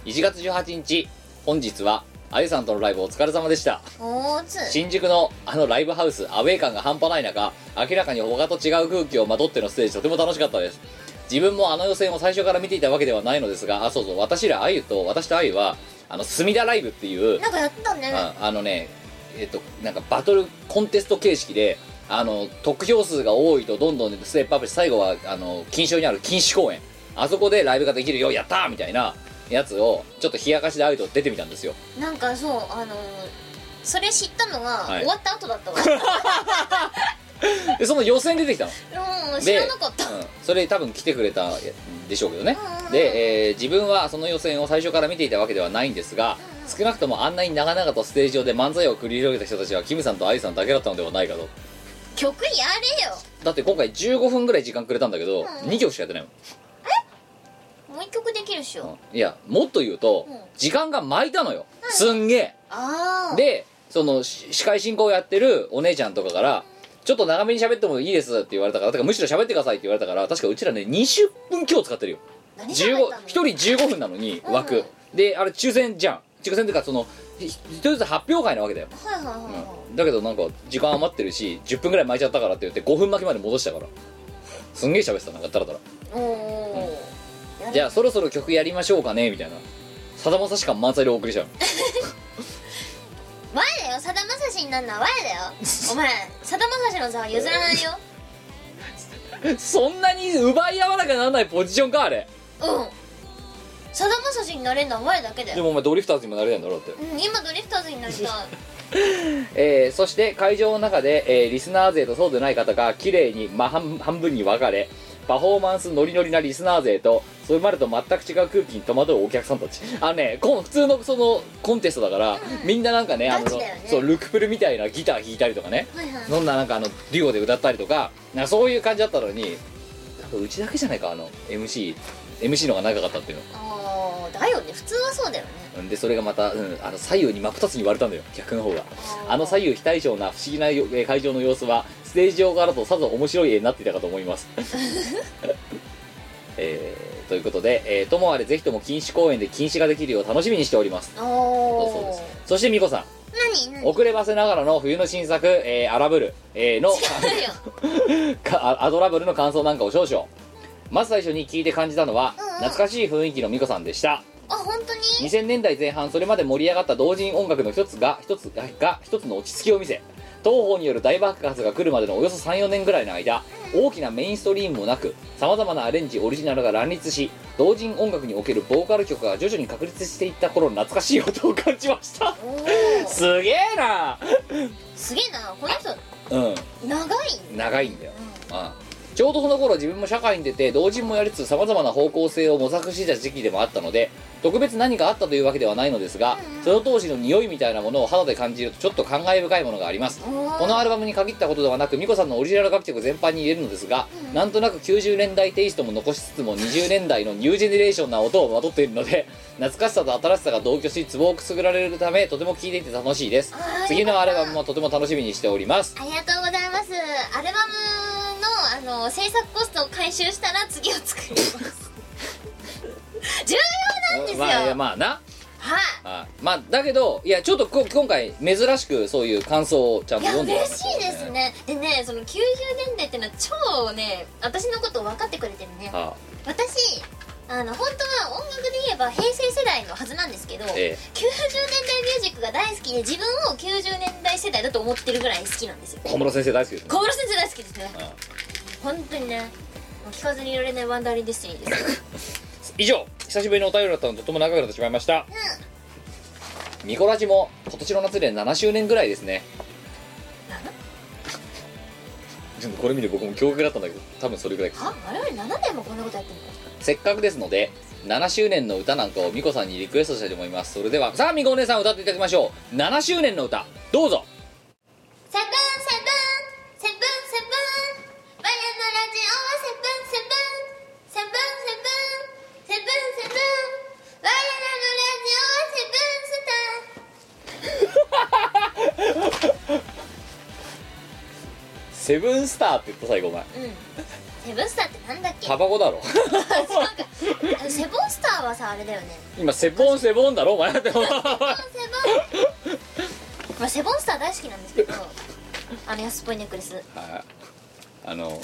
Speaker 1: ん1月18日本日はあゆさんとのライブお疲れ様でした
Speaker 2: うおーつ
Speaker 1: 新宿のあのライブハウスアウェー感が半端ない中明らかに他と違う空気をまとってのステージとても楽しかったです自分もあの予選を最初から見ていたわけではないのですがあそうそう私らあゆと私とあゆはあの隅田ライブっていう
Speaker 2: なんかやってたね
Speaker 1: ああのねえっとなんかバトルコンテスト形式であの得票数が多いとどんどんステップアップして最後はあの金賞にある錦糸公園あそこでライブができるよやったーみたいなやつをちょっと冷やかしであゆと出てみたんですよ
Speaker 2: なんかそうあのーそれ知ったのが
Speaker 1: はい
Speaker 2: 終わった後だったわ、 (laughs)
Speaker 1: でその予選出てきたの
Speaker 2: うん
Speaker 1: で
Speaker 2: 知らなかった
Speaker 1: うん、それ多分来てくれたんでしょうけどね
Speaker 2: うんうん
Speaker 1: で、えー自分はその予選を最初から見ていたわけではないんですが少なくともあんなに長々とステージ上で漫才を繰り広げた人たちはキムさんとアイさんだけだったのではないかと
Speaker 2: 曲やれよ
Speaker 1: だって今回15分ぐらい時間くれたんだけど、
Speaker 2: うん
Speaker 1: 2曲しかやってないも
Speaker 2: もう一曲できるっしょ、
Speaker 1: ん、いやもっと言うと、
Speaker 2: うん
Speaker 1: 時間が巻いたのよ、すんげ
Speaker 2: あ
Speaker 1: え
Speaker 2: あ
Speaker 1: でそのし司会進行をやってるお姉ちゃんとかからちょっと長めに喋ってもいいですって言われたからだからむしろ喋ってくださいって言われたから確かうちらね20分今日使ってるよ
Speaker 2: 何喋
Speaker 1: 15
Speaker 2: ったの
Speaker 1: 1人15分なのに
Speaker 2: うん
Speaker 1: 枠、であれ抽選じゃん抽選っていうかそのひ一人ずつ発表会なわけだよ、
Speaker 2: はいはいはいはい、
Speaker 1: うんだけどなんか時間余ってるし10分ぐらい巻いちゃったからって言って5分巻きまで戻したからすんげえ喋ってたなんかダラダラ
Speaker 2: おおー、や
Speaker 1: じ
Speaker 2: だ
Speaker 1: ゃあそろそろ曲やりましょうかねみたいなさだまさし感満載でお送りしたの
Speaker 2: わやだよさだまさしになるのはわやだ (laughs) よお前さだまさしの座は譲らないよ
Speaker 1: (laughs) そんなに奪い合わなきゃならないポジションかあれ
Speaker 2: うんさだまさしになれるのはわやだけだ
Speaker 1: で
Speaker 2: よ、
Speaker 1: もお前ドリフターズにもなれないんだろだって
Speaker 2: うん、今ドリフターズにな (laughs) りたい
Speaker 1: えーそして会場の中で、えーリスナー勢とそうでない方が綺麗にまあ半半分に分かれパフォーマンスノリノリなリスナー勢とそれまでと全く違う空気に戸惑うお客さんたちあのねこん普通のそのコンテストだから、みんななんかねあの
Speaker 2: ガチだよね
Speaker 1: そうルクプルみたいなギター弾いたりとかね
Speaker 2: はいはい
Speaker 1: そんななんかあのデュオで歌ったりとかなんかそういう感じだったのになんかうちだけじゃないかあの MC MC のが長かったっていうの
Speaker 2: あーだよね普通はそうだよね
Speaker 1: うんでそれがまた、うん、あの左右に真っ二つに割れたんだよ逆の方が
Speaker 2: ー
Speaker 1: あの左右非対称な不思議なよえー会場の様子はステージ上からとさぞ面白い絵になっていたかと思います (laughs) えーということで、えーともあれぜひとも禁止公演で禁止ができるよう楽しみにしております
Speaker 2: お
Speaker 1: そうそうで
Speaker 2: お
Speaker 1: すそしてみこさ
Speaker 2: 何
Speaker 1: ん
Speaker 2: 何
Speaker 1: 遅ればせながらの冬の新作「えーアラブル」えー
Speaker 2: (laughs)
Speaker 1: の
Speaker 2: 何よ
Speaker 1: かあアドラブルの感想なんかを少々まず最初に聞いて感じたのは、
Speaker 2: うんうん
Speaker 1: 懐かしい雰囲気のみこさんでした
Speaker 2: あ本当に
Speaker 1: 2000年代前半それまで盛り上がった同人音楽の一つが一つがが一つの落ち着きを見せ東方による大爆発が来るまでのおよそ34年ぐらいの間大きなメインストリームもなくさまざまなアレンジオリジナルが乱立し同人音楽におけるボーカル曲が徐々に確立していった頃の懐かしい音を感じました
Speaker 2: おお
Speaker 1: すげえな
Speaker 2: すげえなこの人
Speaker 1: うん
Speaker 2: 長い
Speaker 1: 長いんだよ、ああちょうどその頃自分も社会に出て同人もやりつつさまざまな方向性を模索していた時期でもあったので特別何かあったというわけではないのですが、その当時の匂いみたいなものを肌で感じるとちょっと感慨深いものがあります
Speaker 2: おー
Speaker 1: このアルバムに限ったことではなくミコさんのオリジナル楽曲全般に言えるのですが、なんとなく90年代テイストも残しつつも20年代のニュージェネレーションな音をまとっているので (laughs) 懐かしさと新しさが同居しツボをくすぐられるためとても聴いていて楽しいです
Speaker 2: あー
Speaker 1: 次のアルバムもとても楽しみにしております
Speaker 2: ありがとうございますアルバムのあの制作コストを回収したら次を作ります
Speaker 1: (laughs)
Speaker 2: 重要なんですよ、
Speaker 1: まあいやまあな
Speaker 2: はい、
Speaker 1: あまあだけどいやちょっとこ今回珍しくそういう感想をちゃん
Speaker 2: い
Speaker 1: と
Speaker 2: や
Speaker 1: 読んで
Speaker 2: 嬉しいですねでねその90年代ってのは超ね私のこと分かってくれてるね
Speaker 1: あ
Speaker 2: 私あの本当は音楽で言えば平成世代のはずなんですけど、
Speaker 1: ええ
Speaker 2: 90年代ミュージックが大好きで自分を90年代世代だと思ってるぐらい好きなんですよ
Speaker 1: 小室先生大好きですね
Speaker 2: 小室先生大好きですね本当にねもう聞かずにいられないワンダーリンディスティニーです
Speaker 1: 以上久しぶりのお便りだったのでとても長くなってしまいました、ミコラジも今年の夏で7周年ぐらいですねちょっとこれ見て僕も驚愕だったんだけど多分それぐらい
Speaker 2: あ我々7年もこんなことやってんの
Speaker 1: せっかくですので7周年の歌なんかをミコさんにリクエストしたいと思いますそれではさあミコお姉さん歌っていただきましょう7周年の歌どうぞ
Speaker 2: セブンセブンセブンセブンバイアンのラジオはセブンセブンセブンセブンセブンセブンバイアンのラジオはセブンスター
Speaker 1: セブンスターって言った最後お前
Speaker 2: うんセブンスターってなんだっけ
Speaker 1: タバコだ
Speaker 2: (laughs)
Speaker 1: ろ
Speaker 2: なんかセブンスターはさあれだよね
Speaker 1: 今セボンセボンだろお前でも
Speaker 2: セボンまあセボンスター大好きなんですけどあの安っぽいネックレス
Speaker 1: ああの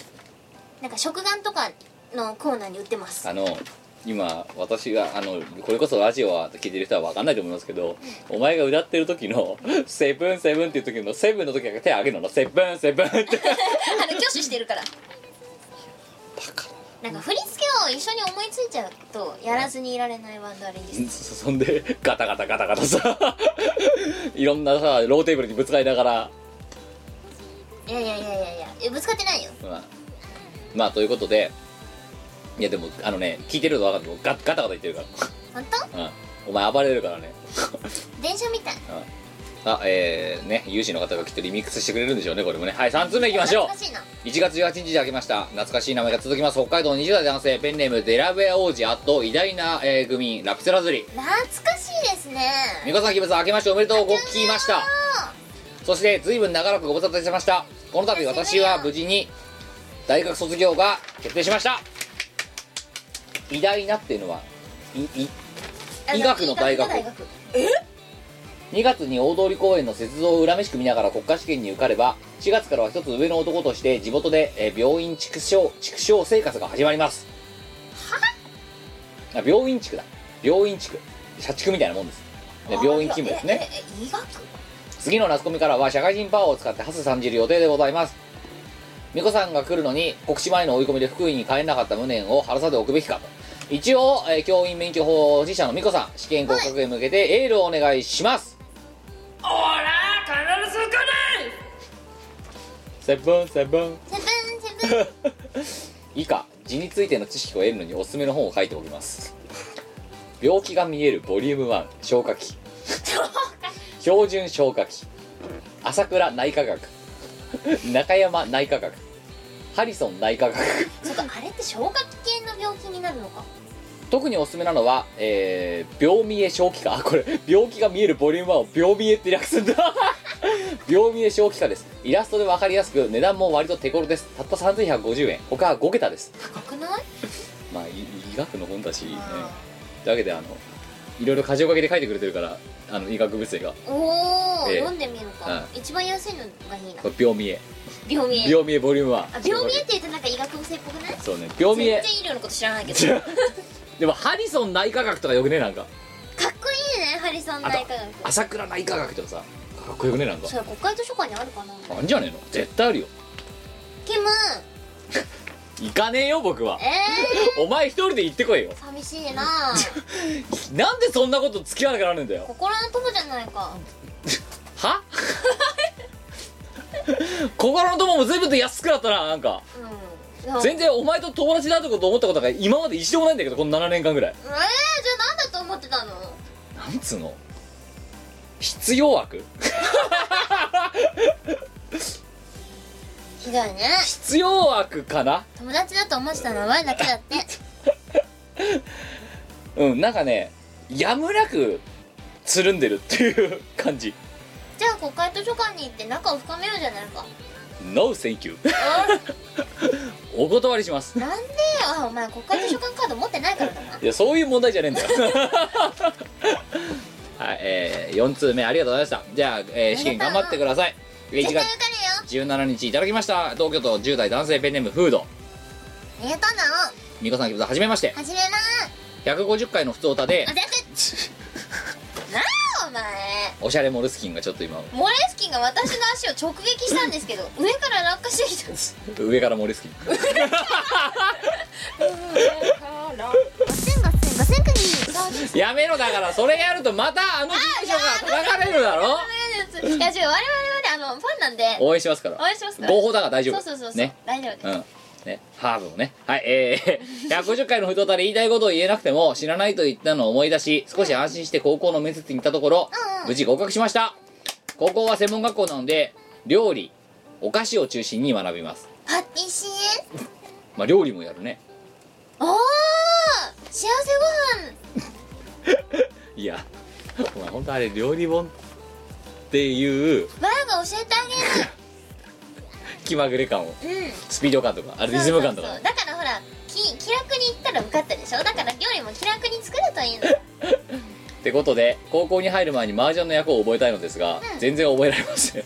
Speaker 2: なんか食玩とかのコーナーに売って (laughs) ます
Speaker 1: あの今私があのこれこそラジオは聞いてる人は分かんないと思いますけどお前が歌ってる時の「セブンセブン」っていう時の「セブン」の時は手上げるのな「セブンセブン」って
Speaker 2: あの挙手してるからなんか振り付けを一緒に思いついちゃうとやらずにいられないワンダーレンジス
Speaker 1: そそんでガタガタガタガタさいろんなさローテーブルにぶつかりながら
Speaker 2: いやいやいやいやいやえぶつかってないよ
Speaker 1: まあ、まあということでいやでもあのね聞いてると分かるもうガガタガタ言ってるか
Speaker 2: 本当
Speaker 1: ら、うん、お前暴れるからね
Speaker 2: 電車みたい
Speaker 1: あえー、ね有志の方がきっとリミックスしてくれるんでしょうねこれもねはい3通目いきましょう
Speaker 2: 懐かしいな
Speaker 1: 1月18日で開けました懐かしい名前が続きます北海道20代男性ペンネームデラウェア王子あと偉大な、えー、愚民ラピスラズリ
Speaker 2: 懐かしいですね
Speaker 1: 美子さんキムさん明けましておめでとうごきましたそして随分長らくご無沙汰してましたこの度私は無事に大学卒業が決定しました偉大なっていうのはいい
Speaker 2: あの
Speaker 1: 医学の大学
Speaker 2: 医学の大学
Speaker 1: 2月に大通公園の雪像を恨めしく見ながら国家試験に受かれば4月からは一つ上の男として地元で、えー病院畜生畜生生活が始まりますあ病院畜だ病院畜社畜みたいなもんですで病院勤務ですね
Speaker 2: えええ医学
Speaker 1: 次のナスコミからは社会人パワーを使ってハスさんじる予定でございます美子さんが来るのに国士前の追い込みで福井に帰れなかった無念を晴らさておくべきかと一応、えー教員免許法保持者の美子さん試験合格へ向けてエールをお願いしますオラ必ず来ないセブンセブン
Speaker 2: セブンセブン
Speaker 1: 以下字についての知識を得るのにおすすめの本を書いておきます病気が見えるボリューム1消化器標準消化器朝倉内科学中山内科学ハリソン内科学
Speaker 2: そっかあれって消化器系の病気になるのか
Speaker 1: 特におすすめなのは、えー、病見え正気化あこれ病気が見えるボリューム1を病見えって略すんだ病見え正気化ですイラストで分かりやすく値段も割と手頃ですたった3150円他は5桁です
Speaker 2: 高くない
Speaker 1: まあい医学の本だし、ね、というわけであのいろいろ箇条書きで書いてくれてるからあの医学物理が
Speaker 2: おお、
Speaker 1: ええ
Speaker 2: 読んでみるか、一番安いのがいいな
Speaker 1: これ病見え
Speaker 2: 病名
Speaker 1: 病見えボリューム1
Speaker 2: あ病名って言うとなんか医学部生っぽくない
Speaker 1: そうね病見え
Speaker 2: 全然医療のこと知ら (laughs) ないけどかっ
Speaker 1: (laughs) でもハリソン内科学とかよくねなんか
Speaker 2: こいいねハリソン内科学
Speaker 1: 朝倉内科学とかさかっこよくねなんか
Speaker 2: それ国会図書館にあるかな
Speaker 1: あんじゃねえの絶対あるよ
Speaker 2: キム
Speaker 1: 行かねえよ僕は
Speaker 2: ええ
Speaker 1: お前一人で行ってこいよ
Speaker 2: ー、寂しい (laughs) な
Speaker 1: なんでそんなこと付き合わなくなるんだよ
Speaker 2: 心の友じゃないか (laughs)
Speaker 1: は心の友も全部で安くなったななんか
Speaker 2: うんでもえー、じゃ
Speaker 1: 全然お前と友達だとこと思ったことが今まで一度もないんだけどこの7年間ぐらい
Speaker 2: あ何だと思ってたの
Speaker 1: なんつうの必要悪
Speaker 2: ひどいね
Speaker 1: 必要悪かな
Speaker 2: 友達だと思ってた名前だけだって (laughs)
Speaker 1: うんなんかねやむなくつるんでるっていう感じ
Speaker 2: じゃあ国会図書館に行って仲を深めようじゃないか
Speaker 1: No thank you (laughs) お断りします
Speaker 2: なんでよあお前国会図書館カード持ってないからだない
Speaker 1: やそういう問題じゃねえんだよ (laughs) はいえー、4通目ありがとうございましたじゃあ、えー試験頑張ってください1
Speaker 2: 絶対受
Speaker 1: 月
Speaker 2: か
Speaker 1: 17日いただきました東京都10代男性ペンネームフード
Speaker 2: るよやったな
Speaker 1: 美子さんキムさんはじめまして
Speaker 2: 始めます
Speaker 1: 150回の普通歌で
Speaker 2: あだってなあお前
Speaker 1: おしゃれモルスキンがちょっと今
Speaker 2: モレスキンが私の足を直撃したんですけど上から落下してきたんです
Speaker 1: 上からモルス (laughs) キン
Speaker 4: ガセンガセンガセンクニー
Speaker 1: やめろだからそれやるとまたあの事務所が叩かれるだろ
Speaker 2: いや違う我々はねあのファンなんで
Speaker 1: 応援しますから
Speaker 2: 応援しますから
Speaker 1: 合法だから大丈夫
Speaker 2: そうそうそうそう、
Speaker 1: ね
Speaker 2: 大丈夫です
Speaker 1: うんね、ハーブもね。はい、えー、150回の (laughs) 太たで言いたいことを言えなくても、知らないと言ったのを思い出し、少し安心して高校の面接に行ったところ、無事合格しました。高校は専門学校なので、料理、お菓子を中心に学びます。
Speaker 2: パティシエ
Speaker 1: まあ、料理もやるね。
Speaker 2: おお幸せ
Speaker 1: いや、お前ほんとあれ、料理本っていう
Speaker 2: ご飯わらが教えてあ
Speaker 1: 気まぐれ感を、
Speaker 2: げるうん
Speaker 1: スピード感とか、あれリズム感とか
Speaker 2: そうそうそうだからほらき気楽に行ったら受かったでしょだから料理も気楽に作るといいの
Speaker 1: ってことで高校に入る前に麻雀の役を覚えたいのですが、全然覚えられま
Speaker 2: (laughs)
Speaker 1: せん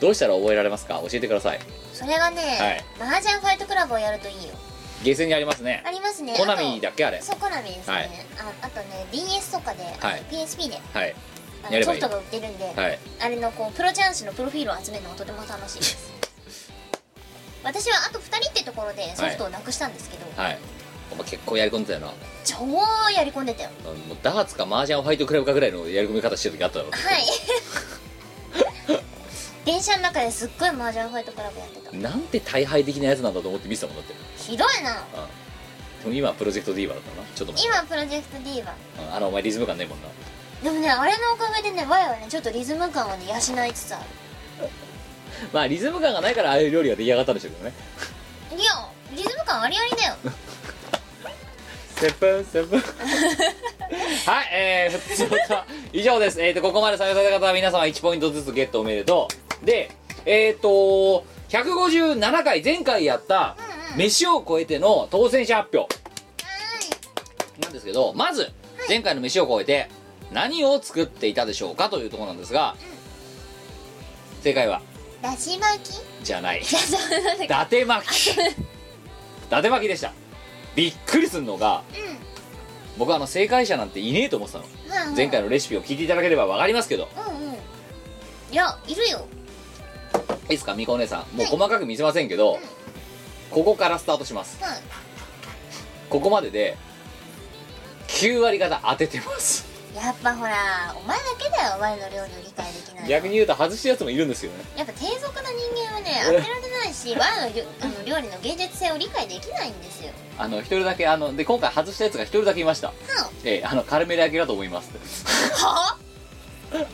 Speaker 1: どうしたら覚えられますか教えてください
Speaker 2: それがね、
Speaker 1: はい
Speaker 2: 麻雀ファイトクラブをやるといいよ
Speaker 1: ゲーセンにありますね
Speaker 2: ありますね
Speaker 1: コナミだ
Speaker 2: っ
Speaker 1: っけあれ
Speaker 2: そうコナミですね、
Speaker 1: はい
Speaker 2: ああとね DS とかで、あの
Speaker 1: はい
Speaker 2: PSP で
Speaker 1: はい
Speaker 2: あ
Speaker 1: や
Speaker 2: の
Speaker 1: れ
Speaker 2: ソ
Speaker 1: ばい
Speaker 2: フ
Speaker 1: い
Speaker 2: トが売ってるんで、
Speaker 1: はい
Speaker 2: あれのこうプロチャンスのプロフィールを集めるのがとても楽しいです
Speaker 1: (laughs)
Speaker 2: 私はあと2人ってところでソフトをなくしたんですけど、
Speaker 1: はいお前結構やり込んでたよな
Speaker 2: 超やり込んでたよ
Speaker 1: あのもうダーツか麻雀ファイトクラブかぐらいのやり込み方してる時あっただろ
Speaker 2: はい (laughs) 電車の中ですっごい麻雀ファイトクラブやってた (laughs)
Speaker 1: なんて大敗的なやつなんだと思って見てたもんだって
Speaker 2: ひどいな
Speaker 1: でも今はプロジェクトディーバーだったなちょっと待っ
Speaker 2: 今プロジェクト D は
Speaker 1: てうんあのお前リズム感ねえもんな
Speaker 2: でもねあれのおかげでねワイはねちょっとリズム感をね養いつつある
Speaker 1: まあリズム感がないからああいう料理が出来上がったんでしょうけどね
Speaker 2: いやリズム感ありありだよ
Speaker 1: セブンセブンはいえー、普通歌以上ですえー、とここまで採用された方は皆様1ポイントずつゲットおめでとうでえっ、ー、と157回前回やった飯を超えての当選者発表なんですけどまず前回の飯を超えて何を作っていたでしょうかというところなんですが正解は
Speaker 2: だし巻き
Speaker 1: じゃない
Speaker 2: いやそうなんだ
Speaker 1: 伊達巻き伊達巻きでしたびっくりするのが
Speaker 2: う
Speaker 1: 僕はあの正解者なんていねえと思ってたの
Speaker 2: んまあまあ
Speaker 1: 前回のレシピを聞いていただければわかりますけど
Speaker 2: うんうんいやいるよ
Speaker 1: いいですかみこお姉さんもう細かく見せませんけどここからスタートします
Speaker 2: はい
Speaker 1: ここまでで9割方当ててます
Speaker 2: やっぱほらお前だけだよお前の料理を理解できないの
Speaker 1: 逆に言うと外したやつもいるんですけどね
Speaker 2: やっぱ低俗な人間はね当てられないし (laughs) 我のりょあの料理の芸術性を理解できないんですよ
Speaker 1: あの一人だけあので今回外したやつが一人だけいました、
Speaker 2: は
Speaker 1: ええあのカルメラ系だと思います
Speaker 2: はあ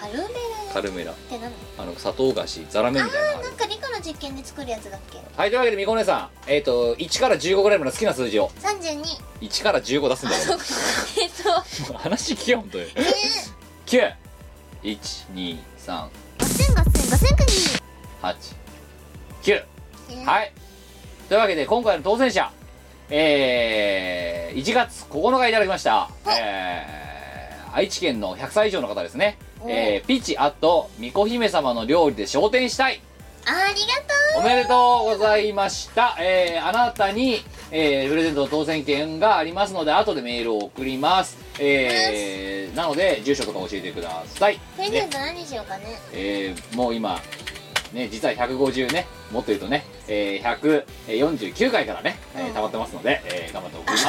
Speaker 2: カルメラっ
Speaker 1: カルメラ
Speaker 2: て何
Speaker 1: あの砂糖菓子ザラメみたいなのある
Speaker 2: なんか理科の実験で作るやつだっけ
Speaker 1: はいというわけでみこお姉さんえっ、と1から15ぐらいまでの好きな数字を
Speaker 2: 32
Speaker 1: 1から15出すんだよ
Speaker 2: えっと
Speaker 1: もう話聞けよ本当に9123
Speaker 4: ごすんごすんごすんくに
Speaker 1: 八九
Speaker 2: うん
Speaker 1: はいというわけで今回の当選者えー、1月9日いただきました、えー、愛知県の100歳以上の方ですね、えー、ピチアット巫女姫様の料理で昇天したい
Speaker 2: ありが
Speaker 1: おめでとうございました、えー、あなたに、えー、プレゼントの当選券がありますので後でメールを送りますえー、なので住所とか教えてください
Speaker 2: とうプレゼ
Speaker 1: ね
Speaker 2: ント何しようかね
Speaker 1: えーもう今ね実は150ねもっと言うとね、えー149回からね、えー溜まってますので、えー頑張って送ります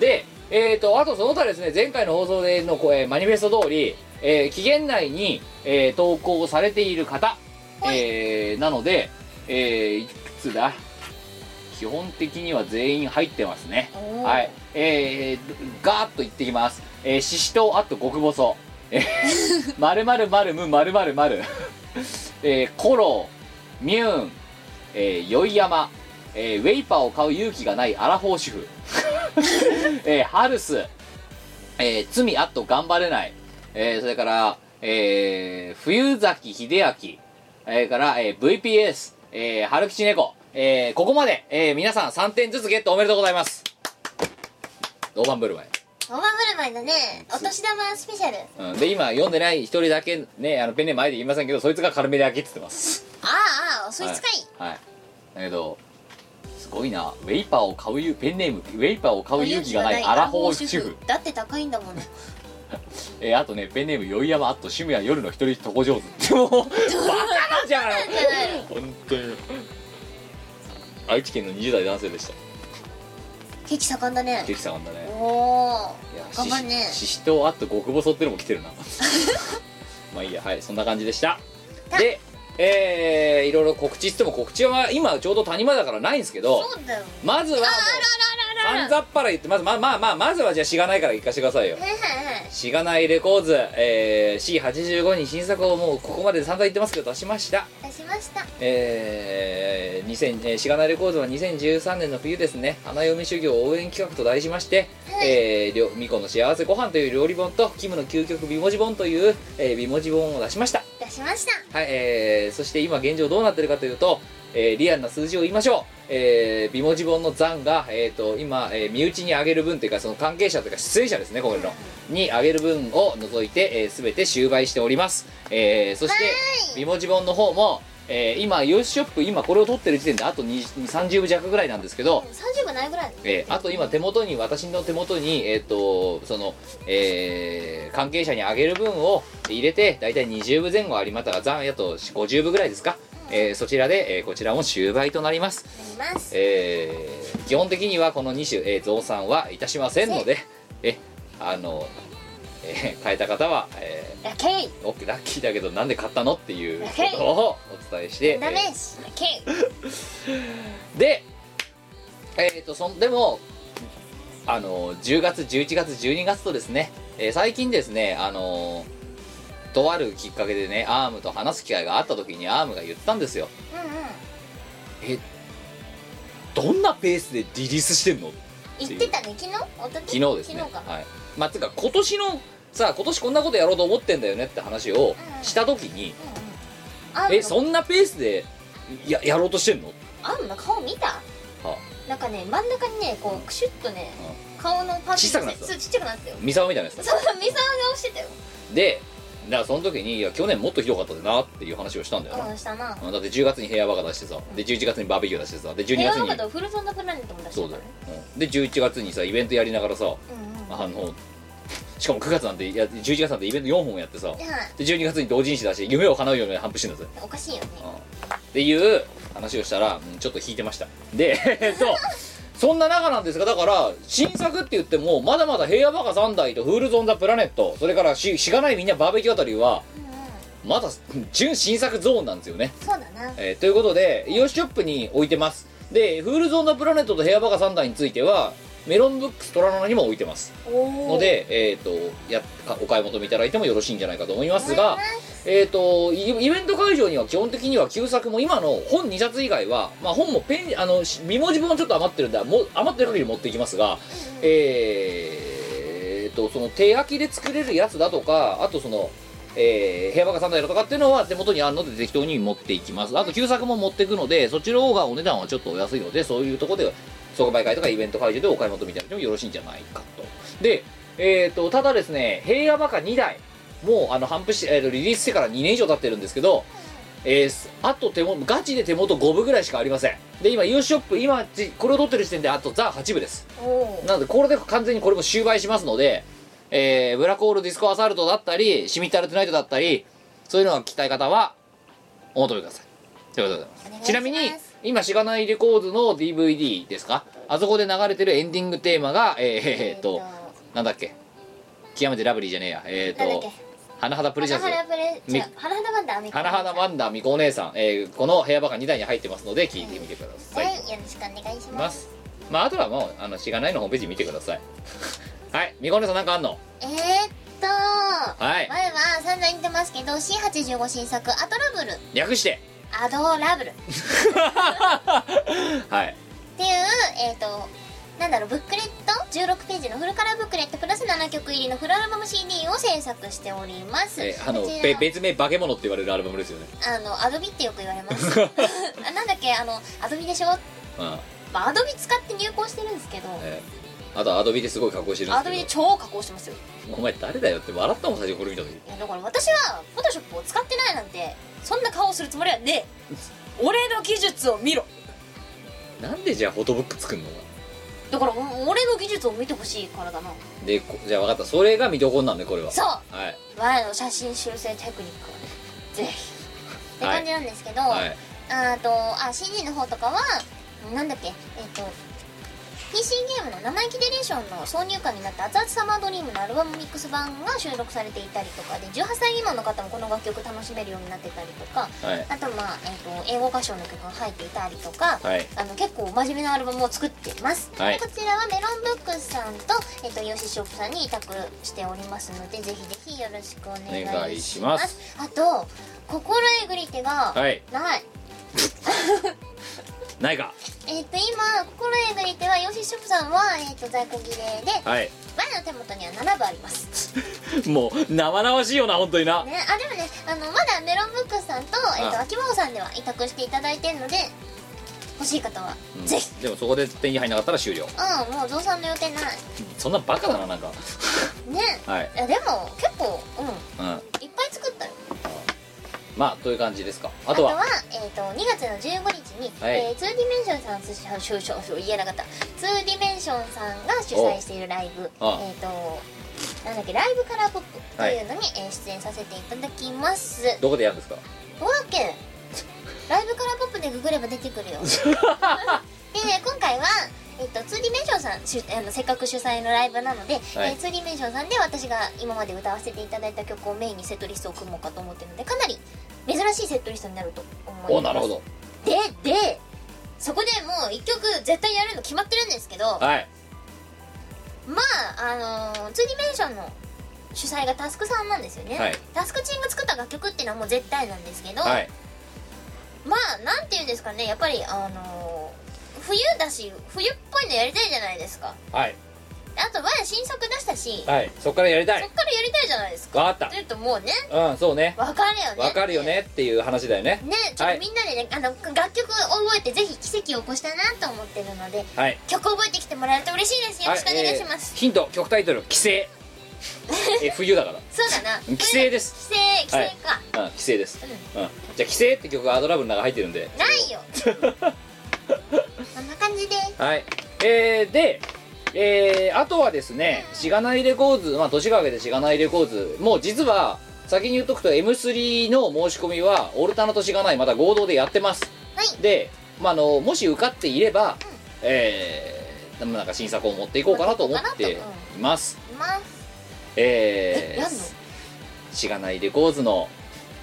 Speaker 1: (laughs) でえー、とあとその他ですね前回の放送でのこう、えーマニフェスト通り、えー期限内に、えー投稿されている方、えーなので、えーいくつだ基本的には全員入ってますね
Speaker 2: おー
Speaker 1: はいえー、ガーッといってきますえーししとうあと極細え
Speaker 2: (laughs)
Speaker 1: ーまるまるまるむまるまるまるえーコロミューンえー、宵山、えーウェイパーを買う勇気がないアラフォー主婦、 (laughs) えーハルス、えー罪あっと頑張れない、えーそれから、えー冬崎秀明、それから、えー VPS、えー、春吉猫、えーここまで、えー皆さん3点ずつゲットおめでとうございます。大盤振る舞い。
Speaker 2: 大盤振る舞いだねお年玉スペシャル
Speaker 1: うん、で、今読んでない一人だけね、あのペンネーム前で言いませんけど、そいつが軽めで開けって言ってます。
Speaker 2: ああああそいつかい
Speaker 1: はい、はいだけどすごいなウェイパーを買うゆペンネームウェイパーを買う勇気がないアラフォー主婦
Speaker 2: だって高いん
Speaker 1: (laughs)
Speaker 2: だもんね
Speaker 1: えーあとねペンネーム宵山あと趣味は夜の一人床上手 (laughs) でもバカなんじゃない
Speaker 2: じゃないの
Speaker 1: 本当に愛知県の20代男性でした
Speaker 2: ケーキ盛んだね
Speaker 1: 関さんだ
Speaker 2: お
Speaker 1: ね
Speaker 2: お
Speaker 1: いや
Speaker 2: 頑張んね
Speaker 1: ししししとあと極細ってのも来てるなまあいいやはいそんな感じでした
Speaker 2: た
Speaker 1: でえー、いろいろ告知しても告知は今ちょうど谷間だからないんですけど
Speaker 2: そうだよ
Speaker 1: まずはもうさんざっぱら言ってまずまあまあまあまずはじゃあしがないから行かせてくださいよ
Speaker 2: はいはいはい
Speaker 1: しがないレコーズ、えー、C85 に新作をもうここまで散々言ってますけど出しました
Speaker 2: 出しました
Speaker 1: えー2000えーしがないレコーズは2013年の冬ですね花嫁修行応援企画と題しまして、えーりょ、みこの幸せご飯という料理本とキムの究極美文字本という、えー美文字本を出しました
Speaker 2: 出しました
Speaker 1: はい、えー、そして今現状どうなってるかというと、えーリアルな数字を言いましょう、えー、美文字本の残が、えー、と今、えー身内に上げる分というかその関係者というか出演者ですねこれのに上げる分を除いて、えー、全て終売しております、えーそして美文字本の方も、えー今ヨシショップ今これを取ってる時点であと20 30部弱ぐらいなんですけど、
Speaker 2: 30がないぐらい
Speaker 1: えーあと今手元に私の手元にえっ、とその、えー関係者にあげる分を入れて大体20部前後ありまたが残やと50部ぐらいですか、えーそちらで、えーこちらも終売となります、
Speaker 2: になります
Speaker 1: えー基本的にはこの2種、えー増産はいたしませんのでえあの、えー買えた方は、え
Speaker 2: ラケイ
Speaker 1: ーおラッキーだけどなんで買ったのっていうことをお伝えして、
Speaker 2: ダメ
Speaker 1: えー
Speaker 2: しラケイ
Speaker 1: でえっ、とそんでもあの10月11月12月とですね、えー最近ですねあのとあるきっかけでねアームと話す機会があった時にアームが言ったんですよ
Speaker 2: うんうん
Speaker 1: えどんなペースでリリースしてんの
Speaker 2: 言ってたね昨日おと
Speaker 1: 昨日ですね
Speaker 2: 昨日か
Speaker 1: はいまあつうか今年のさ今年こんなことやろうと思ってんだよねって話をした時に、
Speaker 2: アー
Speaker 1: え
Speaker 2: ムの
Speaker 1: そんなペースでややろうとしてんの
Speaker 2: アームの顔見た
Speaker 1: は
Speaker 2: なんかね真ん中にねこうクシュッとね
Speaker 1: う
Speaker 2: 顔のパッ
Speaker 1: 小さくなった
Speaker 2: そうちっちゃくなったよ
Speaker 1: 三沢みたいなやつ
Speaker 2: そうミサオが押してたよ
Speaker 1: でだからその時にいや去年もっとひどかったなっていう話をしたんだよな、
Speaker 2: うんしたな
Speaker 1: うんだって10月にヘアバカ出してさで11月にバーベキュー出してさで12
Speaker 2: 平
Speaker 1: 月
Speaker 2: 和だ
Speaker 1: に
Speaker 2: とフルソンドプラネットも出し
Speaker 1: そ
Speaker 2: て
Speaker 1: う
Speaker 2: た
Speaker 1: だ
Speaker 2: か
Speaker 1: よ、うんで11月にさイベントやりながらさ
Speaker 2: らねうんう
Speaker 1: あ
Speaker 2: ん
Speaker 1: のしかも9月なんていや11月なんてイベント4本やってさ
Speaker 2: じゃあ
Speaker 1: で12月に同人誌出して夢を叶うように反復してんだぜ
Speaker 2: おかしいよね
Speaker 1: っていう話をしたら、うんちょっと引いてましたで (laughs) えっとそんな中なんですがだから新作って言ってもまだまだ「平和バカ3台」と「フールゾン・ザ・プラネット」それからし「しがないみんなバーベキュー」あたりは
Speaker 2: うんうん
Speaker 1: まだうん純新作ゾーンなんですよね、
Speaker 2: そうだな
Speaker 1: えーということでイオシショップに置いてますで「フールゾン・ザ・プラネット」と「平和バカ3台」についてはメロンブックストラノナにも置いてます
Speaker 2: お
Speaker 1: ので、えー、とやかお買い求めいただいてもよろしいんじゃないかと思いますが、えー、とイイベント会場には基本的には旧作も今の本2冊以外は、まあ、本もペンあのし身文字本ちょっと余ってるんでもう余ってる限り持っていきますが、えー、とその手書きで作れるやつだとかあとその。えー、部屋バカさんだよとかっていうのは手元にあるので適当に持っていきますあと旧作も持っていくのでそっちの方がお値段はちょっとお安いのでそういうとこで即売会とかイベント会場でお買い求めいただいてもよろしいんじゃないかとで、えー、とただですね平野バカ2台もうあの半年、えーとリリースしてから2年以上経ってるんですけど、えーすあと手もガチで手元5部ぐらいしかありませんで今 U ショップ今じこれを取ってる時点であとザ8部です
Speaker 2: おー
Speaker 1: なのでこれで完全にこれも終売しますので、えーブラックホールディスコアサルトだったりシミッタルトナイトだったりそういうのが聞きたい方はお求めくださいということでございます
Speaker 2: お願いします
Speaker 1: ちなみに今しがないレコーズの DVD ですかあそこで流れてるエンディングテーマがえーえーっとなんだっけ極めてラブリーじゃねえやえー、
Speaker 2: なんだ
Speaker 1: っ
Speaker 2: っけ
Speaker 1: と花肌プレジャーズ
Speaker 2: 花花プレ
Speaker 1: み
Speaker 2: 違う花花バンダーみたい
Speaker 1: 花
Speaker 2: な
Speaker 1: 肌ワンダーみこお姉さん、えーこの部屋バカ2台に入ってますので聞いてみてください、
Speaker 2: はいよろしくお願いし
Speaker 1: ま
Speaker 2: ます
Speaker 1: すまああとはもうあのしがないのホームページ見てください (laughs) はいみこお姉さんなんかあんの
Speaker 2: えー、っと
Speaker 1: はい
Speaker 2: 前は散々言ってますけど C85 新作「アトラブル」
Speaker 1: 略して (laughs)
Speaker 2: 「アドラブル」
Speaker 1: はい
Speaker 2: っていうえー、っとなんだろうブックレット16ページのフルカラーブックレットプラス7曲入りのフルアルバム CD を制作しております
Speaker 1: えあの
Speaker 2: こちら
Speaker 1: べ別名化け物って言われるアルバムですよね
Speaker 2: あのアドビってよく言われま
Speaker 1: (laughs)
Speaker 2: すあなんだっけあのアドビでしょ、
Speaker 1: うん、
Speaker 2: まあ、アドビ使って入稿してるんですけど、
Speaker 1: えーあとアドビですごい加工してるん
Speaker 2: アドビ
Speaker 1: で
Speaker 2: です超加工してますよ
Speaker 1: けどお前誰だよって笑ったもん最初これ見た時
Speaker 2: いやだから私はフォトショップを使ってないなんてそんな顔をするつもりはねえ俺の技術を見ろ
Speaker 1: なんでじゃあフォトブック作んの
Speaker 2: だからお俺の技術を見てほしいからだな
Speaker 1: でこじゃあ分かったそれが見どころなんでこれは
Speaker 2: そう
Speaker 1: はい
Speaker 2: 前の写真修正テクニックをねぜひって
Speaker 1: はい
Speaker 2: 感じなんですけど、
Speaker 1: はい
Speaker 2: あとあ CD の方とかはなんだっけえっ、と PC ゲームの生意気デレーションの挿入歌になった「熱々サマードリーム」のアルバムミックス版が収録されていたりとかで18歳未満の方もこの楽曲楽しめるようになってたりとか
Speaker 1: はい
Speaker 2: あとまあ、えっと英語歌唱の曲が入っていたりとか、
Speaker 1: はい
Speaker 2: あの結構真面目なアルバムを作っています、
Speaker 1: はい
Speaker 2: こちらはメロンブックスさんと,、えっとヨシショップさんに委託しておりますのでぜひぜひよろしくお願いしますあと心えぐり手が
Speaker 1: はい
Speaker 2: ない、
Speaker 1: ないか
Speaker 2: えっと今心えぐり手はヨシショップさんは、えっと在庫切れで
Speaker 1: はい
Speaker 2: 前の手元には7部あります
Speaker 1: もう生々しいよな本当にな
Speaker 2: ねあでもねあのまだメロンブックスさんと,、えっと
Speaker 1: あ
Speaker 2: 秋葉原さんでは委託していただいてるので欲しい方は、
Speaker 1: うん
Speaker 2: ぜひ
Speaker 1: でもそこで手に入らなかったら終了
Speaker 2: うんもう増産の予定ない
Speaker 1: そんなバカだななんか
Speaker 2: ね
Speaker 1: はい、
Speaker 2: いやでも結構うん
Speaker 1: うん、
Speaker 2: いっぱい作ったよ
Speaker 1: まあという感じですかあ
Speaker 2: あ
Speaker 1: と
Speaker 2: と
Speaker 1: は
Speaker 2: はえっ、と2月の15日に、
Speaker 1: はい
Speaker 2: えー、2ディメンションさん主催主催言えなかった2ディメンションさんが主催しているライブえっ、
Speaker 1: ああ
Speaker 2: となんだっけライブカラーポップというのに、えー出演させていただきます
Speaker 1: どこでやるんですか
Speaker 2: どうだっけライブカラーポップでググれば出て
Speaker 1: (laughs)
Speaker 2: くるよで今回はえっと、2D メンションさん主あのせっかく主催のライブなので、
Speaker 1: はい
Speaker 2: えー、2D メンションさんで私が今まで歌わせていただいた曲をメインにセットリストを組もうかと思ってるのでかなり珍しいセットリストになると思います
Speaker 1: おなるほど
Speaker 2: ででそこでもう1曲絶対やるの決まってるんですけど
Speaker 1: はい
Speaker 2: まああのー、2D メンションの主催がタスクさんなんですよね、
Speaker 1: はい
Speaker 2: タスクチームが作った楽曲っていうのはもう絶対なんですけど、
Speaker 1: はい
Speaker 2: まあなんていうんですかねやっぱりあのー冬だし冬っぽいのやりたいじゃないですか
Speaker 1: はい
Speaker 2: あとワン新作出したし、
Speaker 1: はいそっからやりた
Speaker 2: そっ
Speaker 1: い
Speaker 2: からやりたいじゃないですか
Speaker 1: わかった
Speaker 2: ちょっともうね
Speaker 1: うんそうね
Speaker 2: 分かるよね
Speaker 1: わかるよねっていう話だよね
Speaker 2: ねちょっとみんなでね、あの楽曲を覚えてぜひ奇跡を起こしたなと思ってるので
Speaker 1: はい
Speaker 2: 曲覚えてきてもらえると嬉しいですよろしくお願いし
Speaker 1: は
Speaker 2: ます、
Speaker 1: えーヒント曲タイトル「帰
Speaker 2: (laughs)
Speaker 1: 省」え冬だか
Speaker 2: そうだな
Speaker 1: 帰省です
Speaker 2: 帰省帰省か、
Speaker 1: ら、うん、帰省です、
Speaker 2: うん
Speaker 1: うん、じゃあ「帰省」って曲がアドラブの中入ってるんで
Speaker 2: ないよこんな感じで
Speaker 1: はいえー、でえー、あとはですねしがないレコーズまあ年が明けてしがないレコーズもう実は先に言っとくと M3 の申し込みはオルタナとしがないまた合同でやってます、
Speaker 2: はい
Speaker 1: で、まあ、あのもし受かっていれば、えー、なんか新作を持っていこうかなと思っています、
Speaker 2: います
Speaker 1: え
Speaker 2: え
Speaker 1: ー、
Speaker 2: やんの
Speaker 1: しがないレコーズの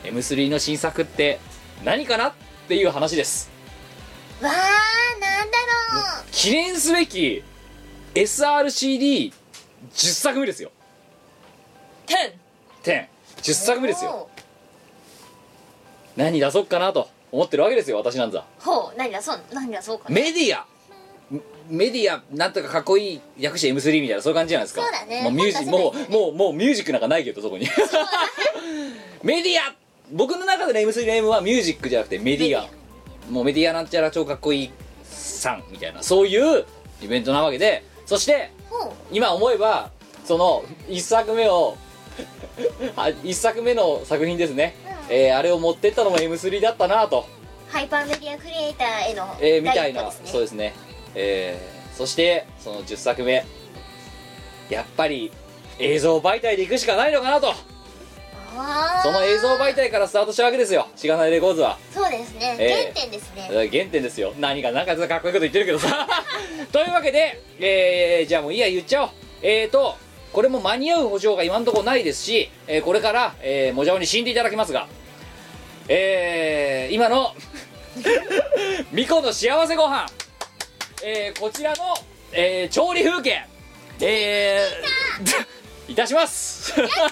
Speaker 1: M3 の新作って何かなっていう話です
Speaker 2: わーなんだろう
Speaker 1: 記念すべき SRCD10 作目ですよ
Speaker 2: 10
Speaker 1: 1010作目ですよ何出そっかなと思ってるわけですよ私なんざ
Speaker 2: ほう何だそう何だそうかな
Speaker 1: メディアメメディアなんとかかっこいい略して M3 みたいなそういう感じじゃないですか
Speaker 2: そうだね
Speaker 1: もうミュージ
Speaker 2: 本
Speaker 1: も
Speaker 2: 出せないう
Speaker 1: もうもうミュージックなんかないけどそこにメディア僕の中での M3 の M はミュージックじゃなくてメディア
Speaker 2: メ
Speaker 1: もうメディアなんちゃら超かっこいいさんみたいなそういうイベントなわけでそして
Speaker 2: ほ
Speaker 1: 今思えばその1作目を1作目の作品ですね、
Speaker 2: うん
Speaker 1: えーあれを持ってったのも M3 だったなと、
Speaker 2: うハイパーメディアクリエイターへの
Speaker 1: えーみたいな、
Speaker 2: 第一歩ですね
Speaker 1: そうですね、えーそしてその10作目やっぱり映像媒体で行くしかないのかなと
Speaker 2: あー
Speaker 1: その映像媒体からスタートしたわけですよしがないレコーズは
Speaker 2: そうですね、
Speaker 1: ええ
Speaker 2: 原点ですね
Speaker 1: 原点ですよ何が何かかっこいいこと言ってるけどさ (laughs) というわけで、えーじゃあもういいや言っちゃおうえーとこれも間に合う保証が今のところないですし、えーこれから、えー、もじゃおに死んでいただきますがえー今の (laughs) 巫女の幸せご飯、えーこちらの、えー調理風景えー (laughs) いたします
Speaker 2: あの
Speaker 1: (laughs)
Speaker 2: ね本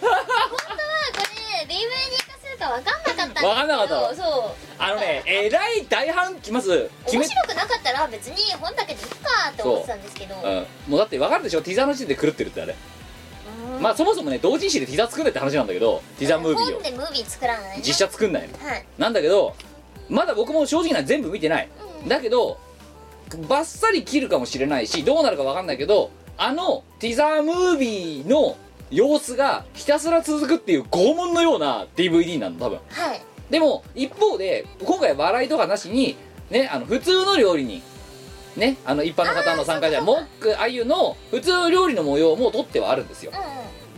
Speaker 2: 当はこれレイブに化するか分かんなかったんですけど
Speaker 1: わかんなかったの
Speaker 2: そう
Speaker 1: あのねえらい大反きます決
Speaker 2: 面
Speaker 1: め
Speaker 2: 白くなかったら別に本だけでいくかって思ってたんですけど
Speaker 1: うん、もうだって分かるでしょティザーの時点で狂ってるってあれまあそもそもね同人誌でティザー作れって話なんだけどティザームービーを
Speaker 2: 本でムービー作らないね
Speaker 1: 実写作んないの
Speaker 2: はい
Speaker 1: なんだけどまだ僕も正直な全部見てないだけどバッサリ切るかもしれないしどうなるか分かんないけどあのティザームービーの様子がひたすら続くっていう拷問のような DVD なの多分
Speaker 2: はい
Speaker 1: でも一方で今回笑いとかなしにねあの普通の料理人ねあの一般の方の参加じゃモックあゆの普通の料理の模様も撮ってはあるんですよ
Speaker 2: うんうん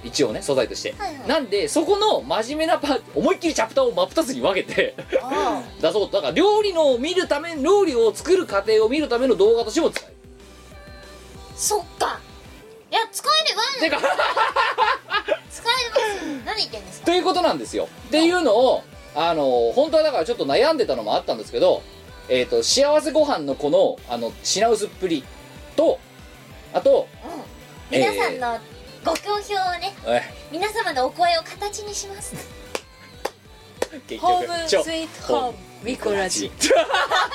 Speaker 1: 一応ね素材として、
Speaker 2: はいはい
Speaker 1: なんでそこの真面目なパー思いっきりチャプターを真っ二つに分けて (laughs)
Speaker 2: あ
Speaker 1: 出そうとだから料理のを見るため料理を作る過程を見るための動画としても使える
Speaker 2: ーそっかいや使えるわ
Speaker 1: てか
Speaker 2: 使えますよ何言ってんですか
Speaker 1: ということなんですよっていうのをあの本当はだからちょっと悩んでたのもあったんですけどえっ、と幸せご飯のこのあの品薄っぷりとあと
Speaker 2: うん
Speaker 1: えー
Speaker 2: 皆さんのご好評をね
Speaker 1: え
Speaker 2: 皆様のお声を形にし
Speaker 1: (laughs)
Speaker 2: ます
Speaker 1: 結
Speaker 3: ホー
Speaker 1: 局
Speaker 3: ム
Speaker 1: ちょ
Speaker 3: スイートホームミコラジ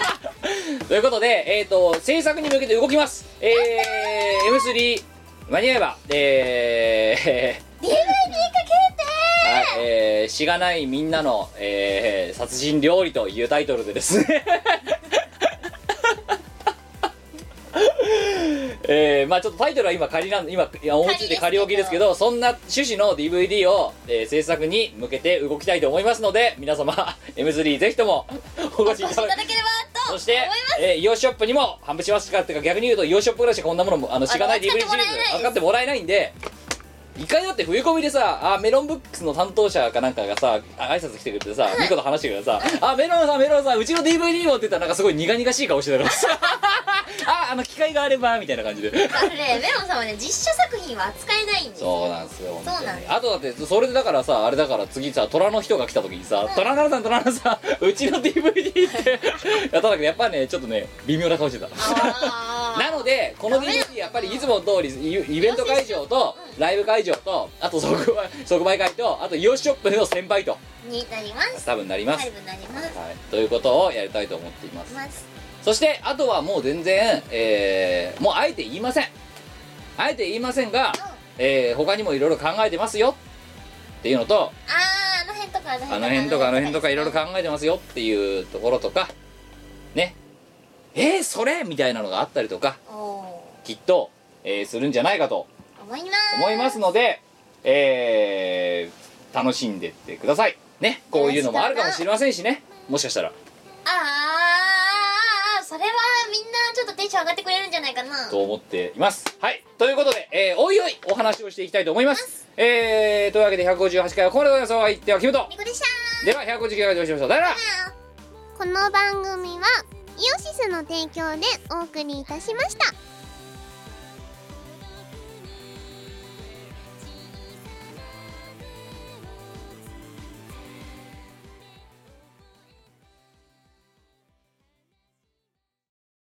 Speaker 1: (laughs) ということで、えー、と制作に向けて動きますえー、M3 間に合えばえー
Speaker 2: DVD かけ
Speaker 1: はい、えー、しがないみんなの、えー殺人料理というタイトルでですね (laughs) えー、まあちょっとタイトルは今仮なん今いや思いついて仮置きですけどそんな趣旨の DVD を、えー制作に向けて動きたいと思いますので皆様 (laughs) M3 ぜひともお越してい
Speaker 2: お越
Speaker 1: た
Speaker 2: しい
Speaker 1: だき
Speaker 2: ただければと
Speaker 1: そ
Speaker 2: 思いま
Speaker 1: し
Speaker 2: す
Speaker 1: て、えー、イオシショップにも販売しますかっていうか逆に言うとイオシショップぐらいしかこんなものもあのしがない DVD シリー
Speaker 2: 扱ってもらえない
Speaker 1: ズ扱ってもらえないんで一回だって冬コミでさあメロンブックスの担当者かなんかがさあ挨拶来てくれてさニコと話してくれてさ「あメロンさんメロンさんうちの DVD も」って言ったらなんかすごい苦々しい顔してたからさ (laughs) 「ああの機会があれば」みたいな感じで
Speaker 2: あのねメロンさんはね実写作品は扱えないんですよ
Speaker 1: そうなんですよ本当に
Speaker 2: そうなんです
Speaker 1: あとだってそれでだからさあれだから次さ虎の人が来た時にさ「虎のさん虎のさんうちの DVD」って
Speaker 2: (laughs)
Speaker 1: やったんだけどやっぱねちょっとね微妙な顔してた (laughs)
Speaker 2: あー
Speaker 1: なのでこの DVD やっぱりいつもの通りイイベント会場とライブ会場とあと即売即売会とあとイオシショップの先輩と
Speaker 2: になります
Speaker 1: 多分なりま
Speaker 2: ラ
Speaker 1: す
Speaker 2: イ、ブになります
Speaker 1: はい、ということをやりたいと思っています
Speaker 2: ます
Speaker 1: そしてあとはもう全然、えーもうあえて言いませんあえて言いませんが、えー他にもいろいろ考えてますよっていうのと
Speaker 2: あーあの辺とかあの
Speaker 1: あ
Speaker 2: 辺
Speaker 1: の辺とかあの辺とかいろいろ考えてますよっていうところとかねえー、それみたいなのがあったりとか
Speaker 2: おお
Speaker 1: きっと、えーするんじゃないかと
Speaker 2: ー思いま
Speaker 1: 思いますので、えー楽しんでってくださいねこういうのもあるかもしれませんしねもしかしたら
Speaker 2: あーそれはみんなちょっとテンション上がってくれるんじゃないかな
Speaker 1: と思っていますはいということで、えーおいおいお話をしていきたいと思いますえー、というわけで158回はここまででございますお相手はキムト
Speaker 2: みこでした
Speaker 1: では159回でお会いしましょうだから
Speaker 4: この番組はイオシスの提供でお送りいたしました